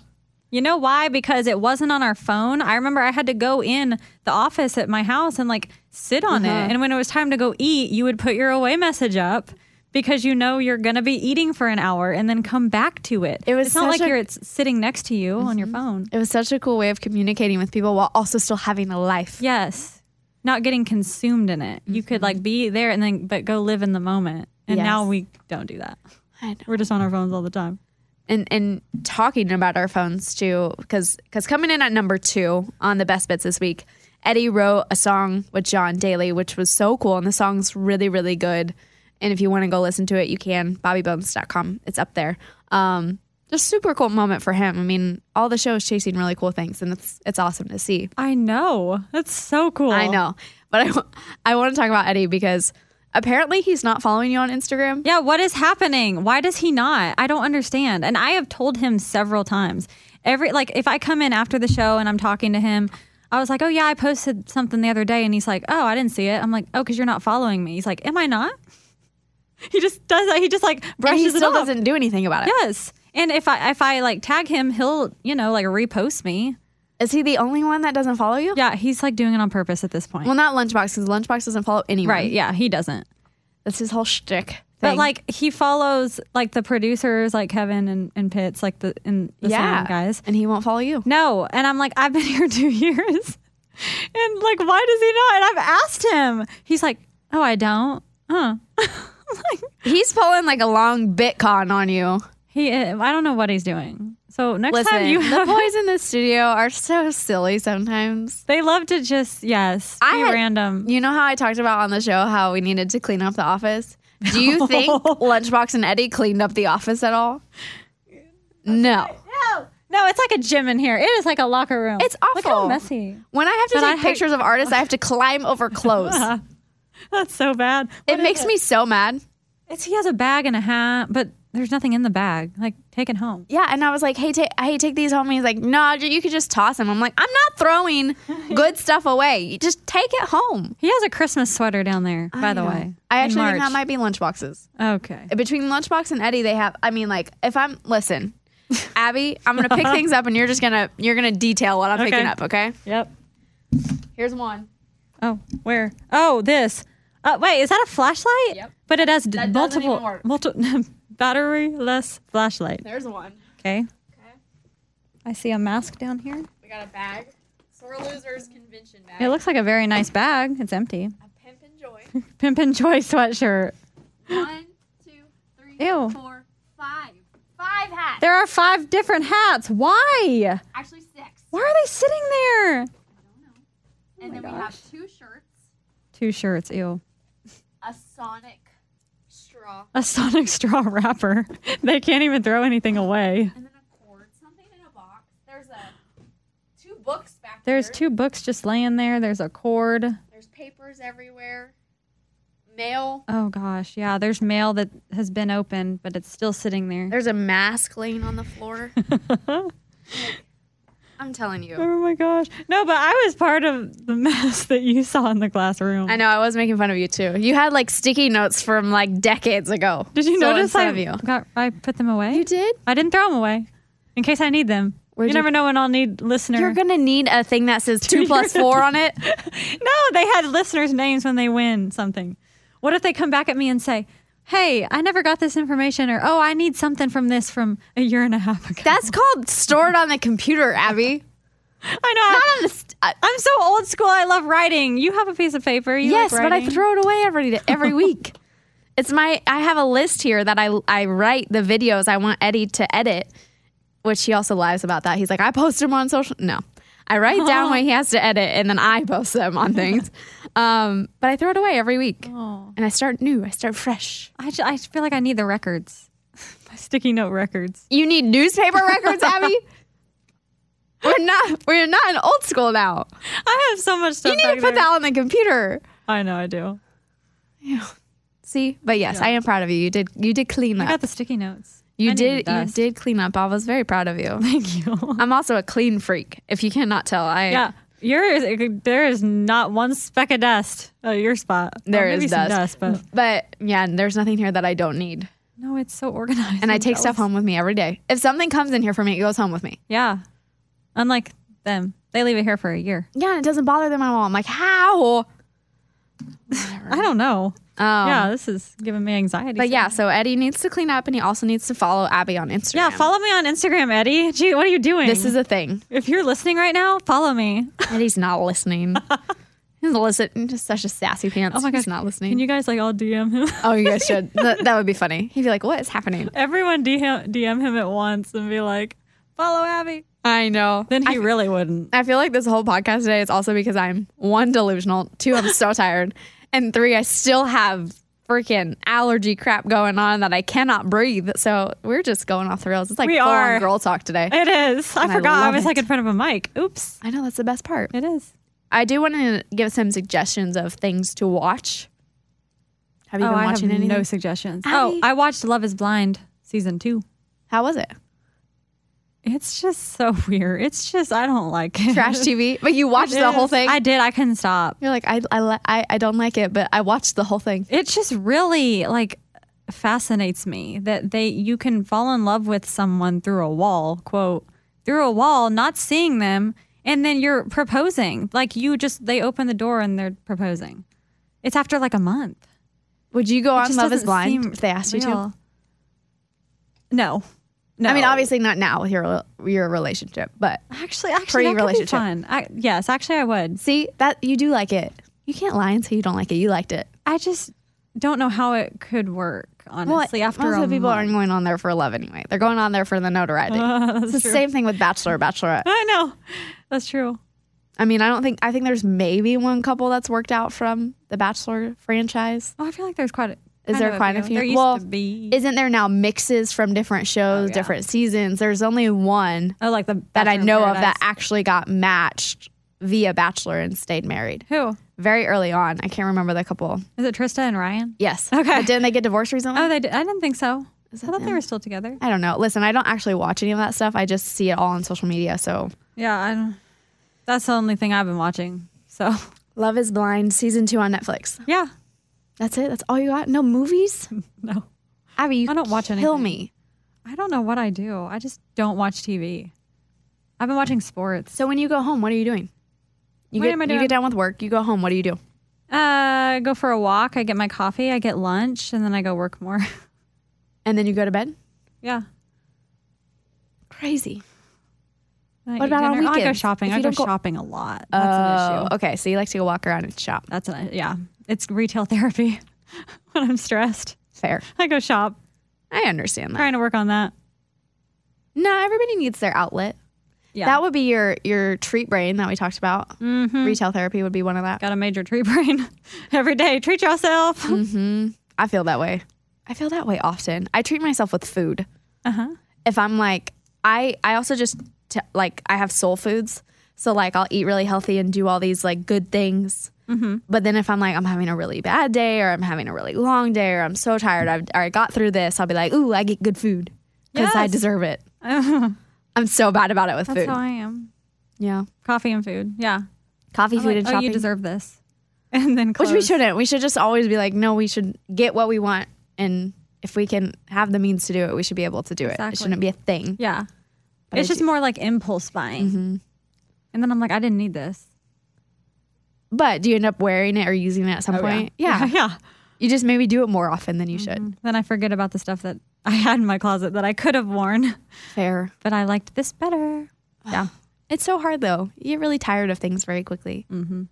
Speaker 8: You know why? Because it wasn't on our phone. I remember I had to go in the office at my house and like sit on
Speaker 7: Uh-huh.
Speaker 8: it. And when it was time to go eat, you would put your away message up because you know you're going to be eating for an hour and then come back to it.
Speaker 7: It was
Speaker 8: it's not
Speaker 7: such
Speaker 8: like
Speaker 7: a- Mm-hmm.
Speaker 8: you're it's sitting next to you on your phone.
Speaker 7: It was such a cool way of communicating with people while also still having a life.
Speaker 8: Yes. Not getting consumed in it. You could like be there and then but go live in the moment. And now
Speaker 7: Mm-hmm. Yes.
Speaker 8: we don't do that.
Speaker 7: I know.
Speaker 8: We're just on our phones all the time.
Speaker 7: and and talking about our phones too, because because coming in at number two on the best bits this week, Eddie wrote a song with John Daly, which was so cool, and the song's really really good. And if you want to go listen to it, you can bobbybones.com. It's up there. Um, just super cool moment for him. I mean, all the show is chasing really cool things, and it's it's awesome to see.
Speaker 8: I know. That's so cool.
Speaker 7: I know, but I wa- I want to talk about Eddie because apparently he's not following you on Instagram.
Speaker 8: Yeah, what is happening? Why does he not? I don't understand. And I have told him several times. Every like if I come in after the show and I'm talking to him, I was like, "Oh yeah, I posted something the other day." And he's like, "Oh, I didn't see it." I'm like, "Oh, cuz you're not following me." He's like, "Am I not?" *laughs* He just does that. He just like
Speaker 7: and
Speaker 8: brushes
Speaker 7: he
Speaker 8: it
Speaker 7: still
Speaker 8: off.
Speaker 7: doesn't do anything about it. Is
Speaker 8: Yes. And if I if I like tag him, he'll, you know, like repost me.
Speaker 7: he the only one that doesn't follow you?
Speaker 8: Yeah, he's like doing it on purpose at this point.
Speaker 7: Well, not Lunchbox because Lunchbox doesn't follow anyone.
Speaker 8: right. Yeah, he doesn't.
Speaker 7: That's his whole shtick. Thing.
Speaker 8: But like he follows like the producers like Kevin and, and Pitts, like the and the
Speaker 7: yeah,
Speaker 8: sound guys.
Speaker 7: and he won't follow you.
Speaker 8: No. And I'm like, I've been here *laughs* two years. And like, why does he not? And I've asked him. He's like, Oh, I don't. Huh. like
Speaker 7: He's pulling like a long Bitcoin on you.
Speaker 8: he eh, I don't know what he's doing. So next
Speaker 7: Listen, *laughs*
Speaker 8: time you
Speaker 7: the
Speaker 8: have
Speaker 7: boys in the studio are so silly sometimes.
Speaker 8: they love to just yes,
Speaker 7: I
Speaker 8: be
Speaker 7: had-
Speaker 8: random.
Speaker 7: You know how I talked about on the show how we needed to clean up the office. Do you *laughs* think Lunchbox and Eddie cleaned up the office at all? No.
Speaker 8: No. No, it's like a gym in here. It is like a locker room.
Speaker 7: It's
Speaker 8: Look how
Speaker 7: awful.
Speaker 8: messy.
Speaker 7: When I have to
Speaker 8: But I
Speaker 7: take
Speaker 8: hate-
Speaker 7: pictures of artists, I have to climb over clothes. *laughs*
Speaker 8: Ah, That's so bad.
Speaker 7: it makes me so mad.
Speaker 8: It's he has a bag and a hat, but there's nothing in the bag. Like take it home.
Speaker 7: Yeah, and I was like, "Hey, take, hey, take these home." And he's like, "No, nah, you could just toss them." I'm like, "I'm not
Speaker 8: *laughs*
Speaker 7: throwing good stuff away. You just take it home."
Speaker 8: He has a Christmas sweater down there, by the way.
Speaker 7: I
Speaker 8: in
Speaker 7: actually think that
Speaker 8: March.
Speaker 7: might be lunchboxes.
Speaker 8: Okay.
Speaker 7: Between lunchbox and Eddie, they have. I mean, like, if I'm
Speaker 8: *laughs*
Speaker 7: listen, Abby, I'm gonna pick things up, and you're just gonna you're gonna detail what I'm
Speaker 8: Okay.
Speaker 7: picking up. Okay,
Speaker 8: Yep.
Speaker 7: here's one.
Speaker 8: Oh, where? Oh, this. Uh, wait, is that a flashlight? Yep. But it has d-
Speaker 7: That doesn't
Speaker 8: multiple
Speaker 7: even work.
Speaker 8: multiple *laughs* battery-less flashlight.
Speaker 7: There's one.
Speaker 8: Okay. I see a mask down here.
Speaker 7: We got a bag. Sore losers convention bag.
Speaker 8: It looks like a very nice bag. It's empty.
Speaker 7: a pimp and joy.
Speaker 8: *laughs* Pimp and Joy sweatshirt.
Speaker 7: One, two, three,
Speaker 8: Ew.
Speaker 7: four, five. Five hats.
Speaker 8: There are five different hats. Why?
Speaker 7: Actually six.
Speaker 8: Why are they sitting there?
Speaker 7: and then we have two shirts,
Speaker 8: Two shirts. Ew.
Speaker 7: a Sonic straw,
Speaker 8: A Sonic straw wrapper. *laughs* they can't even throw anything away.
Speaker 7: and then a cord, something in a box. There's a two books back
Speaker 8: There's
Speaker 7: here.
Speaker 8: two books just laying there. There's a cord.
Speaker 7: There's papers everywhere. Mail.
Speaker 8: Oh gosh, yeah. There's mail that has been opened, but it's still sitting there.
Speaker 7: There's a mask laying on the
Speaker 8: *laughs*
Speaker 7: floor. I'm telling you.
Speaker 8: Oh my gosh. No, but I was part of the mess that you saw in the classroom.
Speaker 7: I know I was making fun of you too. You had like sticky notes from like decades ago.
Speaker 8: Did you
Speaker 7: So
Speaker 8: notice
Speaker 7: instead
Speaker 8: I
Speaker 7: of you?
Speaker 8: got I put them away?
Speaker 7: You did?
Speaker 8: I didn't throw them away in case I need them.
Speaker 7: Where'd
Speaker 8: you
Speaker 7: you-
Speaker 8: never know when I'll need listener.
Speaker 7: You're gonna need a thing that says *laughs*
Speaker 8: *laughs*
Speaker 7: two plus four on it.
Speaker 8: no, they had listeners' names when they win something. What if they come back at me and say, "Hey, I never got this information," or "Oh, I need something from this from a year and a half ago."
Speaker 7: That's called stored on the computer, *laughs* Abby.
Speaker 8: *laughs* I know.
Speaker 7: Not
Speaker 8: I,
Speaker 7: on the st- I-
Speaker 8: am so old school. I love writing. You have a piece of paper. You
Speaker 7: yes,
Speaker 8: like
Speaker 7: but I
Speaker 8: writing.
Speaker 7: throw it away every day, *laughs* every week. It's my. I have a list here that I I write the videos I want Eddie to edit, which he also lies about that. He's like, I post them on social. No, I write *laughs* down what he has to edit, and then I post them on *laughs* things. um, but I throw it away every week, and I start new. I start fresh.
Speaker 8: I, ju- I feel like I need the records, *laughs* my sticky note records.
Speaker 7: You need newspaper records, Abby.
Speaker 8: *laughs*
Speaker 7: We're not. We're not in old school now.
Speaker 8: I have so much stuff.
Speaker 7: You need to
Speaker 8: back
Speaker 7: put
Speaker 8: there.
Speaker 7: that on the computer.
Speaker 8: I know. I do.
Speaker 7: See, but yes, I am proud of you. You did. You did clean
Speaker 8: I got
Speaker 7: up.
Speaker 8: the sticky notes. I
Speaker 7: You
Speaker 8: needed
Speaker 7: did. You
Speaker 8: dust.
Speaker 7: did clean up. I was very proud of you.
Speaker 8: *laughs* Thank you.
Speaker 7: I'm also a clean freak. If you cannot tell, I
Speaker 8: Yeah. Yours, there is not one speck of dust at your spot.
Speaker 7: there
Speaker 8: Well,
Speaker 7: is
Speaker 8: maybe some dust, but
Speaker 7: but yeah, and there's nothing here that I don't need.
Speaker 8: no, it's so organized.
Speaker 7: And I
Speaker 8: I'm
Speaker 7: take stuff
Speaker 8: jealous.
Speaker 7: home with me every day. If something comes in here for me, it goes home with me.
Speaker 8: Yeah, unlike them, they leave it here for a year.
Speaker 7: Yeah, and it doesn't bother them at all. I'm like, how?
Speaker 8: I don't know. yeah, this is giving me anxiety.
Speaker 7: Oh. But yeah, so Eddie needs to clean up, and he also needs to follow Abby on Instagram.
Speaker 8: yeah. Follow me on Instagram, Eddie. Gee, what are you doing?
Speaker 7: This is a thing.
Speaker 8: if you're listening right now, follow
Speaker 7: *laughs*
Speaker 8: me.
Speaker 7: Eddie's not listening.
Speaker 8: *laughs*
Speaker 7: He's listening. Just such a sassy pants.
Speaker 8: Oh my gosh,
Speaker 7: He's not listening.
Speaker 8: Can you guys like all DM him? *laughs*
Speaker 7: Oh, you guys should. that, that would be funny. He'd be like, "What is happening?"
Speaker 8: Everyone DM, DM him at once and be like, follow Abby.
Speaker 7: I know.
Speaker 8: Then he really wouldn't.
Speaker 7: I feel like this whole podcast today is also because I'm one delusional, two I'm so tired, and three I still have freaking allergy crap going on that I cannot breathe. So we're just going off the rails. It's like
Speaker 8: We
Speaker 7: full
Speaker 8: are.
Speaker 7: on girl talk today.
Speaker 8: It is. I
Speaker 7: And I
Speaker 8: forgot I,
Speaker 7: love
Speaker 8: was like
Speaker 7: it.
Speaker 8: in front of a mic. Oops.
Speaker 7: I know that's the best part.
Speaker 8: It is.
Speaker 7: I do want to give some suggestions of things to watch. Have you been watching
Speaker 8: Oh, I have
Speaker 7: anything?
Speaker 8: no suggestions. oh,
Speaker 7: Abby.
Speaker 8: I watched Love Is Blind season two.
Speaker 7: How was it?
Speaker 8: It's just so *laughs* weird. It's just I don't like it.
Speaker 7: Trash
Speaker 8: *laughs*
Speaker 7: TV. But you watched
Speaker 8: It
Speaker 7: the whole
Speaker 8: is.
Speaker 7: thing.
Speaker 8: I did. I couldn't stop.
Speaker 7: You're like, I, I, li- I, I don't like it, but I watched the whole thing.
Speaker 8: It just really like fascinates me that they you can fall in love with someone through a wall, quote, through a wall, not seeing them, and then you're proposing. Like you just they open the door and they're proposing. It's after like a month.
Speaker 7: Would you go
Speaker 8: It
Speaker 7: on
Speaker 8: just
Speaker 7: Love Is
Speaker 8: doesn't
Speaker 7: Blind
Speaker 8: seem
Speaker 7: if they asked you to?
Speaker 8: real. No. No.
Speaker 7: I mean, obviously not now with your your relationship, but
Speaker 8: Actually, actually, that could be
Speaker 7: Pre-relationship.
Speaker 8: fun. I, yes, actually, I would.
Speaker 7: see that you do like it. You can't lie and say you don't like it. You liked it.
Speaker 8: I just don't know how it could work. Honestly, after
Speaker 7: most
Speaker 8: a
Speaker 7: of the people aren't
Speaker 8: month.
Speaker 7: going on there for love anyway. They're going on there for the
Speaker 8: *laughs*
Speaker 7: notoriety. it's the same thing with Bachelor, Bachelorette.
Speaker 8: I know that's true.
Speaker 7: I mean, I don't think I think there's maybe one couple that's worked out from the Bachelor franchise.
Speaker 8: Oh, I feel like there's quite. A,
Speaker 7: Is
Speaker 8: kind
Speaker 7: there
Speaker 8: of
Speaker 7: quite a few?
Speaker 8: There used
Speaker 7: well,
Speaker 8: to be. Oh,
Speaker 7: isn't there now mixes from different shows,
Speaker 8: yeah.
Speaker 7: different seasons? There's only one
Speaker 8: oh, like the
Speaker 7: that I
Speaker 8: Bachelor in
Speaker 7: know of
Speaker 8: Paradise.
Speaker 7: that actually got matched via Bachelor and stayed married.
Speaker 8: Who
Speaker 7: very early on. I can't remember the couple.
Speaker 8: is it? Trista and Ryan.
Speaker 7: Yes.
Speaker 8: Okay.
Speaker 7: But didn't they get divorced recently?
Speaker 8: Oh, they. Did. I didn't think so. I
Speaker 7: that
Speaker 8: thought they
Speaker 7: them?
Speaker 8: were still together.
Speaker 7: I don't know. Listen, I don't actually watch any of that stuff. I just see it all on social media. So,
Speaker 8: Yeah, I don't. That's the only thing I've been watching. So *laughs*
Speaker 7: Love is Blind season two on Netflix.
Speaker 8: yeah, *laughs*
Speaker 7: That's it. That's all you got. No movies.
Speaker 8: no,
Speaker 7: Abby, you
Speaker 8: I don't watch
Speaker 7: Kill
Speaker 8: anything.
Speaker 7: me.
Speaker 8: I don't know what I do. I just don't watch TV. I've been watching sports.
Speaker 7: So when you go home, what are you doing? You
Speaker 8: What
Speaker 7: get
Speaker 8: am I
Speaker 7: you
Speaker 8: doing?
Speaker 7: get down with work. You go home. What do you do?
Speaker 8: *laughs* Uh, I go for a walk. I get my coffee. I get lunch, and then I go work more.
Speaker 7: and then you go to bed.
Speaker 8: Yeah.
Speaker 7: Crazy.
Speaker 8: I
Speaker 7: What
Speaker 8: eat
Speaker 7: about on
Speaker 8: dinner. I go
Speaker 7: weekends?
Speaker 8: shopping.
Speaker 7: If
Speaker 8: I
Speaker 7: you
Speaker 8: go,
Speaker 7: don't go-
Speaker 8: shopping a lot.
Speaker 7: Oh,
Speaker 8: That's an issue.
Speaker 7: okay. So you like to go walk around and shop.
Speaker 8: That's an yeah. It's retail *laughs* therapy when I'm stressed.
Speaker 7: Fair.
Speaker 8: I go shop.
Speaker 7: I understand that.
Speaker 8: Trying to work on that.
Speaker 7: No, everybody needs their outlet.
Speaker 8: Yeah. Mm-hmm.
Speaker 7: That would be your your treat brain that we talked about. Retail therapy would be one of that.
Speaker 8: Got a major tree *laughs* brain every day. Treat yourself.
Speaker 7: Mm, I feel that way. I feel that way often. I treat myself with food.
Speaker 8: Uh-huh.
Speaker 7: If I'm like, I I also just t- like I have soul foods, so like I'll eat really healthy and do all these like good things.
Speaker 8: Mm-hmm.
Speaker 7: But then if I'm like I'm having a really bad day or I'm having a really long day or I'm so tired I've, or I got through this, I'll be like, ooh, I get good food because I
Speaker 8: Yes.
Speaker 7: deserve
Speaker 8: *laughs*
Speaker 7: it. I'm so bad about it with
Speaker 8: *laughs* That's
Speaker 7: food.
Speaker 8: how I am.
Speaker 7: yeah,
Speaker 8: Coffee and food. Yeah.
Speaker 7: coffee,
Speaker 8: I'm
Speaker 7: food,
Speaker 8: like,
Speaker 7: and
Speaker 8: oh,
Speaker 7: shopping.
Speaker 8: you deserve this. *laughs* And then
Speaker 7: Which
Speaker 8: close.
Speaker 7: we shouldn't. We should just always be like, no, we should get what we want. And if we can have the means to do it, we should be able to do it.
Speaker 8: Exactly.
Speaker 7: It shouldn't be a thing.
Speaker 8: Yeah.
Speaker 7: But
Speaker 8: it's
Speaker 7: I
Speaker 8: just
Speaker 7: do- Mm-hmm.
Speaker 8: more like impulse buying. And then I'm like, I didn't need this. *laughs*
Speaker 7: But do you end up wearing it or using it at some point?
Speaker 8: Oh, Yeah. *laughs* Mm-hmm. yeah.
Speaker 7: You just maybe do it more often than you should.
Speaker 8: Then I forget about the stuff that I had in my closet that I could have worn, *laughs*
Speaker 7: Fair.
Speaker 8: but I liked this better.
Speaker 7: *sighs*
Speaker 8: Yeah.
Speaker 7: It's so hard though. You get really tired of things very quickly. Mm-hmm.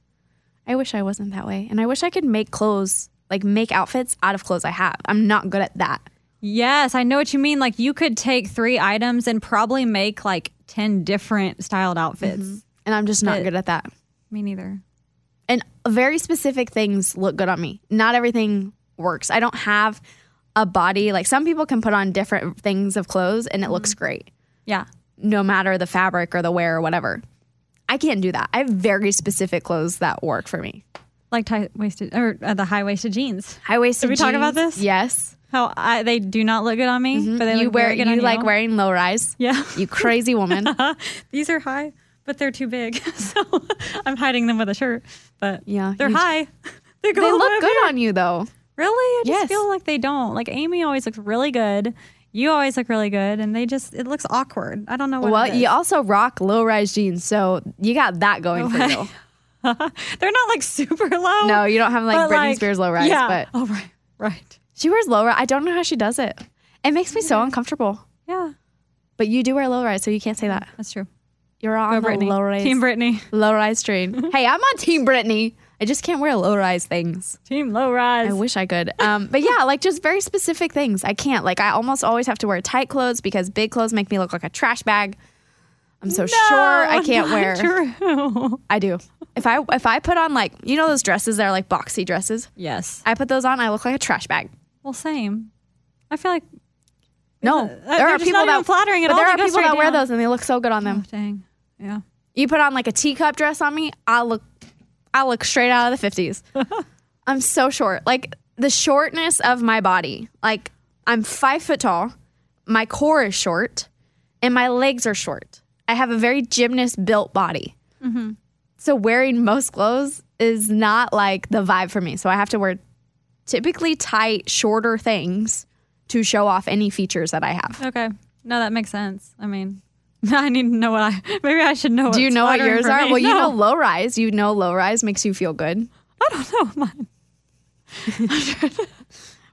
Speaker 7: I wish I wasn't that way. And I wish I could make clothes, like make outfits out of clothes I have. I'm not good at that.
Speaker 8: Yes, I know what you mean. Like you could take three items and probably make like 10 different styled outfits.
Speaker 7: And I'm just not
Speaker 8: But-
Speaker 7: good at that.
Speaker 8: Me neither.
Speaker 7: and very specific things look good on me. Not everything works. I don't have a body like some people can put on different things of clothes and it looks
Speaker 8: Mm-hmm.
Speaker 7: great,
Speaker 8: Yeah.
Speaker 7: no matter the fabric or the wear or whatever. I can't do that. I have very specific clothes that work for me.
Speaker 8: Like tight waisted or uh, the high waisted jeans.
Speaker 7: High waisted.
Speaker 8: Did we talk about this?
Speaker 7: Yes.
Speaker 8: How I, they do not look good on me, but they
Speaker 7: Mm-hmm. you
Speaker 8: look
Speaker 7: wear
Speaker 8: very
Speaker 7: you
Speaker 8: good on
Speaker 7: like wearing low rise. *laughs*
Speaker 8: *laughs* Yeah. *laughs*
Speaker 7: You crazy woman.
Speaker 8: These are high, but they're too big. *laughs* so I'm hiding them with a shirt, but
Speaker 7: Yeah,
Speaker 8: they're
Speaker 7: you-
Speaker 8: high. *laughs* They, go
Speaker 7: they
Speaker 8: all the way
Speaker 7: look
Speaker 8: up
Speaker 7: good
Speaker 8: here.
Speaker 7: on you though.
Speaker 8: Really? I just
Speaker 7: Yes.
Speaker 8: feel like they don't. Like Amy always looks really good. You always look really good, and they just it looks awkward. I don't know what.
Speaker 7: well,
Speaker 8: it is.
Speaker 7: you also rock low rise jeans, so you got that going
Speaker 8: *laughs*
Speaker 7: for you.
Speaker 8: they're not like super low.
Speaker 7: No, you don't have like
Speaker 8: but,
Speaker 7: Britney Spears low rise,
Speaker 8: yeah.
Speaker 7: but
Speaker 8: oh right, right,
Speaker 7: She wears low rise. I don't know how she does it. It makes me so uncomfortable.
Speaker 8: yeah,
Speaker 7: But you do wear low rise, so you can't say that.
Speaker 8: that's true.
Speaker 7: You're on the
Speaker 8: Brittany,
Speaker 7: low rise.
Speaker 8: Team Brittany,
Speaker 7: low rise train.
Speaker 8: *laughs*
Speaker 7: hey, I'm on Team Brittany. I just can't wear low rise things.
Speaker 8: Team Low Rise.
Speaker 7: I wish I could. Um, but yeah, like just very specific things. I can't. Like I almost always have to wear tight clothes because big clothes make me look like a trash bag. I'm so sure I can't wear.
Speaker 8: True. *laughs*
Speaker 7: I do. If I if I put on like you know those dresses that are like boxy dresses,
Speaker 8: Yes.
Speaker 7: I put those on, I look like a trash bag.
Speaker 8: Well, same. I feel like
Speaker 7: No,
Speaker 8: Uh, they're just not even flattering at
Speaker 7: but
Speaker 8: all.
Speaker 7: there
Speaker 8: They
Speaker 7: are
Speaker 8: go
Speaker 7: people
Speaker 8: straight
Speaker 7: that wear
Speaker 8: down.
Speaker 7: those and they look so good on them.
Speaker 8: oh dang, yeah.
Speaker 7: You put on like a teacup dress on me, I look, I look straight out of the fifties.
Speaker 8: *laughs*
Speaker 7: I'm so short. Like the shortness of my body. Like I'm five foot tall. My core is short, and my legs are short. I have a very gymnast built body.
Speaker 8: Mm-hmm.
Speaker 7: So wearing most clothes is not like the vibe for me. So I have to wear typically tight, shorter things to show off any features that I have.
Speaker 8: Okay. No, that makes sense. I mean, *laughs* I need to know what I. Maybe I should know.
Speaker 7: Do you
Speaker 8: what's
Speaker 7: know what
Speaker 8: flattering
Speaker 7: yours
Speaker 8: for
Speaker 7: are?
Speaker 8: me.
Speaker 7: Well, you know
Speaker 8: *laughs* No.
Speaker 7: low rise. You know low rise makes you feel good.
Speaker 8: No, mine.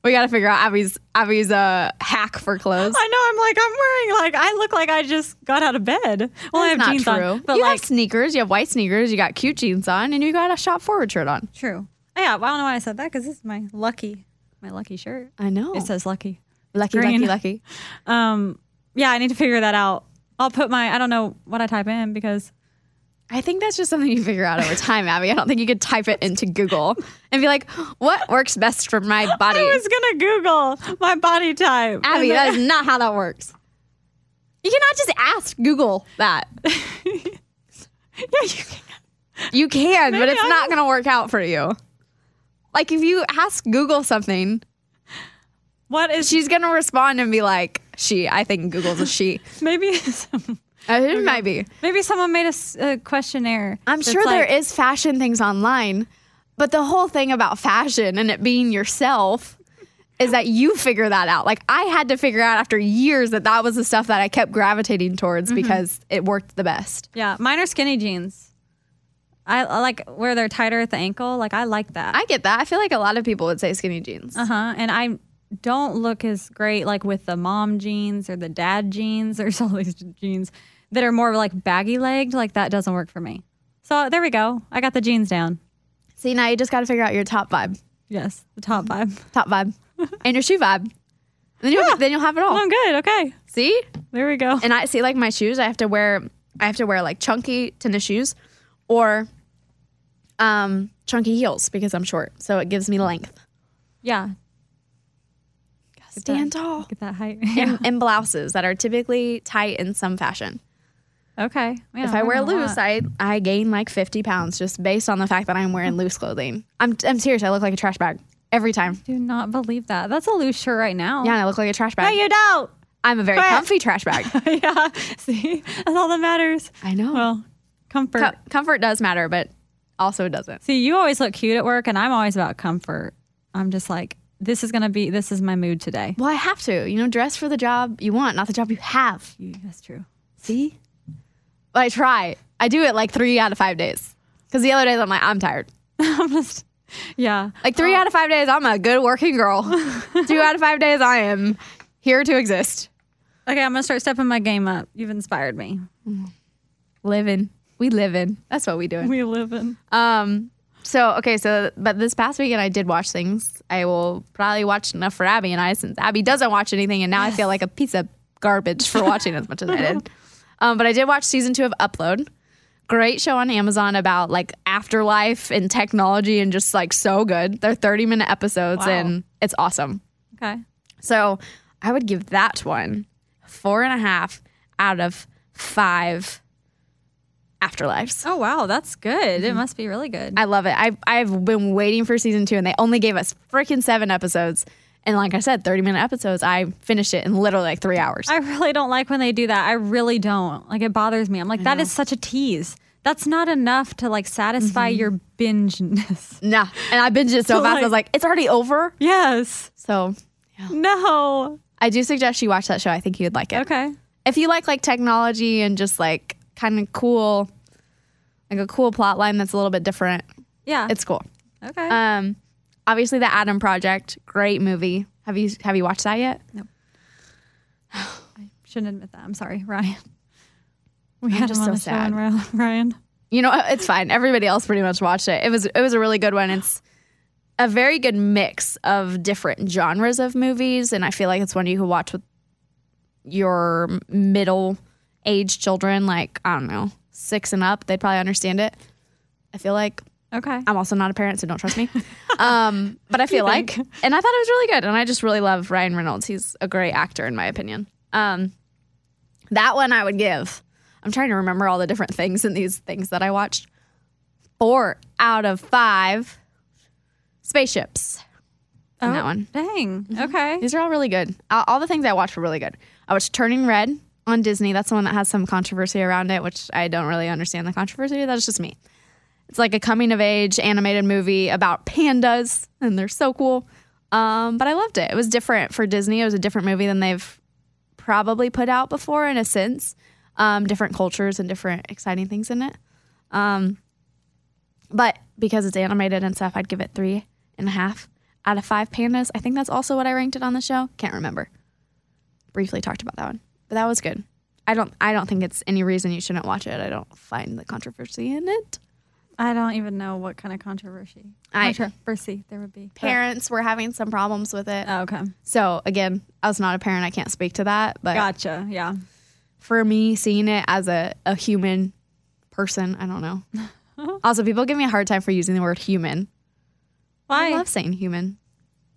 Speaker 7: We gotta figure out Abby's Abby's uh, hack for clothes.
Speaker 8: I know. I'm like I'm wearing like I look like I just got out of bed. Well, I have
Speaker 7: That's
Speaker 8: jeans
Speaker 7: not true.
Speaker 8: on, but
Speaker 7: you
Speaker 8: like
Speaker 7: have sneakers. You have white sneakers. You got cute jeans on, and you got a shop forward shirt on.
Speaker 8: true. Oh, yeah, well, I don't know why I said that because this is my lucky, my lucky shirt.
Speaker 7: I know.
Speaker 8: It says lucky.
Speaker 7: lucky,
Speaker 8: green.
Speaker 7: lucky, lucky.
Speaker 8: *laughs* Um, yeah, I need to figure that out. I'll put my I don't know what I type in because
Speaker 7: I think that's just something you figure out over time, Abby. I don't think you could type it into Google and be like, "What works best for *laughs* my body?"
Speaker 8: I was gonna Google my body type.
Speaker 7: Abby, that is not how that works. You cannot just ask Google that.
Speaker 8: *laughs* yeah, you can.
Speaker 7: *laughs* You can, but
Speaker 8: Maybe
Speaker 7: it's
Speaker 8: I
Speaker 7: not going to work out for you. Like if you ask Google something,
Speaker 8: What is
Speaker 7: she's going to respond and be like, "She, I think Google's a *laughs* she."
Speaker 8: maybe *laughs* some,
Speaker 7: Uh, It might be.
Speaker 8: maybe someone made a s- a, questionnaire.
Speaker 7: I'm
Speaker 8: that's
Speaker 7: sure
Speaker 8: like-
Speaker 7: there is fashion things online, but the whole thing about fashion and it being yourself is that you figure that out. Like I had to figure out after years that that was the stuff that I kept gravitating towards because it worked the best.
Speaker 8: Yeah, mine are skinny jeans. I, I like where they're tighter at the ankle. Like I like that.
Speaker 7: I get that. I feel like a lot of people would say skinny jeans.
Speaker 8: Uh huh. And I don't look as great like with the mom jeans or the dad jeans. *laughs* There's all these jeans that are more like baggy legged. Like that doesn't work for me. So there we go. I got the jeans down.
Speaker 7: See, now you just got to figure out your top vibe,
Speaker 8: Yes, the top vibe.
Speaker 7: top *laughs* vibe, and your shoe vibe. And then you'll, then you'll have it all.
Speaker 8: *laughs* I'm good. Okay.
Speaker 7: See?
Speaker 8: There we go.
Speaker 7: And I see like my shoes, I have to wear I have to wear like chunky tennis shoes or um chunky heels because I'm short. So it gives me length.
Speaker 8: Yeah.
Speaker 7: Stand tall.
Speaker 8: Get that height.
Speaker 7: And, and blouses that are typically tight in some fashion.
Speaker 8: *laughs* Okay. Man,
Speaker 7: if Oh, I
Speaker 8: I'm
Speaker 7: wear
Speaker 8: learning a
Speaker 7: loose,
Speaker 8: lot.
Speaker 7: I, I gain like 50 pounds just based on the fact that I'm wearing loose clothing. I'm, I'm serious. I look like a trash bag every time.
Speaker 8: do not believe that. That's a loose shirt right now.
Speaker 7: Yeah, and I look like a trash
Speaker 8: No,
Speaker 7: bag.
Speaker 8: you don't.
Speaker 7: I'm a very
Speaker 8: quit.
Speaker 7: comfy trash *laughs* bag.
Speaker 8: *laughs* yeah. See, that's all that matters.
Speaker 7: I know.
Speaker 8: Well, comfort.
Speaker 7: Co- comfort does matter, but also it doesn't.
Speaker 8: See, you always look cute at work, and I'm always about comfort. I'm just like, this is gonna be, this is my mood today.
Speaker 7: Well, I have to. You know, dress for the job you want, not the job you have.
Speaker 8: You- That's true.
Speaker 7: See? I try. I do it like three out of five days. Because the other days I'm like, I'm tired.
Speaker 8: *laughs* I'm just, yeah.
Speaker 7: Like three out of five days, I'm a good working girl. Two out of five days, I am here to exist.
Speaker 8: Okay, I'm gonna start stepping my game up. You've inspired me.
Speaker 7: Living. We live in. That's what we do.
Speaker 8: We live in.
Speaker 7: Um, so, okay, so, but this past weekend I did watch things. I will probably watch enough for Abby and I, since Abby doesn't watch anything, and now I feel like a piece of garbage for watching as much as I did. Um, but I did watch season two of Upload. Great show on Amazon about like afterlife and technology and just like so good. They're 30 minute episodes
Speaker 8: Wow.
Speaker 7: and it's awesome.
Speaker 8: Okay.
Speaker 7: So I would give that one four and a half out of five afterlives.
Speaker 8: Oh wow, that's good. It must be really good.
Speaker 7: I love it. I've, I've been waiting for season two and they only gave us freaking seven episodes. And like I said, 30 minute episodes, I finished it in literally like three hours.
Speaker 8: I really don't like when they do that. I really don't. Like it bothers me. I'm like, that is such a tease. That's not enough to like satisfy your bingeness. *laughs*
Speaker 7: nah. And I binged it so,
Speaker 8: So,
Speaker 7: fast, I was
Speaker 8: *laughs* like-
Speaker 7: like, it's already over.
Speaker 8: Yes.
Speaker 7: So
Speaker 8: No.
Speaker 7: I do suggest you watch that show. I think you'd like it.
Speaker 8: Okay.
Speaker 7: if you like like technology and just like kind of cool like a cool plot line that's a little bit different
Speaker 8: Yeah.
Speaker 7: it's cool
Speaker 8: okay.
Speaker 7: um obviously the adam project great movie have you have you watched that yet
Speaker 8: Shouldn't admit that. I'm sorry, *laughs* Ryan. We
Speaker 7: I'm
Speaker 8: had
Speaker 7: just
Speaker 8: him on
Speaker 7: so
Speaker 8: the
Speaker 7: sad.
Speaker 8: show, and Ra- Ryan. *laughs*
Speaker 7: you know *laughs* it's fine everybody else pretty much watched it it was it was a really good one it's a very good mix of different genres of movies and i feel like it's one you could watch with your middle age children like i don't know six and up they'd probably understand it i feel like
Speaker 8: Okay.
Speaker 7: I'm also not a parent, so don't trust me. um, but I feel like, and I thought it was really good. And I just really love Ryan Reynolds. He's a great actor, in my opinion. Um, that one I would give. I'm trying to remember all the different things in these things that I watched. Four out of five spaceships. in that one.
Speaker 8: Dang.
Speaker 7: Mm-hmm.
Speaker 8: Okay.
Speaker 7: These are all really good. All, all the things I watched were really good. I watched Turning Red on Disney. That's the one that has some controversy around it, which I don't really understand the controversy. That's just me. It's like a coming of age animated movie about pandas, and they're so cool. Um, but I loved it. It was different for Disney. It was a different movie than they've probably put out before, in a sense. Um, different cultures and different exciting things in it. Um, but because it's animated and stuff, I'd give it three and a half out of five pandas. I think that's also what I ranked it on the show. Can't remember. Briefly talked about that one, but that was good. I don't. I don't think it's any reason you shouldn't watch it. I don't find the controversy in it.
Speaker 8: I don't even know what kind of controversy.
Speaker 7: I-
Speaker 8: controversy there would be. but-
Speaker 7: Parents were having some problems with it.
Speaker 8: Oh, okay.
Speaker 7: So again, I was not a parent. I can't speak to that. But
Speaker 8: Gotcha. Yeah.
Speaker 7: for me, seeing it as a, a human person, I don't know. *laughs* also, people give me a hard time for using the word human.
Speaker 8: Why?
Speaker 7: I love saying human.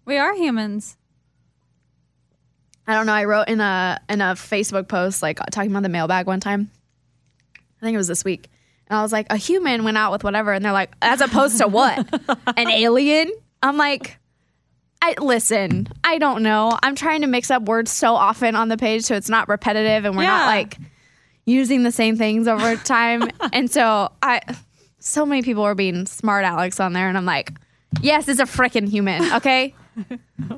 Speaker 8: we are humans.
Speaker 7: I don't know. I wrote in a in a Facebook post like talking about the mailbag one time. I think it was this week, and I was like, a human went out with whatever, and they're like, as opposed to what? An alien? I'm like, I listen. I don't know. I'm trying to mix up words so often on the page so it's not repetitive and we're
Speaker 8: Yeah.
Speaker 7: not like using the same things over time. and so I, so many people were being smart Alex on there, and I'm like, yes, it's a freaking human. Okay,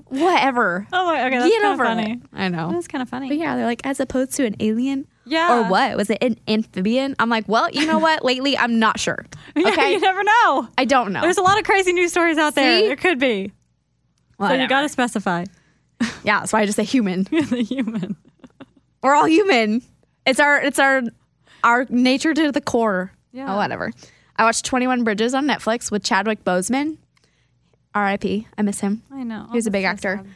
Speaker 7: whatever.
Speaker 8: Oh, my- okay. That's
Speaker 7: Get
Speaker 8: kinda
Speaker 7: over
Speaker 8: funny.
Speaker 7: it. I know.
Speaker 8: That's kind of funny.
Speaker 7: But yeah, they're like, as opposed to an alien?
Speaker 8: Yeah.
Speaker 7: Or what? Was it an amphibian? I'm like, well, you know what? Lately, I'm not *laughs* sure.
Speaker 8: Yeah,
Speaker 7: Okay.
Speaker 8: *laughs* you never know.
Speaker 7: I don't know.
Speaker 8: There's a lot of crazy news stories out there.
Speaker 7: See?
Speaker 8: It could be. So
Speaker 7: Whatever.
Speaker 8: you got to specify. *laughs*
Speaker 7: *laughs* Yeah, that's why I just say human. the human. We're all human. It's our it's our our nature to the core. Yeah. Oh, whatever. I watched Twenty One Bridges on Netflix with Chadwick Boseman. R.I.P. I miss him.
Speaker 8: I know.
Speaker 7: He was a
Speaker 8: Oh,
Speaker 7: big
Speaker 8: that's so
Speaker 7: actor.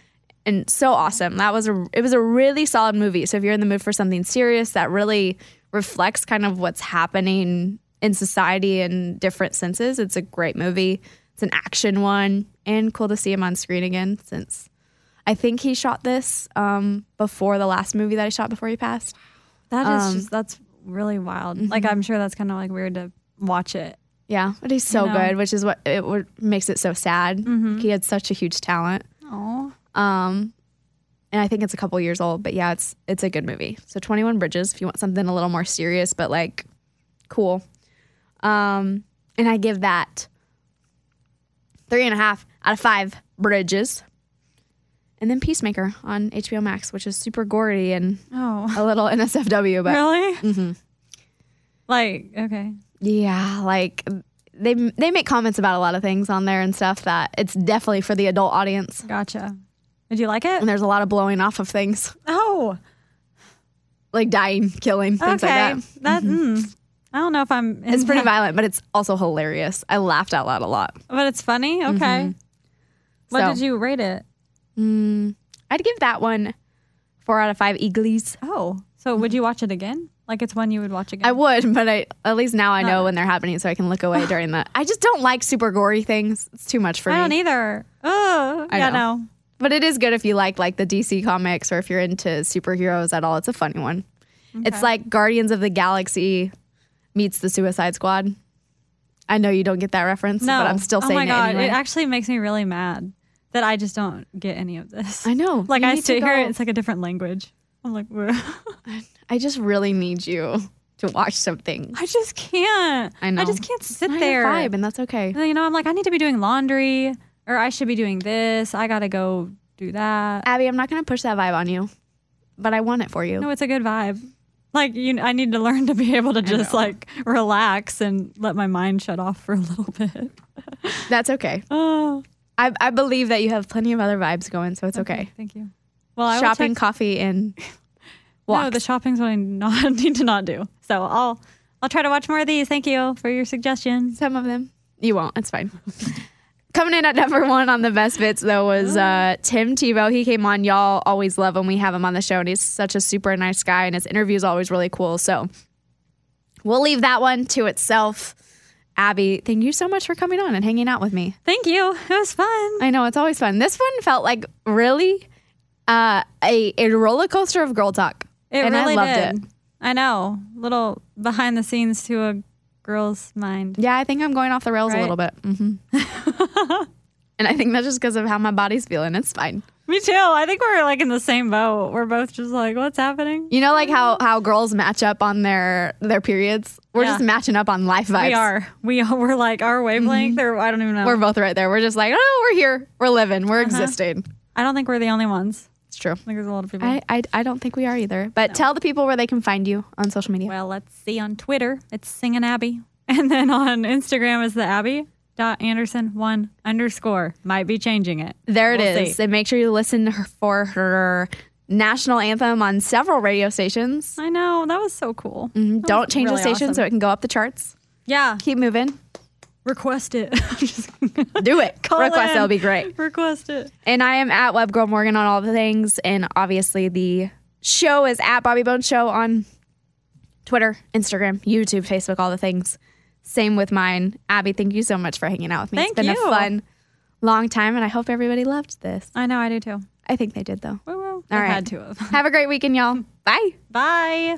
Speaker 7: And so awesome. That was a it was a really solid movie. So if you're in the mood for something serious that really reflects kind of what's happening in society in different senses, it's a great movie. It's an action one and cool to see him on screen again since I think he shot this um, before the last movie that he shot before he passed.
Speaker 8: That is
Speaker 7: Um,
Speaker 8: just that's really wild. Like
Speaker 7: mm-hmm.
Speaker 8: I'm sure that's kind of like weird to watch it.
Speaker 7: Yeah, but he's so
Speaker 8: know.
Speaker 7: good, which is what it what makes it so sad. He had such a huge talent.
Speaker 8: Oh,
Speaker 7: Um, and I think it's a couple years old, but yeah, it's it's a good movie. So Twenty One Bridges, if you want something a little more serious, but like cool. Um, and I give that three and a half out of five bridges. And then Peacemaker on HBO Max, which is super gory and
Speaker 8: oh, *laughs*
Speaker 7: a little *laughs* NSFW, but
Speaker 8: really? Mm-hmm. Like okay,
Speaker 7: Yeah, like they they make comments about a lot of things on there and stuff that it's definitely for the adult audience.
Speaker 8: gotcha. Did you like it?
Speaker 7: And there's a lot of blowing off of things,
Speaker 8: Oh,
Speaker 7: like dying, killing, things
Speaker 8: okay.
Speaker 7: like that. Mm-hmm.
Speaker 8: That mm, I don't know if I'm. in
Speaker 7: It's pretty
Speaker 8: *laughs* that,
Speaker 7: violent, but it's also hilarious. I laughed out loud a lot.
Speaker 8: but it's funny. Okay. What
Speaker 7: Mm-hmm. So-
Speaker 8: did you rate it?
Speaker 7: I'd give that one four out of five eagles.
Speaker 8: Oh, so would you watch it again? Like it's one you would watch again?
Speaker 7: Mm-hmm. I would, *laughs* but I at least now I know when they're happening, so I can look
Speaker 8: *laughs*
Speaker 7: away during the. I just don't like super gory things. It's too much for
Speaker 8: I
Speaker 7: me.
Speaker 8: don't either. Oh,
Speaker 7: I
Speaker 8: yeah,
Speaker 7: know.
Speaker 8: no.
Speaker 7: But it is good if you like like the DC comics or if you're into superheroes at all. It's a funny one. It's like Guardians of the Galaxy meets the Suicide Squad. I know you don't get that reference,
Speaker 8: No,
Speaker 7: but I'm still saying
Speaker 8: Oh my
Speaker 7: it
Speaker 8: god,
Speaker 7: anyway.
Speaker 8: it actually makes me really mad that I just don't get any of this.
Speaker 7: I know.
Speaker 8: *laughs* Like
Speaker 7: You
Speaker 8: I
Speaker 7: need to
Speaker 8: sit here,
Speaker 7: go-
Speaker 8: it's like a different language. I'm like, "Whoa."
Speaker 7: I just really need you to watch something.
Speaker 8: *laughs* I just can't.
Speaker 7: I know.
Speaker 8: I just can't sit
Speaker 7: Not
Speaker 8: there.
Speaker 7: your vibe, and that's okay.
Speaker 8: You know, I'm like, I need to be doing laundry, or I should be doing this. I gotta go do that.
Speaker 7: Abby, I'm not gonna push that vibe on you, but I want it for you.
Speaker 8: No, it's a good vibe. Like you, I need to learn to be able to just like relax and let my mind shut off for a little *laughs* bit.
Speaker 7: that's okay.
Speaker 8: Oh,
Speaker 7: I, I believe that you have plenty of other vibes going, so it's okay.
Speaker 8: thank you. Well, I will check-
Speaker 7: Shopping, coffee, and
Speaker 8: No,
Speaker 7: walks.
Speaker 8: the shopping's what I *laughs* not need to not do. So I'll I'll try to watch more of these. Thank you for your suggestions.
Speaker 7: Some of them. You won't. It's fine. *laughs* Coming in at number one on the best bits though was
Speaker 8: Uh-huh.
Speaker 7: uh, Tim Tebow. He came on. Y'all always love him. We have him on the show, and he's such a super nice guy, and his interview is always really cool. So we'll leave that one to itself. Abby, thank you so much for coming on and hanging out with me.
Speaker 8: Thank you. It was fun.
Speaker 7: I know it's always fun. This one felt like really uh, a a roller coaster of girl talk,
Speaker 8: It
Speaker 7: and
Speaker 8: really
Speaker 7: I loved
Speaker 8: did.
Speaker 7: it.
Speaker 8: I know. Little behind the scenes to a girl's mind.
Speaker 7: Yeah, I think I'm going off the rails a
Speaker 8: Right?
Speaker 7: little bit, hmm *laughs* and I think that's just because of how my body's feeling. It's fine.
Speaker 8: Me too. I think we're like in the same boat. We're both just like, what's happening?
Speaker 7: You know, like how how girls match up on their their periods. We're
Speaker 8: Yeah.
Speaker 7: just matching up on life vibes. Mm-hmm.
Speaker 8: We are. We are. *laughs* We're like our wavelength. Or I don't even know.
Speaker 7: We're both right there. We're just like, oh, we're here. We're living.
Speaker 8: Uh-huh.
Speaker 7: We're existing.
Speaker 8: I don't think we're the only ones.
Speaker 7: It's true.
Speaker 8: I think there's a lot of people.
Speaker 7: I, I I don't think we are either. But tell the people where they can find you on social media.
Speaker 8: Well, let's see on Twitter. It's singing Abby. *laughs* And then on Instagram is the Abby dot Anderson one underscore. Might be changing it.
Speaker 7: there it is.
Speaker 8: we'll see.
Speaker 7: and make sure you listen to her, for her national anthem on several radio stations.
Speaker 8: I know. That was so cool. That
Speaker 7: Mm-hmm. Don't
Speaker 8: was
Speaker 7: change
Speaker 8: really
Speaker 7: the station
Speaker 8: awesome.
Speaker 7: so it can go up the charts.
Speaker 8: Yeah.
Speaker 7: Keep moving.
Speaker 8: Request it. *laughs* Just
Speaker 7: *laughs* Do it.
Speaker 8: call
Speaker 7: Request.
Speaker 8: in.
Speaker 7: That'll be great.
Speaker 8: Request it.
Speaker 7: And I am at Webgirl Morgan on all the things. And obviously, the show is at Bobby Bones Show on Twitter, Instagram, YouTube, Facebook, all the things. Same with mine. Abby, thank you so much for hanging out with me.
Speaker 8: Thank
Speaker 7: it's been
Speaker 8: you.
Speaker 7: a fun, long time. And I hope everybody loved this.
Speaker 8: I know. I do too.
Speaker 7: I think they did, though.
Speaker 8: Woo woo.
Speaker 7: All
Speaker 8: I
Speaker 7: right.
Speaker 8: had to have.
Speaker 7: Have a great weekend, y'all. Bye.
Speaker 8: *laughs* Bye.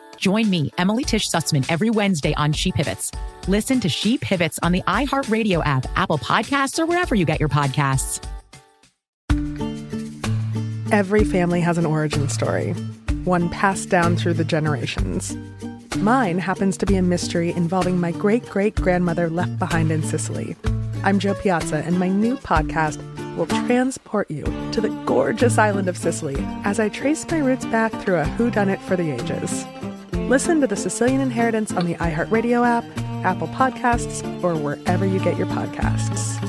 Speaker 4: Join me, Emily Tish Sussman, every Wednesday on She Pivots. Listen to She Pivots on the iHeartRadio app, Apple Podcasts, or wherever you get your podcasts.
Speaker 5: Every family has an origin story, one passed down through the generations. Mine happens to be a mystery involving my great great grandmother left behind in Sicily. I'm Joe Piazza, and my new podcast will transport you to the gorgeous island of Sicily as I trace my roots back through a whodunit for the ages. Listen to The Sicilian Inheritance on the iHeartRadio app, Apple Podcasts, or wherever you get your podcasts.